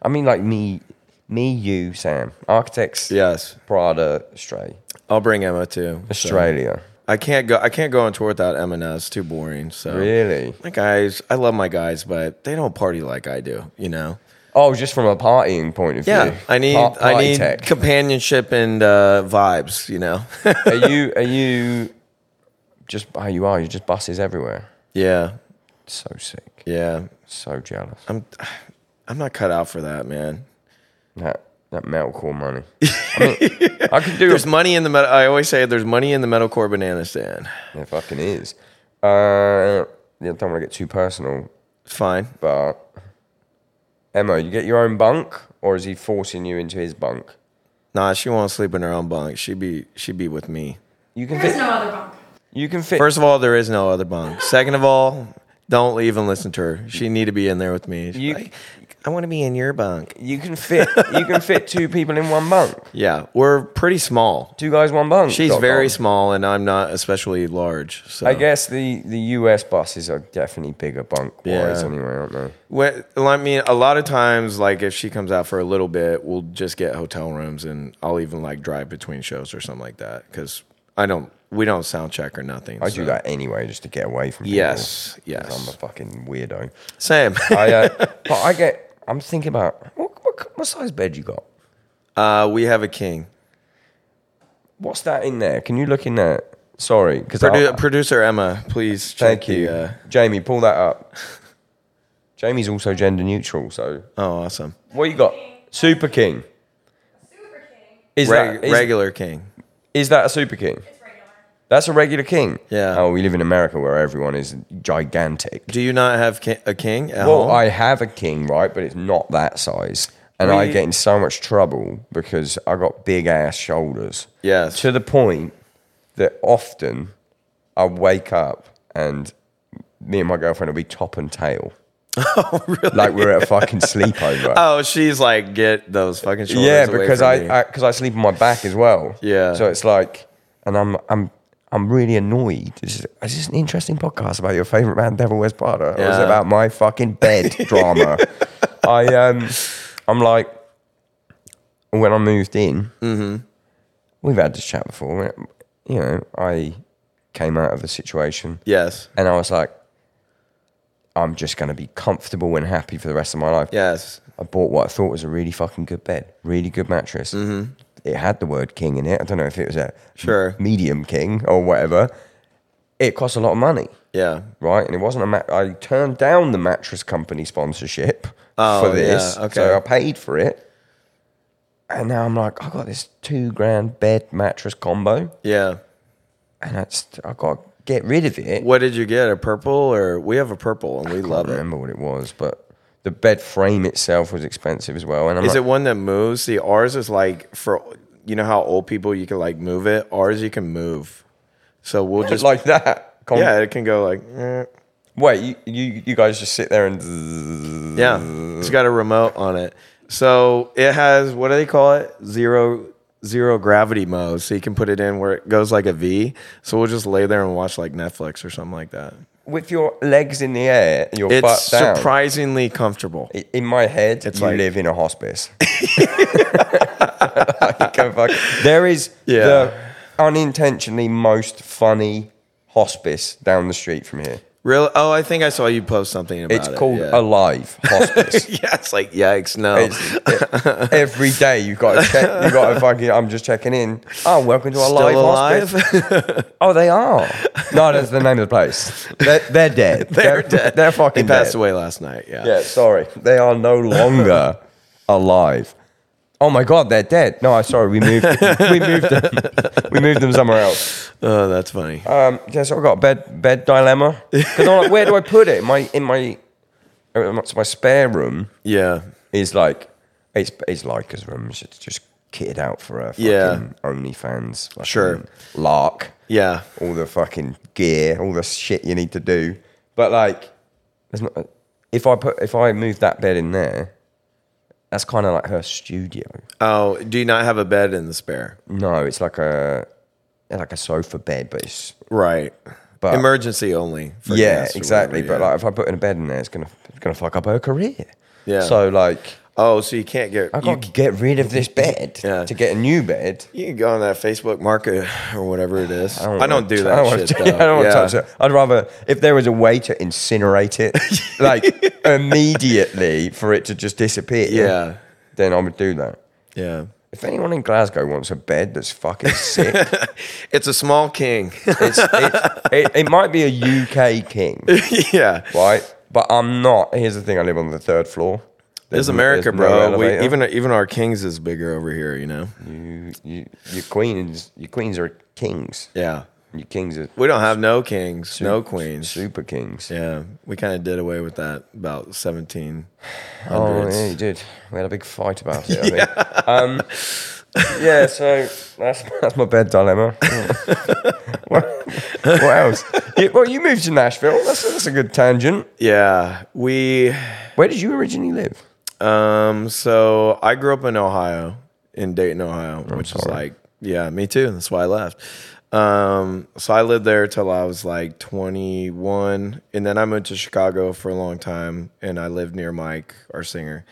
Speaker 3: I mean, like me, me, you, Sam, architects.
Speaker 2: Yes,
Speaker 3: Prada, Stray,
Speaker 2: I'll bring Emma too. so-
Speaker 3: Australia.
Speaker 2: I can't go. I can't go on tour without Emma. Now. It's too boring. So
Speaker 3: Really?
Speaker 2: my guys, I love my guys, but they don't party like I do. You know.
Speaker 3: Oh, just from a partying point of
Speaker 2: Yeah,
Speaker 3: view.
Speaker 2: I need
Speaker 3: Par-
Speaker 2: I
Speaker 3: party
Speaker 2: need
Speaker 3: tech.
Speaker 2: companionship and uh, vibes. You know.
Speaker 3: are you? Are you? Just how you are. You're just buses everywhere.
Speaker 2: yeah,
Speaker 3: So sick.
Speaker 2: yeah.
Speaker 3: So jealous.
Speaker 2: I'm I'm not cut out for that, man.
Speaker 3: That that metalcore money. I, mean, I could do.
Speaker 2: There's money in the metal. I always say there's money in the metalcore banana stand.
Speaker 3: There fucking is. Uh, yeah, don't want to get too personal,
Speaker 2: It's fine.
Speaker 3: but Emma, you get your own bunk, or is he forcing you into his bunk?
Speaker 2: Nah, she won't sleep in her own bunk. She be she be with me.
Speaker 3: You can
Speaker 4: There is
Speaker 3: fit.
Speaker 4: no other bunk.
Speaker 3: You can fit.
Speaker 2: First of all, there is no other bunk. Second of all, don't even listen to her. She need to be in there with me. She's
Speaker 3: You-
Speaker 2: like, I want to be in your bunk.
Speaker 3: you can fit. you can fit two people in one bunk.
Speaker 2: Yeah, we're pretty small.
Speaker 3: Two guys, one bunk.
Speaker 2: She's
Speaker 3: dot
Speaker 2: very
Speaker 3: com.
Speaker 2: small, and I'm not especially large. So
Speaker 3: I guess the, the US buses are definitely bigger bunk wise
Speaker 2: Yeah.
Speaker 3: anyway, aren't they?
Speaker 2: When, I mean, a lot of times, like if she comes out for a little bit, we'll just get hotel rooms, and I'll even like drive between shows or something like that. Because I don't, we don't sound check or nothing.
Speaker 3: I
Speaker 2: so-
Speaker 3: do that anyway just to get away from people.
Speaker 2: Yes,
Speaker 3: 'cause
Speaker 2: yes.
Speaker 3: I'm a fucking weirdo.
Speaker 2: Same.
Speaker 3: I, uh, but I get, I'm thinking about what, what, what size bed you got?
Speaker 2: uh, we have a king.
Speaker 3: What's that in there? Can you look in there? Sorry, because
Speaker 2: Produ- producer Emma, please. check
Speaker 3: thank you,
Speaker 2: the, uh,
Speaker 3: Jamie. Pull that up. Jamie's also gender neutral, so
Speaker 2: oh, awesome.
Speaker 3: what you got? Super King.
Speaker 4: Super King.
Speaker 3: Is
Speaker 2: Reg-
Speaker 3: that is,
Speaker 2: regular king.
Speaker 3: is that a Super King?
Speaker 4: It's regular.
Speaker 3: That's a regular king.
Speaker 2: Yeah.
Speaker 3: Oh, we live in America where everyone is gigantic.
Speaker 2: Do you not have ki- a king at
Speaker 3: Well,
Speaker 2: home?
Speaker 3: I uh, have a king, right? But it's not that size. And I
Speaker 2: We-
Speaker 3: get in so much trouble because I got big ass shoulders.
Speaker 2: Yes.
Speaker 3: To the point that often I wake up and me and my girlfriend will be top and tail. Oh, really? Like we're at a fucking sleepover.
Speaker 2: oh, she's like, get those fucking shoulders.
Speaker 3: yeah,
Speaker 2: away
Speaker 3: because
Speaker 2: from
Speaker 3: I
Speaker 2: me.
Speaker 3: because I, sleep on my back as well.
Speaker 2: Yeah.
Speaker 3: So it's like, and I'm I'm I'm really annoyed. This is, is this an interesting podcast about your favorite man, Devil Wears Prada, or is it
Speaker 2: Yeah.
Speaker 3: about my fucking bed drama? I um, I'm like, when I moved in,
Speaker 2: Mm-hmm.
Speaker 3: we've had this chat before. You know, I came out of a situation
Speaker 2: yes.
Speaker 3: and I was like, I'm just going to be comfortable and happy for the rest of my life.
Speaker 2: Yes.
Speaker 3: I bought what I thought was a really fucking good bed, really good mattress. Mm-hmm. It had the word king in it. I don't know if it was a
Speaker 2: Sure.
Speaker 3: medium king or whatever. It cost a lot of money,
Speaker 2: Yeah.
Speaker 3: right? And it wasn't a mat. I turned down the mattress company sponsorship
Speaker 2: Oh,
Speaker 3: for this,
Speaker 2: yeah, okay.
Speaker 3: so I paid for it. And now I'm like, I got this two grand bed mattress combo,
Speaker 2: Yeah.
Speaker 3: and I just I got to get rid of it.
Speaker 2: What did you get? A purple or we have a purple and we
Speaker 3: I
Speaker 2: love
Speaker 3: don't
Speaker 2: it.
Speaker 3: remember what it was, but the bed frame itself was expensive as well. And I'm
Speaker 2: Is it
Speaker 3: like,
Speaker 2: one that moves? See, ours is like for you know how old people you can like move it. Ours you can move. So we'll just
Speaker 3: like that? Con-
Speaker 2: yeah, it can go like eh.
Speaker 3: Wait, you, you you guys just sit there and zzzz.
Speaker 2: yeah. It's got a remote on it. So it has what do they call it? Zero zero gravity mode. So you can put it in where it goes like a V. So we'll just lay there and watch like Netflix or something like that.
Speaker 3: with your legs in the air, your
Speaker 2: It's
Speaker 3: butt down.
Speaker 2: surprisingly comfortable.
Speaker 3: I- in my head,
Speaker 2: It's
Speaker 3: you
Speaker 2: like-
Speaker 3: live in a hospice. Like, I'm like, there is
Speaker 2: Yeah.
Speaker 3: the unintentionally most funny hospice down the street from here.
Speaker 2: Real? Oh, I think I saw you post something about
Speaker 3: It's
Speaker 2: it.
Speaker 3: called
Speaker 2: yeah.
Speaker 3: Alive Hospice.
Speaker 2: yeah, it's like yikes. No,
Speaker 3: It's- it- every day you've got to check. You got to fucking. I'm just checking in. Oh, welcome to our
Speaker 2: still
Speaker 3: live hospice.
Speaker 2: alive.
Speaker 3: Oh, they are. No, that's the name of the place. They're, they're dead.
Speaker 2: they're dead.
Speaker 3: They're fucking
Speaker 2: They passed
Speaker 3: dead.
Speaker 2: away last night. Yeah.
Speaker 3: Yeah, sorry. They are no longer alive. Oh my god, they're dead. No, I'm sorry. We moved. we moved them. We moved them somewhere else.
Speaker 2: Oh, that's funny.
Speaker 3: Um, yeah, so I got a bed bed dilemma. 'Cause I'm like, where do I put it? My in my, uh, my- so my spare room
Speaker 2: yeah.
Speaker 3: is like, it's it's Leica's room. It's just kitted out for a fucking
Speaker 2: Yeah.
Speaker 3: OnlyFans. Fucking
Speaker 2: Sure.
Speaker 3: Lark
Speaker 2: Yeah.
Speaker 3: all the fucking gear, all the shit you need to do. But like, there's not. If I put, if I move that bed in there, that's kind of like her studio.
Speaker 2: Oh, do you not have a bed in the spare?
Speaker 3: No, it's like a, like a sofa bed, but it's
Speaker 2: Right.
Speaker 3: But-
Speaker 2: Emergency only. for
Speaker 3: yeah,
Speaker 2: guests or
Speaker 3: exactly.
Speaker 2: whatever,
Speaker 3: But
Speaker 2: yeah.
Speaker 3: like, if I put in a bed in there, it's gonna, it's gonna fuck up her career.
Speaker 2: Yeah.
Speaker 3: So like,
Speaker 2: oh, so you can't get.
Speaker 3: I
Speaker 2: you,
Speaker 3: got to get rid of this bed
Speaker 2: Yeah.
Speaker 3: to get a new bed.
Speaker 2: you can go on that Facebook market or whatever it is. I don't,
Speaker 3: wanna-
Speaker 2: do
Speaker 3: I
Speaker 2: that
Speaker 3: don't wanna
Speaker 2: shit.
Speaker 3: t-
Speaker 2: though.
Speaker 3: I don't want
Speaker 2: yeah.
Speaker 3: to touch it. I'd rather if there was a way to incinerate it, like immediately for it to just disappear.
Speaker 2: Yeah.
Speaker 3: then I would do that.
Speaker 2: Yeah.
Speaker 3: If anyone in Glasgow wants a bed that's fucking sick,
Speaker 2: It's a small king.
Speaker 3: it's, it's, it, it might be a UK king,
Speaker 2: yeah.
Speaker 3: right? But I'm not. Here's the thing: I live on the third floor.
Speaker 2: There's
Speaker 3: n-
Speaker 2: America,
Speaker 3: there's no
Speaker 2: bro. we,
Speaker 3: elevator.
Speaker 2: even even our kings is bigger over here, you know.
Speaker 3: you, you, your queens, your queens are kings.
Speaker 2: Yeah,
Speaker 3: Your kings are
Speaker 2: we don't have no kings, no queens.
Speaker 3: super kings.
Speaker 2: Yeah, we kind of did away with that about 1700s.
Speaker 3: Oh, yeah, you did. We had a big fight about it. I think. Um, yeah, so that's that's my bed dilemma. what, what else? You, well, you moved to Nashville. That's, that's a good tangent.
Speaker 2: yeah, we
Speaker 3: Where did you originally live?
Speaker 2: Um, so I grew up in Ohio, in Dayton, Ohio, which is like, yeah, me too. That's why I left. Um, so I lived there till I was like 21, and then I moved to Chicago for a long time, and I lived near Mike, our singer,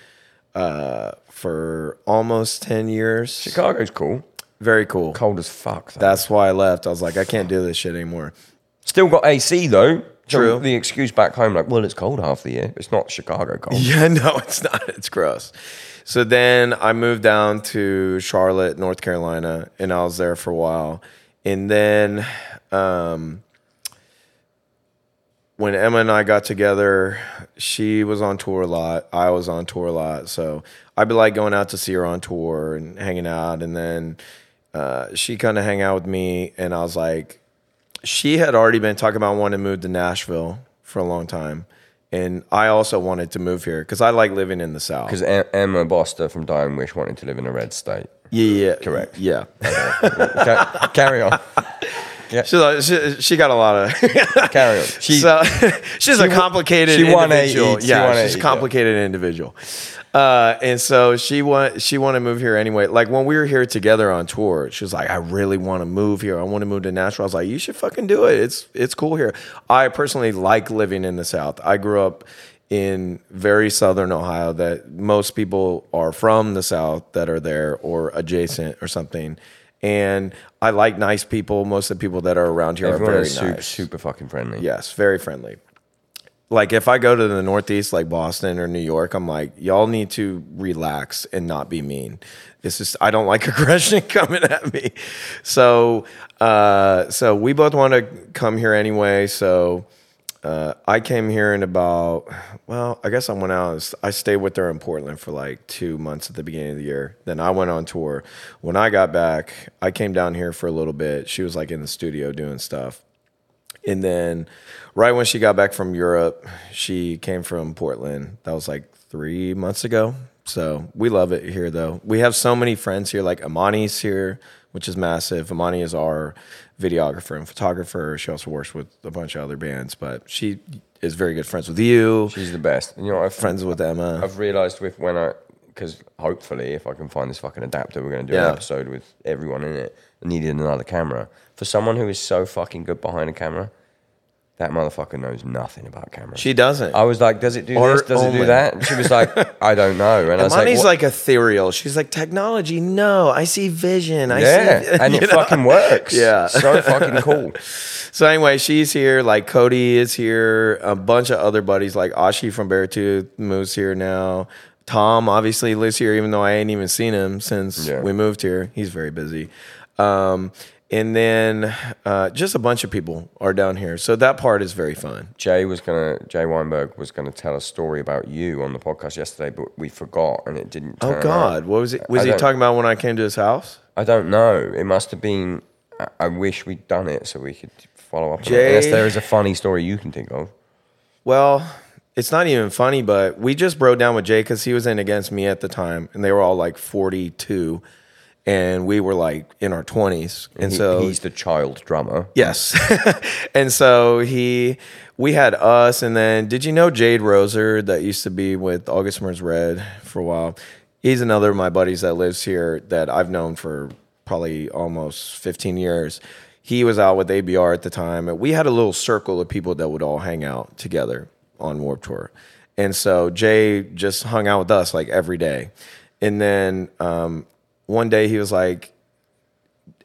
Speaker 2: uh, for almost 10 years.
Speaker 3: Chicago's cool.
Speaker 2: Very cool.
Speaker 3: Cold as fuck. Though.
Speaker 2: That's why I left. I was like, I can't do this shit anymore.
Speaker 3: Still got AC though. So
Speaker 2: True.
Speaker 3: The excuse back home, like, well, it's cold half the year. It's not Chicago cold.
Speaker 2: Yeah, no, it's not. It's gross. So then I moved down to Charlotte, North Carolina, and I was there for a while. And then um, when Emma and I got together, she was on tour a lot. I was on tour a lot. So I'd be like going out to see her on tour and hanging out. And then uh, she kind of hang out with me. And I was like, she had already been talking about wanting to move to Nashville for a long time. And I also wanted to move here because I like living in the South.
Speaker 3: Because E, Emma Boster from Dying Wish wanted to live in a red state.
Speaker 2: Yeah, yeah,
Speaker 3: Correct.
Speaker 2: Yeah,
Speaker 3: Ca- carry on.
Speaker 2: she, like- she she got a lot of.
Speaker 3: Carry on. She,
Speaker 2: so she's a
Speaker 3: wa-
Speaker 2: complicated
Speaker 3: she won
Speaker 2: individual.
Speaker 3: AE, she won
Speaker 2: yeah, she's
Speaker 3: AE,
Speaker 2: a complicated individual. Uh, and so she want she want to move here anyway. Like when we were here together on tour, she was like, "I really want to move here. I want to move to Nashville." I was like, "You should fucking do it. It's it's cool here." I personally like living in the South. I grew up in very southern Ohio that most people are from the South that are there or adjacent or something. And I like nice people. Most of the people that are around here
Speaker 3: everyone
Speaker 2: are very
Speaker 3: is super,
Speaker 2: nice.
Speaker 3: super fucking friendly.
Speaker 2: Yes, very friendly. Like if I go to the Northeast, like Boston or New York, I'm like, y'all need to relax and not be mean. It's just I don't like aggression coming at me. So, uh, so we both want to come here anyway. So, uh, I came here in about well, I guess I went out. and s- I stayed with her in Portland for like two months at the beginning of the year. Then I went on tour. When I got back, I came down here for a little bit. She was like in the studio doing stuff. And then right when she got back from Europe, she came from Portland. That was like three months ago. So we love it here though. We have so many friends here, like Amani's here, which is massive. Amani is our videographer and photographer. She also works with a bunch of other bands, but she is very good friends with you,
Speaker 3: She's the best. And you know, I've
Speaker 2: friends with Emma.
Speaker 3: I've realised with when I because hopefully if I can find this fucking adapter, we're gonna do
Speaker 2: Yeah.
Speaker 3: an episode with everyone in it. I needed another camera for someone who is so fucking good behind a camera. That motherfucker knows nothing about cameras.
Speaker 2: She doesn't.
Speaker 3: I was like, does it do
Speaker 2: Or
Speaker 3: this? Does it
Speaker 2: only.
Speaker 3: do that? And she was like, I don't know. And, I was
Speaker 2: Money's
Speaker 3: like,
Speaker 2: like ethereal. She's like technology. No, I see vision. I see,
Speaker 3: yeah, and
Speaker 2: you
Speaker 3: it
Speaker 2: know?
Speaker 3: fucking works.
Speaker 2: Yeah.
Speaker 3: so fucking cool.
Speaker 2: So anyway, she's here. Like Cody is here. A bunch of other buddies, like Ashi from Beartooth, moves here now. Tom obviously lives here, even though I ain't even seen him since
Speaker 3: Yeah.
Speaker 2: we moved here. He's very busy. Um, and then uh, just a bunch of people are down here. So that part is very fun.
Speaker 3: Jay was gonna, Jay Weinberg was gonna tell a story about you on the podcast yesterday, but we forgot and it didn't.
Speaker 2: Oh
Speaker 3: turn
Speaker 2: God,
Speaker 3: up.
Speaker 2: what was it? Was
Speaker 3: Uh, I
Speaker 2: he
Speaker 3: don't-
Speaker 2: talking about when I came to his house?
Speaker 3: I don't know. It must have been. I, I wish we'd done it so we could follow up. on it.
Speaker 2: Jay-
Speaker 3: Unless there is a funny story you can think of.
Speaker 2: Well, it's not even funny, but we just broke down with Jay because he was in against me at the time, and they were all like 42, and we were like in our 20s, and
Speaker 3: He-
Speaker 2: so
Speaker 3: he's the child drummer.
Speaker 2: yes, and so he, we had us, and then did you know Jade Roser that used to be with August Murs Red for a while? He's another of my buddies that lives here that I've known for probably almost 15 years. He was out with ABR at the time, and we had a little circle of people that would all hang out together on Warp Tour. And so Jay just hung out with us like every day. And then um, one day he was like,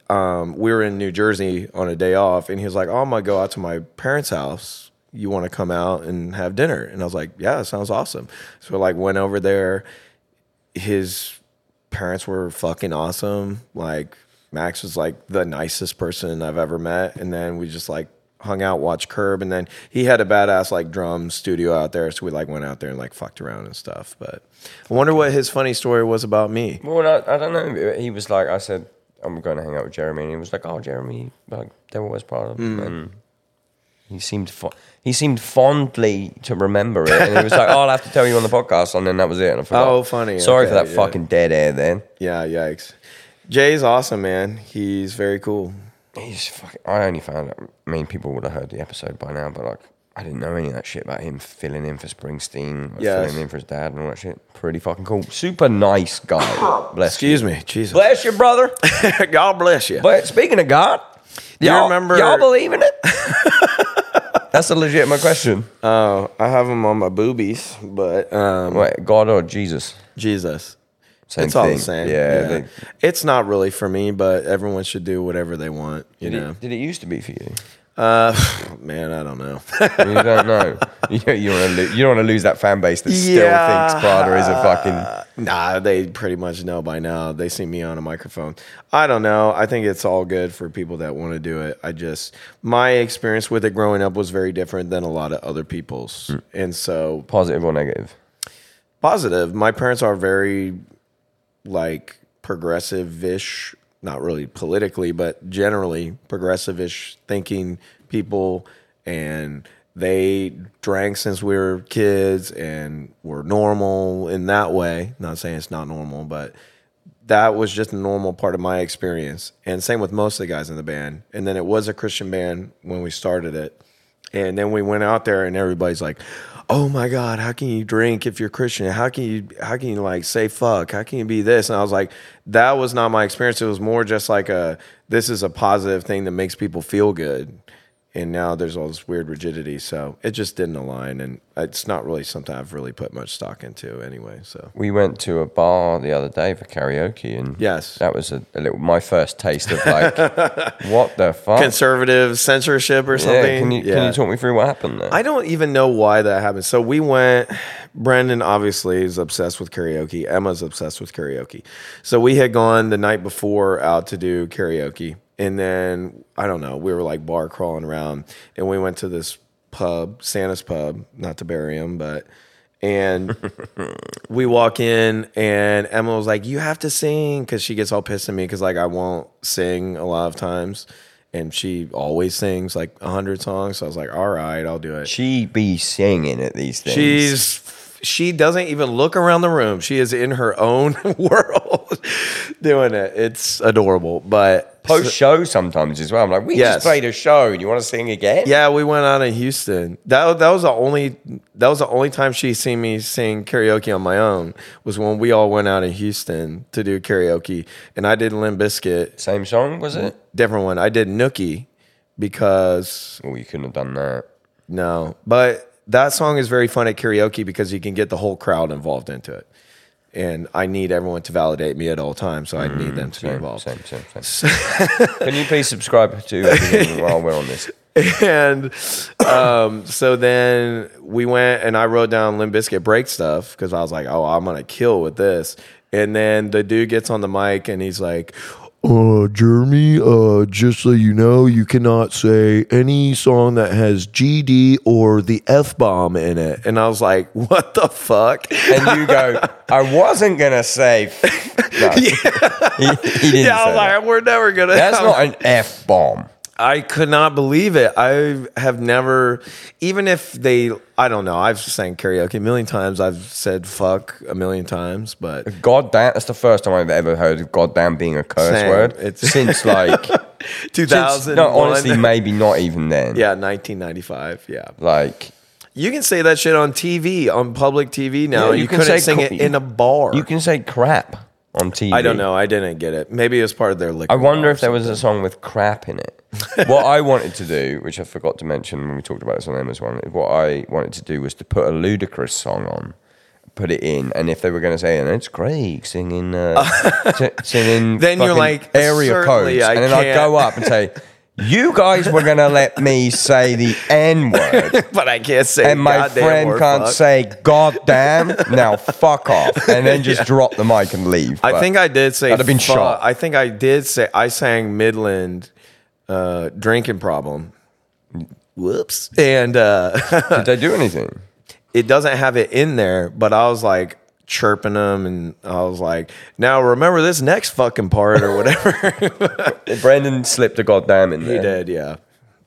Speaker 2: um, we were in New Jersey on a day off, and he was like, "Oh, I'm gonna go out to my parents' house. You want to come out and have dinner?" And I was like, "Yeah, that sounds awesome." So like went over there. His parents were fucking awesome. Like Max was like the nicest person I've ever met, and then we just like hung out, watched Curb, and then he had a badass like drum studio out there, so we like went out there and like fucked around and stuff. But I wonder what his funny story was about me.
Speaker 3: Well, I, I don't know. He was like, I said, I'm going to hang out with Jeremy, and he was like, Oh, Jeremy, like they were always part of.
Speaker 2: Hmm.
Speaker 3: And he seemed fo- he seemed fondly to remember it, and he was like, oh, I'll have to tell you on the podcast, and then that was it. And I forgot.
Speaker 2: Oh, funny.
Speaker 3: Sorry for
Speaker 2: Okay,
Speaker 3: that
Speaker 2: yeah.
Speaker 3: fucking dead air. Then
Speaker 2: Yeah, yikes. Jay's awesome, man. He's very cool.
Speaker 3: he's fucking. I only found. out- I mean, people would have heard the episode by now, but like. I didn't know any of that shit about him filling in for Springsteen, like
Speaker 2: Yes.
Speaker 3: filling in for his dad, and all that shit. Pretty fucking cool. Super nice guy. Bless you.
Speaker 2: Excuse me, Jesus.
Speaker 3: Bless you, brother.
Speaker 2: God bless you.
Speaker 3: But speaking of God,
Speaker 2: You
Speaker 3: y'all,
Speaker 2: remember-
Speaker 3: y'all believe in it? That's a legitimate question.
Speaker 2: Oh, I have him on my boobies, but um,
Speaker 3: Wait, God or Jesus?
Speaker 2: Jesus.
Speaker 3: Same
Speaker 2: it's all
Speaker 3: thing.
Speaker 2: the same.
Speaker 3: Yeah.
Speaker 2: Yeah.
Speaker 3: they-
Speaker 2: It's not really for me, but everyone should do whatever they want, you
Speaker 3: did,
Speaker 2: know.
Speaker 3: it, did it used to be for you?
Speaker 2: Uh, man, I don't know.
Speaker 3: You don't know. you, you, wanna lo- you don't want to lose that fan base that
Speaker 2: Yeah.
Speaker 3: still thinks Prada is a fucking.
Speaker 2: Uh, nah, they pretty much know by now. They see me on a microphone. I don't know. I think it's all good for people that want to do it. I just my experience with it growing up was very different than a lot of other people's. And so
Speaker 3: Positive or negative?
Speaker 2: positive. My parents are very like progressive-ish, not really politically, but generally progressive-ish thinking people and they drank since we were kids and were normal in that way. Not saying it's not normal, but that was just a normal part of my experience. And same with most of the guys in the band. And then it was a Christian band when we started it. And then we went out there and everybody's like, "Oh my god, how can you drink if you're Christian? How can you how can you like say fuck? How can you be this?" And I was like, that was not my experience. It was more just like a this is a positive thing that makes people feel good. And now there's all this weird rigidity, so it just didn't align and it's not really something I've really put much stock into anyway, so.
Speaker 3: We went to a bar the other day for karaoke, and
Speaker 2: Yes.
Speaker 3: that was a, a little my first taste of like, what the fuck?
Speaker 2: conservative censorship or something.
Speaker 3: Oh. yeah, can you can you talk me through what happened there?
Speaker 2: I don't even know why that happened. So we went. Brendan obviously is obsessed with karaoke. Emma's obsessed with karaoke. So we had gone the night before out to do karaoke, and then I don't know. We were like bar crawling around, and we went to this pub, Santa's Pub, not to bury him, but and we walk in and Emma was like, "You have to sing," because she gets all pissed at me because like I won't sing a lot of times, and she always sings like hundred songs. So I was like, "All right, I'll do it."
Speaker 3: she be singing at these things.
Speaker 2: She's she doesn't even look around the room. She is in her own world doing it. It's adorable, but
Speaker 3: post show sometimes as well. I'm like, we
Speaker 2: Yes.
Speaker 3: just played a show and you want to sing again?
Speaker 2: Yeah, we went out in Houston. That that was the only that was the only time she seen me sing karaoke on my own was when we all went out in Houston to do karaoke, and I did Limp Biscuit, Mm-hmm.
Speaker 3: Same song, was it?
Speaker 2: different one. I did Nookie because
Speaker 3: Well, you couldn't have done that.
Speaker 2: No, but that song is very fun at karaoke because you can get the whole crowd involved into it. And I need everyone to validate me at all times, so I need them to be involved.
Speaker 3: Mm-hmm. Same, same, same. Can you please subscribe to everything while we're on this?
Speaker 2: and um, so then we went and I wrote down Limp Bizkit break stuff because I was like, oh, I'm gonna kill with this. And then the dude gets on the mic and he's like,
Speaker 6: Uh, Jeremy, uh, just so you know, you cannot say any song that has GD or the F bomb in it.
Speaker 2: and I was like, what the fuck?
Speaker 3: And you go, I wasn't gonna say. No. He- he didn't
Speaker 2: yeah, I was
Speaker 3: say that.
Speaker 2: like, we're never gonna.
Speaker 3: That's not an f bomb.
Speaker 2: I could not believe it. I have never, even if they, I don't know. I've sang karaoke a million times. I've said fuck a million times, but
Speaker 3: God damn, that's the first time I've ever heard of God damn being a curse
Speaker 2: Same.
Speaker 3: word.
Speaker 2: It's-
Speaker 3: since like
Speaker 2: two
Speaker 3: since,
Speaker 2: thousand.
Speaker 3: no, honestly, maybe not even then.
Speaker 2: yeah, nineteen ninety five. Yeah,
Speaker 3: like
Speaker 2: You can say that shit on TV, on public TV now.
Speaker 3: Yeah,
Speaker 2: you,
Speaker 3: you can
Speaker 2: couldn't
Speaker 3: say
Speaker 2: sing
Speaker 3: co-
Speaker 2: it in a bar.
Speaker 3: you can say crap on TV.
Speaker 2: I don't know. I didn't get it. Maybe it was part of their liquor.
Speaker 3: I wonder
Speaker 2: law
Speaker 3: if there was a song with crap in it. what I wanted to do, which I forgot to mention when we talked about this on Emma's one, what I wanted to do was to put a ludicrous song on, put it in, and if they were going to say, "And it's Craig singing, uh, si- singing,"
Speaker 2: Then you're
Speaker 3: fucking
Speaker 2: like,
Speaker 3: area
Speaker 2: "Certainly
Speaker 3: codes,"
Speaker 2: I
Speaker 3: and then I'd go
Speaker 2: can't.
Speaker 3: up and say, "You guys were going to let me say the N word."
Speaker 2: something. but I can't say.
Speaker 3: And my
Speaker 2: goddamn
Speaker 3: friend
Speaker 2: or
Speaker 3: can't
Speaker 2: fuck.
Speaker 3: say "God damn." Now fuck off, and then just drop the mic and leave.
Speaker 2: I
Speaker 3: But
Speaker 2: think I did say.
Speaker 3: I'd have been
Speaker 2: fuck.
Speaker 3: shot.
Speaker 2: I think I did say. I sang Midland, uh, drinking problem. Whoops. And uh,
Speaker 3: did they do anything?
Speaker 2: it doesn't have it in there, but I was like chirping them, and I was like, now remember this next fucking part or whatever.
Speaker 3: Brandon slipped a goddamn in there.
Speaker 2: He did, yeah.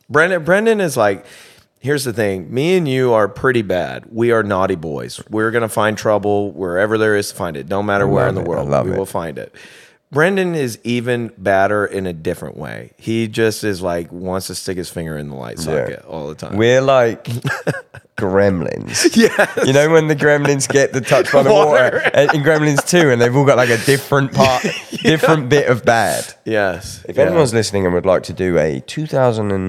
Speaker 2: Brendan Brendan is like, here's the thing. Me and you are pretty bad. We are naughty boys. We're gonna find trouble wherever there is to find it. Don't matter where in the
Speaker 3: it. I
Speaker 2: world.
Speaker 3: love
Speaker 2: we
Speaker 3: it.
Speaker 2: will find it. Brendan is even badder in a different way. He just is like wants to stick his finger in the light socket all the time.
Speaker 3: We're like gremlins. Yeah. You know when the gremlins get the touch by the water, and in Gremlins 2 and they've all got like a different part, different bit of bad.
Speaker 2: yes.
Speaker 3: If anyone's listening and would like to do a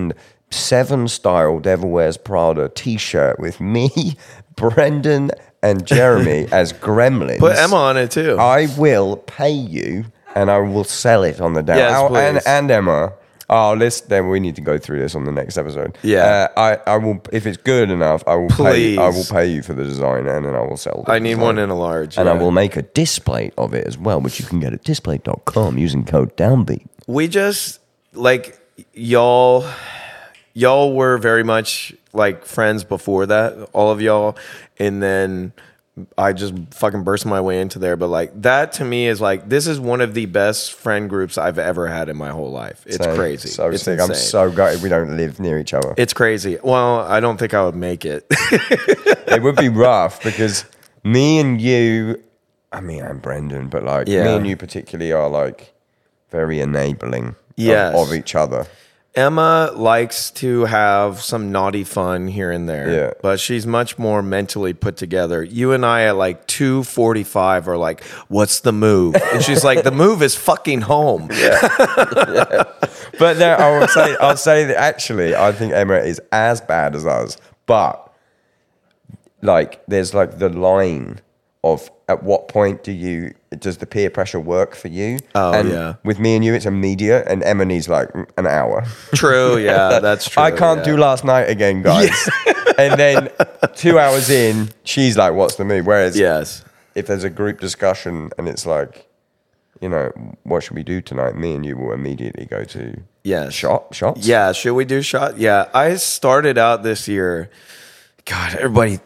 Speaker 3: 2007 style Devil Wears Prada t shirt with me, Brendan, and Jeremy as gremlins,
Speaker 2: put Emma on it too.
Speaker 3: I will pay you and I will sell it on the down.
Speaker 2: Yes,
Speaker 3: Oh, and,
Speaker 2: please.
Speaker 3: and Emma. Oh, let's then we need to go through this on the next episode.
Speaker 2: Yeah.
Speaker 3: Uh, I, I will if it's good enough, I will pay I will
Speaker 2: Please.
Speaker 3: pay you for the design and then I will sell it.
Speaker 2: I need one in a large.
Speaker 3: and I
Speaker 2: yeah.
Speaker 3: will make a display of it as well, which you can get at display.com using code downbeat.
Speaker 2: we just like y'all y'all were very much like friends before that all of y'all and then i just fucking burst my way into there but like that to me is like this is one of the best friend groups i've ever had in my whole life it's
Speaker 3: So-
Speaker 2: crazy
Speaker 3: So
Speaker 2: it's
Speaker 3: sick. I'm
Speaker 2: insane.
Speaker 3: so gutted we don't live near each other.
Speaker 2: it's crazy well i don't think i would make it
Speaker 3: it would be rough because me and you, I mean, and Brendan, but like me
Speaker 2: Yeah.
Speaker 3: and you particularly are like very enabling of-
Speaker 2: Yes.
Speaker 3: of, each other.
Speaker 2: Emma likes to have some naughty fun here and there,
Speaker 3: Yeah.
Speaker 2: but she's much more mentally put together. You and I at like 245 are like, what's the move? And she's like, the move is fucking home.
Speaker 3: But no, I will say, I'll say that actually, I think Emma is as bad as us, but like there's like the line of at what point do you does the peer pressure work for you?
Speaker 2: Oh,
Speaker 3: and
Speaker 2: yeah.
Speaker 3: With me and you, it's immediate, and Emma needs like an hour.
Speaker 2: True. Yeah, Uh, that's true.
Speaker 3: I can't do last night again, guys. and then two hours in, she's like, "What's the move?" Whereas
Speaker 2: Yes.
Speaker 3: if there's a group discussion and it's like, you know, what should we do tonight? Me and you will immediately go to
Speaker 2: Yes.
Speaker 3: shop shops.
Speaker 2: Yeah, should we do shot? Yeah, I started out this year. God, everybody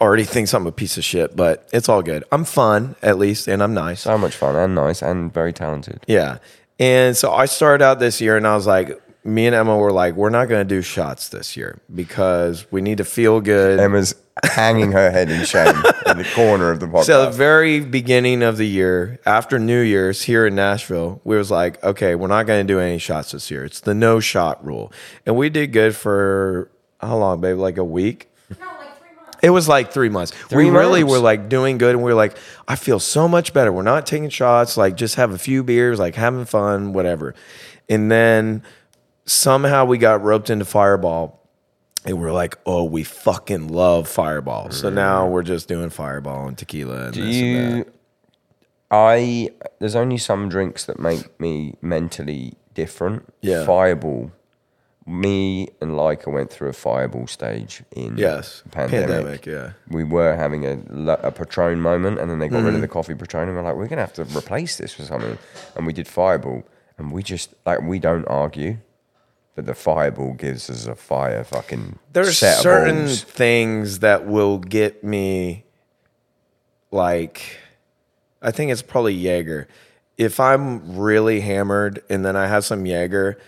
Speaker 2: already thinks I'm a piece of shit, but it's all good. I'm fun at least, and I'm nice.
Speaker 3: so much fun and nice and very talented.
Speaker 2: Yeah. And so I started out this year and I was like, me and Emma were like, we're not going to do shots this year because we need to feel good.
Speaker 3: Emma's hanging her head in shame in the corner of the podcast.
Speaker 2: so the very beginning of the year, after New Year's here in Nashville, we was like, okay, we're not going to do any shots this year. It's the no shot rule. And we did good for how long, babe? Like a week?
Speaker 4: No, like three months.
Speaker 2: It was like three months. we really
Speaker 3: months.
Speaker 2: were like doing good, and we were like, I feel so much better. We're not taking shots, like just have a few beers, like having fun, whatever. And then somehow we got roped into Fireball, they were like, "Oh, we fucking love Fireball." So now we're just doing Fireball and tequila and
Speaker 3: Do
Speaker 2: this and
Speaker 3: you?
Speaker 2: that.
Speaker 3: I there's only some drinks that make me mentally different.
Speaker 2: Yeah.
Speaker 3: Fireball. Me and Leica went through a fireball stage in
Speaker 2: Yes,
Speaker 3: the pandemic.
Speaker 2: pandemic. Yeah,
Speaker 3: We were having a, lo- a Patron moment, and then they got rid of
Speaker 2: Mm.
Speaker 3: the coffee Patron, and we're like, we're gonna have to replace this with something. And we did fireball, and we just like we don't argue, but the fireball gives us a fire fucking.
Speaker 2: there's
Speaker 3: set of
Speaker 2: certain
Speaker 3: balls.
Speaker 2: things that will get me like I think it's probably Jaeger. If I'm really hammered and then I have some Jaeger,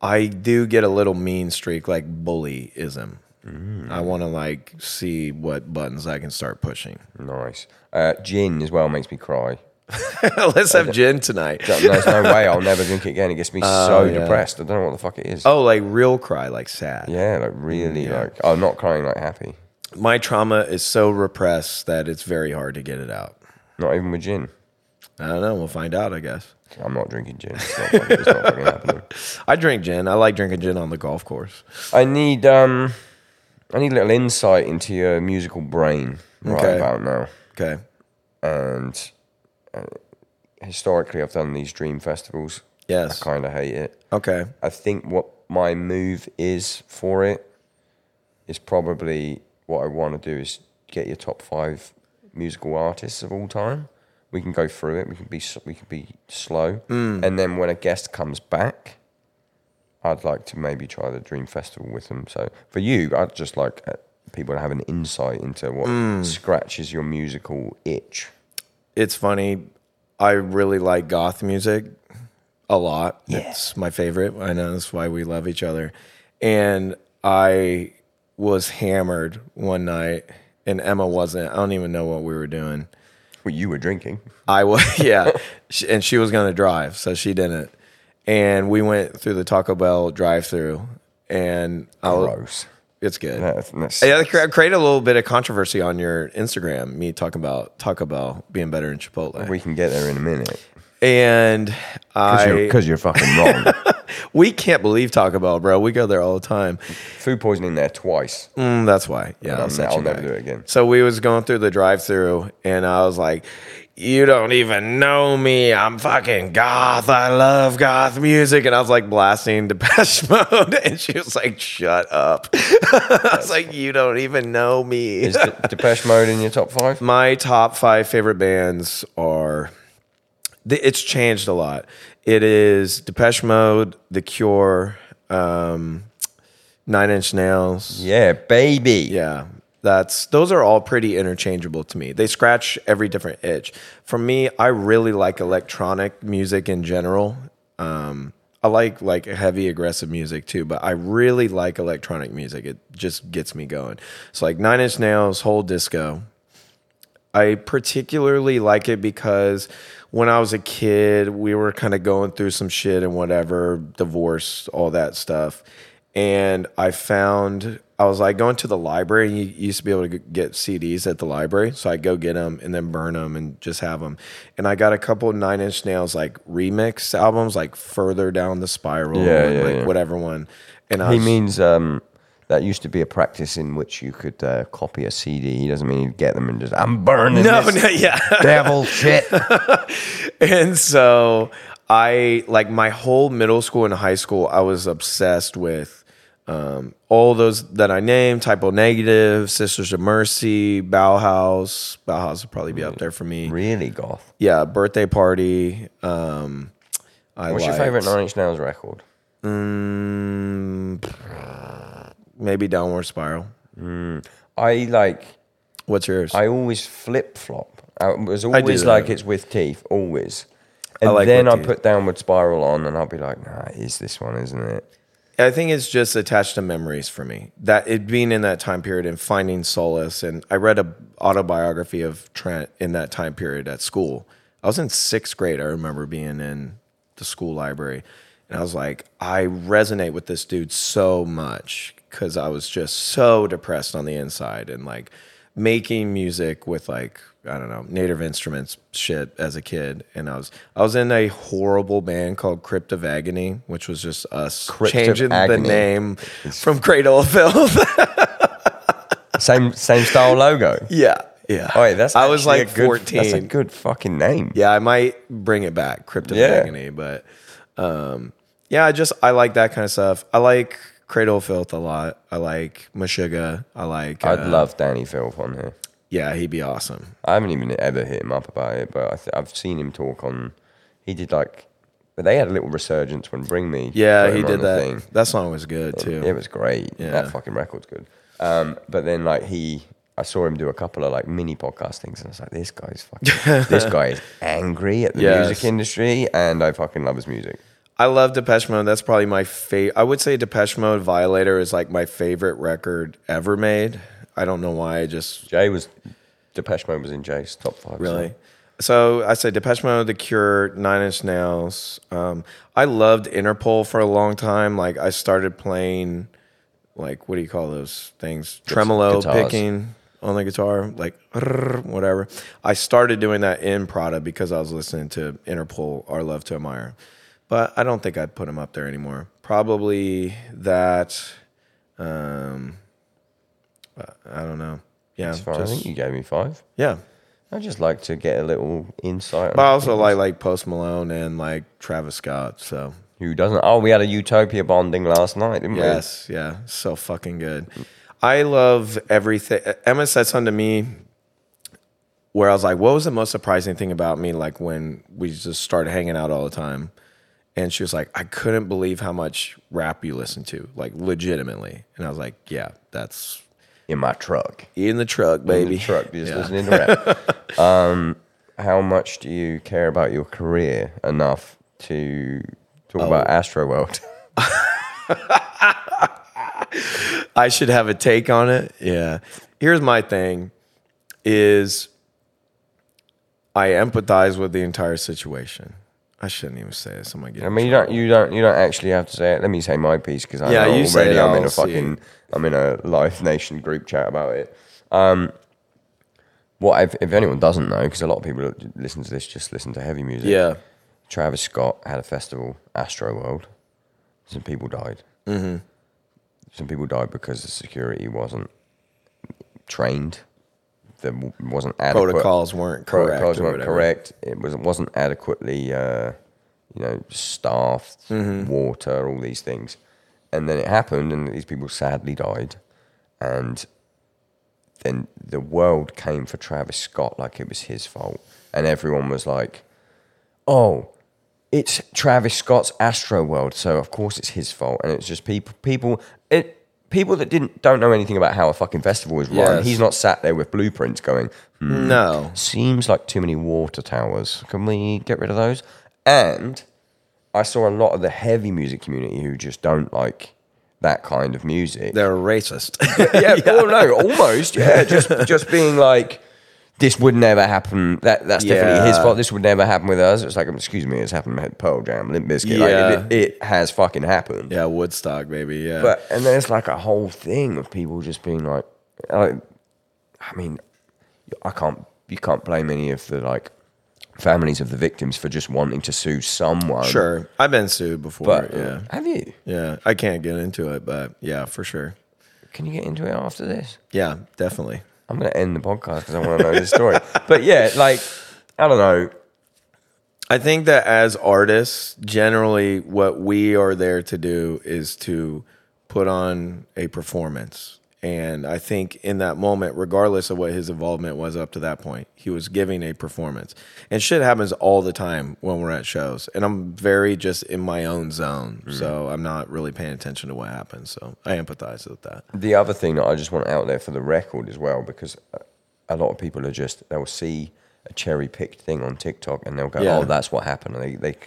Speaker 2: I do get a little mean streak like bullyism.
Speaker 3: Mm.
Speaker 2: I want to like see what buttons I can start pushing.
Speaker 3: nice. Uh, gin as well makes me cry. Mm.
Speaker 2: Let's have gin tonight.
Speaker 3: There's no way I'll never drink it again. It gets me so
Speaker 2: Oh, yeah.
Speaker 3: depressed. I don't know what the fuck it is.
Speaker 2: Oh, like real cry, like sad.
Speaker 3: Yeah, like really, like I'm not crying like happy.
Speaker 2: My trauma is so repressed that it's very hard to get it out.
Speaker 3: Not even with gin.
Speaker 2: I don't know. We'll find out, I guess.
Speaker 3: I'm not drinking gin. It's not, fucking- it's not fucking happening.
Speaker 2: I drink gin. I like drinking gin on the golf course.
Speaker 3: I need um, I need a little insight into your musical brain right
Speaker 2: Okay.
Speaker 3: about now.
Speaker 2: Okay.
Speaker 3: And uh, historically, I've done these dream festivals.
Speaker 2: Yes.
Speaker 3: I kind of hate it.
Speaker 2: Okay.
Speaker 3: I think what my move is for it is probably what I want to do is get your top five musical artists of all time. We can go through it. We can be s- we can be slow, and then when a guest comes back, I'd like to maybe try the Dream Festival with them. So for you, I'd just like uh, people to have an insight into what scratches your musical itch.
Speaker 2: It's funny. I really like goth music a lot. It's my favorite. I know that's why we love each other. And I was hammered one night, and Emma wasn't. I don't even know what we were doing.
Speaker 3: Well, you were drinking.
Speaker 2: I was, yeah. She- and she was going to drive, so she didn't. And we went through the Taco Bell drive through, and I was,
Speaker 3: Gross.
Speaker 2: it's good.
Speaker 3: That- that's-
Speaker 2: Yeah, that cre- create a little bit of controversy on your Instagram. Me talking about Taco Bell being better than Chipotle,
Speaker 3: we can get there in a minute
Speaker 2: and
Speaker 3: because
Speaker 2: I
Speaker 3: you're, fucking wrong.
Speaker 2: we can't believe Taco Bell, bro. We go there all the time.
Speaker 3: Food poisoning there twice.
Speaker 2: Mm, that's why. Yeah,
Speaker 3: I'll,
Speaker 2: I'll, set you
Speaker 3: never
Speaker 2: back.
Speaker 3: do it again.
Speaker 2: So we was going through the drive-through, and I was like, "You don't even know me. I'm fucking goth. I love goth music." And I was like blasting Depeche Mode, and she was like, "Shut up." I was like, "You don't even know me."
Speaker 3: Is De- Depeche Mode in your top five?
Speaker 2: my top five favorite bands are th- it's changed a lot it is depeche mode the cure um, nine inch nails
Speaker 3: Yeah, baby.
Speaker 2: yeah that's those are all pretty interchangeable to me they scratch every different itch for me i really like electronic music in general um, i like like heavy aggressive music too but i really like electronic music it just gets me going so like nine inch nails whole disco I particularly like it because when I was a kid, we were kind of going through some shit and whatever, divorce, all that stuff. And I found, I was like going to the library, and you you used to be able to g- get CDs at the library. So I'd go get them and then burn them and just have them. And I got a couple Nine Inch Nails like remix albums, like Further Down the Spiral,
Speaker 3: Yeah,
Speaker 2: and
Speaker 3: yeah,
Speaker 2: like
Speaker 3: yeah.
Speaker 2: whatever one. And I
Speaker 3: He
Speaker 2: was-
Speaker 3: means um, that used to be a practice in which you could uh, copy a CD. He doesn't mean you'd get them and just, I'm burning
Speaker 2: no,
Speaker 3: this
Speaker 2: no, yeah.
Speaker 3: devil shit.
Speaker 2: and so I like my whole middle school and high school, I was obsessed with um, all those that I named: Typo Negative, Sisters of Mercy, Bauhaus. Bauhaus would probably be up there for me.
Speaker 3: really goth.
Speaker 2: Yeah, Birthday Party. Um, I
Speaker 3: What's your
Speaker 2: liked-
Speaker 3: favourite Nine Inch Nails record?
Speaker 2: Mm, maybe Downward Spiral.
Speaker 3: I like,
Speaker 2: What's yours?
Speaker 3: I always flip flop. I was always
Speaker 2: that.
Speaker 3: like, it's with teeth, always. And
Speaker 2: like
Speaker 3: then
Speaker 2: With
Speaker 3: I
Speaker 2: Teeth.
Speaker 3: put Downward Spiral on and I'll be like, nah, it is this one, isn't it?
Speaker 2: I think it's just attached to memories for me. That it being in that time period and finding solace. And I read a autobiography of Trent in that time period at school. I was in sixth grade. I remember being in the school library, and I was like, I resonate with this dude so much because I was just so depressed on the inside and like making music with like I don't know native instruments shit as a kid, and I was I was in a horrible band called Crypt of Agony, which was just us
Speaker 3: Crypt of
Speaker 2: changing the
Speaker 3: Agony.
Speaker 2: name from Cradle of Filth.
Speaker 3: Same same style logo.
Speaker 2: yeah, yeah.
Speaker 3: Oh, that's
Speaker 2: I was
Speaker 3: actually
Speaker 2: like
Speaker 3: a good,
Speaker 2: fourteen.
Speaker 3: That's a good fucking name.
Speaker 2: yeah, I might bring it back, Crypt of
Speaker 3: Yeah.
Speaker 2: Agony, but um, yeah, I just I like that kind of stuff. I like Cradle of Filth a lot. I like Meshuggah. I like
Speaker 3: I'd
Speaker 2: uh,
Speaker 3: love Danny Philp on here.
Speaker 2: Yeah, he'd be awesome.
Speaker 3: I haven't even ever hit him up about it, but I th- I've seen him talk on. He did like, but they had a little resurgence when Bring Me.
Speaker 2: Yeah,
Speaker 3: put
Speaker 2: he
Speaker 3: him on
Speaker 2: did
Speaker 3: the
Speaker 2: that.
Speaker 3: thing.
Speaker 2: That song was good too.
Speaker 3: It was great.
Speaker 2: Yeah.
Speaker 3: That fucking record's good. Um, but then like he, I saw him do a couple of like mini podcast things, and I was like, this guy's fucking, this guy is angry at the
Speaker 2: Yes.
Speaker 3: music industry, and I fucking love his music.
Speaker 2: I love Depeche Mode. That's probably my favorite. I would say Depeche Mode Violator is like my favorite record ever made. I don't know why. I just
Speaker 3: Jay was, Depeche Mode was in Jay's top five. so-
Speaker 2: really. So I say Depeche Mode, The Cure, Nine Inch Nails. Um, I loved Interpol for a long time. Like I started playing, like what do you call those things? Tremolo
Speaker 3: guitars.
Speaker 2: picking on the guitar, like whatever. I started doing that in Prada because I was listening to Interpol, Our Love to Admire. But I don't think I'd put him up there anymore. Probably that. Um, I I don't know. Yeah,
Speaker 3: That's fine. I
Speaker 2: just-
Speaker 3: think you gave me five.
Speaker 2: yeah.
Speaker 3: I just like to get a little insight. on
Speaker 2: But I also like like Post Malone and like Travis Scott. So
Speaker 3: Who doesn't? Oh, we had a utopia bonding last night, didn't
Speaker 2: yes, yeah, so fucking good. I love everything. Emma said something to me where I was like, "What was the most surprising thing about me?" Like when we just started hanging out all the time, and she was like, "I couldn't believe how much rap you listen to, like legitimately." And I was like, "Yeah, that's
Speaker 3: we? In my truck.
Speaker 2: in the truck,
Speaker 3: In
Speaker 2: baby."
Speaker 3: the truck, just
Speaker 2: Yeah.
Speaker 3: listening to rap. um, how much do you care about your career enough to talk
Speaker 2: Oh.
Speaker 3: about Astroworld?
Speaker 2: I should have a take on it. Yeah. Here's my thing is I empathize with the entire situation. I shouldn't even say this. I'm gonna get
Speaker 3: I mean, you don't, you don't, you don't actually have to say it. Let me say my piece because I
Speaker 2: Yeah,
Speaker 3: know
Speaker 2: you
Speaker 3: already
Speaker 2: say it,
Speaker 3: I'm in
Speaker 2: I'll
Speaker 3: a
Speaker 2: see.
Speaker 3: fucking, I'm in a Live Nation group chat about it. Um, what if, if anyone doesn't know? Because a lot of people that listen to this just listen to heavy music.
Speaker 2: Yeah.
Speaker 3: Travis Scott had a festival, Astro World. Some people died. Mm-hmm. Some people died because the security wasn't trained. There w- wasn't adequate
Speaker 2: protocols weren't correct.
Speaker 3: protocols
Speaker 2: or
Speaker 3: weren't
Speaker 2: whatever.
Speaker 3: correct. It was wasn't adequately, uh, you know, staffed,
Speaker 2: Mm-hmm.
Speaker 3: water, all these things, and then it happened, and these people sadly died, and then the world came for Travis Scott like it was his fault, and everyone was like, "Oh, it's Travis Scott's Astro World, so of course it's his fault." And it's just people, people, it. People that didn't don't know anything about how a fucking festival is run.
Speaker 2: Yes.
Speaker 3: He's not sat there with blueprints going, "Hmm,
Speaker 2: No.
Speaker 3: seems like too many water towers. Can we get rid of those? And I saw a lot of the heavy music community who just don't like that kind of music.
Speaker 2: They're racist.
Speaker 3: yeah, well, no, almost. Yeah, just just being like, this would never happen. That that's definitely his
Speaker 2: Yeah.
Speaker 3: fault. This would never happen with us. It's like, excuse me, it's happened with Pearl Jam, Limp Bizkit.
Speaker 2: Yeah.
Speaker 3: Like, it, it has fucking happened.
Speaker 2: yeah, Woodstock, baby. Yeah.
Speaker 3: But and there's like a whole thing of people just being like, like I mean, I can't you can't blame any of the like families of the victims for just wanting to sue someone.
Speaker 2: sure. I've been sued before.
Speaker 3: but uh,
Speaker 2: yeah.
Speaker 3: have you?
Speaker 2: Yeah. I can't get into it, but yeah, for sure.
Speaker 3: Can you get into it after this?
Speaker 2: Yeah, definitely.
Speaker 3: I'm gonna end the podcast because I want to know this story. But yeah, like I don't know.
Speaker 2: I think that as artists, generally what we are there to do is to put on a performance. And I think in that moment, regardless of what his involvement was up to that point, he was giving a performance. And shit happens all the time when we're at shows. And I'm very just in my own zone. So I'm not really paying attention to what happens. So I empathize with that.
Speaker 3: The other thing that I just want out there for the record as well, because a lot of people are just they'll see a cherry picked thing on TikTok and they'll go,
Speaker 2: Yeah.
Speaker 3: "Oh, that's what happened," and they they c-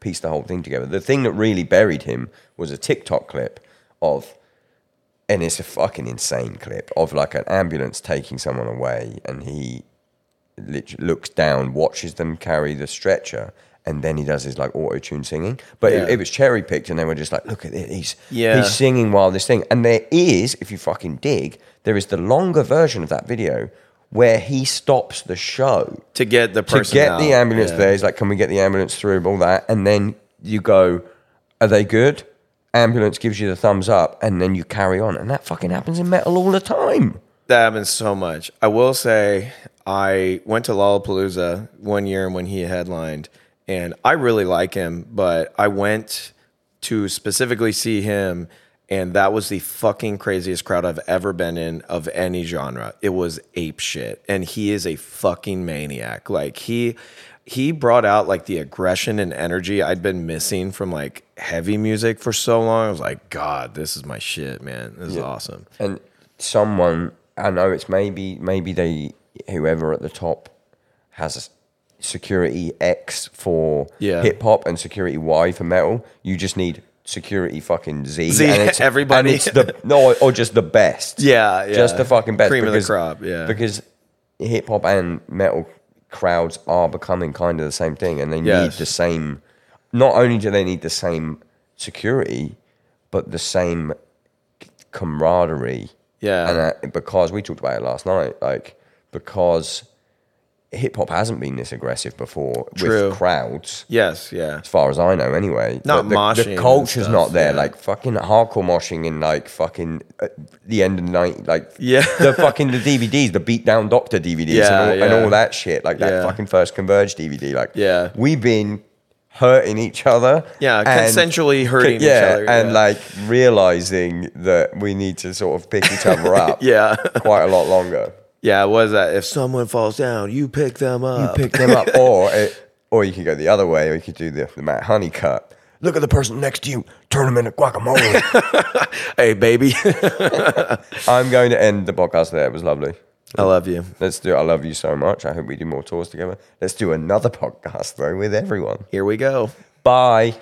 Speaker 3: piece the whole thing together. The thing that really buried him was a TikTok clip of, and it's a fucking insane clip of like an ambulance taking someone away, and he lit- looks down, watches them carry the stretcher. And then he does his like auto tune singing, but it,
Speaker 2: Yeah.
Speaker 3: it was cherry picked, and they were just like, "Look at it, he's
Speaker 2: Yeah.
Speaker 3: he's singing while this thing. And there is, if you fucking dig, There is the longer version of that video where he stops the show
Speaker 2: to get the
Speaker 3: to
Speaker 2: person
Speaker 3: get the
Speaker 2: out,
Speaker 3: ambulance
Speaker 2: yeah.
Speaker 3: there. He's like, "Can we get the ambulance through?" All that, and then you go, "Are they good?" Ambulance gives you the thumbs up, and then you carry on, and that fucking happens in metal all the time.
Speaker 2: That happens so much. I will say, I went to Lollapalooza one year when he headlined, and I really like him, but I went to specifically see him, and that was the fucking craziest crowd I've ever been in of any genre. It was ape shit, and he is a fucking maniac. Like he. He brought out like the aggression and energy I'd been missing from like heavy music for so long. I was like, God, this is my shit, man. This is awesome.
Speaker 3: and someone I know it's maybe maybe they whoever at the top has a s- security X for
Speaker 2: Yeah.
Speaker 3: hip hop and security Y for metal. You just need security fucking Z.
Speaker 2: Z,
Speaker 3: and it's,
Speaker 2: everybody.
Speaker 3: and it's the no or just the best.
Speaker 2: Yeah,
Speaker 3: just
Speaker 2: yeah.
Speaker 3: the fucking best.
Speaker 2: Cream of the crop, yeah.
Speaker 3: because hip hop and metal crowds are becoming kind of the same thing, and they
Speaker 2: Yes.
Speaker 3: need the same. Not only do they need the same security, but the same camaraderie.
Speaker 2: Yeah.
Speaker 3: And uh, because we talked about it last night, like because hip hop hasn't been this aggressive before
Speaker 2: True.
Speaker 3: with crowds.
Speaker 2: Yes, yeah.
Speaker 3: As far as I know, anyway.
Speaker 2: Not
Speaker 3: the, the,
Speaker 2: moshing
Speaker 3: The
Speaker 2: and
Speaker 3: culture's
Speaker 2: stuff,
Speaker 3: not there.
Speaker 2: yeah.
Speaker 3: Like fucking hardcore moshing in like fucking uh, the end of the night. Like
Speaker 2: Yeah.
Speaker 3: the fucking the DVDs, the Beatdown Doctor DVDs,
Speaker 2: Yeah,
Speaker 3: and, all, and
Speaker 2: yeah.
Speaker 3: all that shit. Like that
Speaker 2: Yeah.
Speaker 3: fucking first Converge DVD. Like
Speaker 2: Yeah.
Speaker 3: we've been hurting each other.
Speaker 2: Yeah,
Speaker 3: and-
Speaker 2: consensually hurting each
Speaker 3: yeah,
Speaker 2: other,
Speaker 3: and
Speaker 2: yeah.
Speaker 3: like realizing that we need to sort of pick each other up.
Speaker 2: Yeah.
Speaker 3: quite a lot longer.
Speaker 2: Yeah, what is that? If someone falls down, you pick them up.
Speaker 3: pick them up, or it, or you could go the other way, or you could do the, the Matt Honey cut. Look at the person next to you. Turn them into guacamole.
Speaker 2: hey, baby.
Speaker 3: I'm going to end the podcast there. It was lovely.
Speaker 2: I love you.
Speaker 3: Let's do. I love you so much. I hope we do more tours together. Let's do another podcast though with everyone.
Speaker 2: Here we go.
Speaker 3: Bye.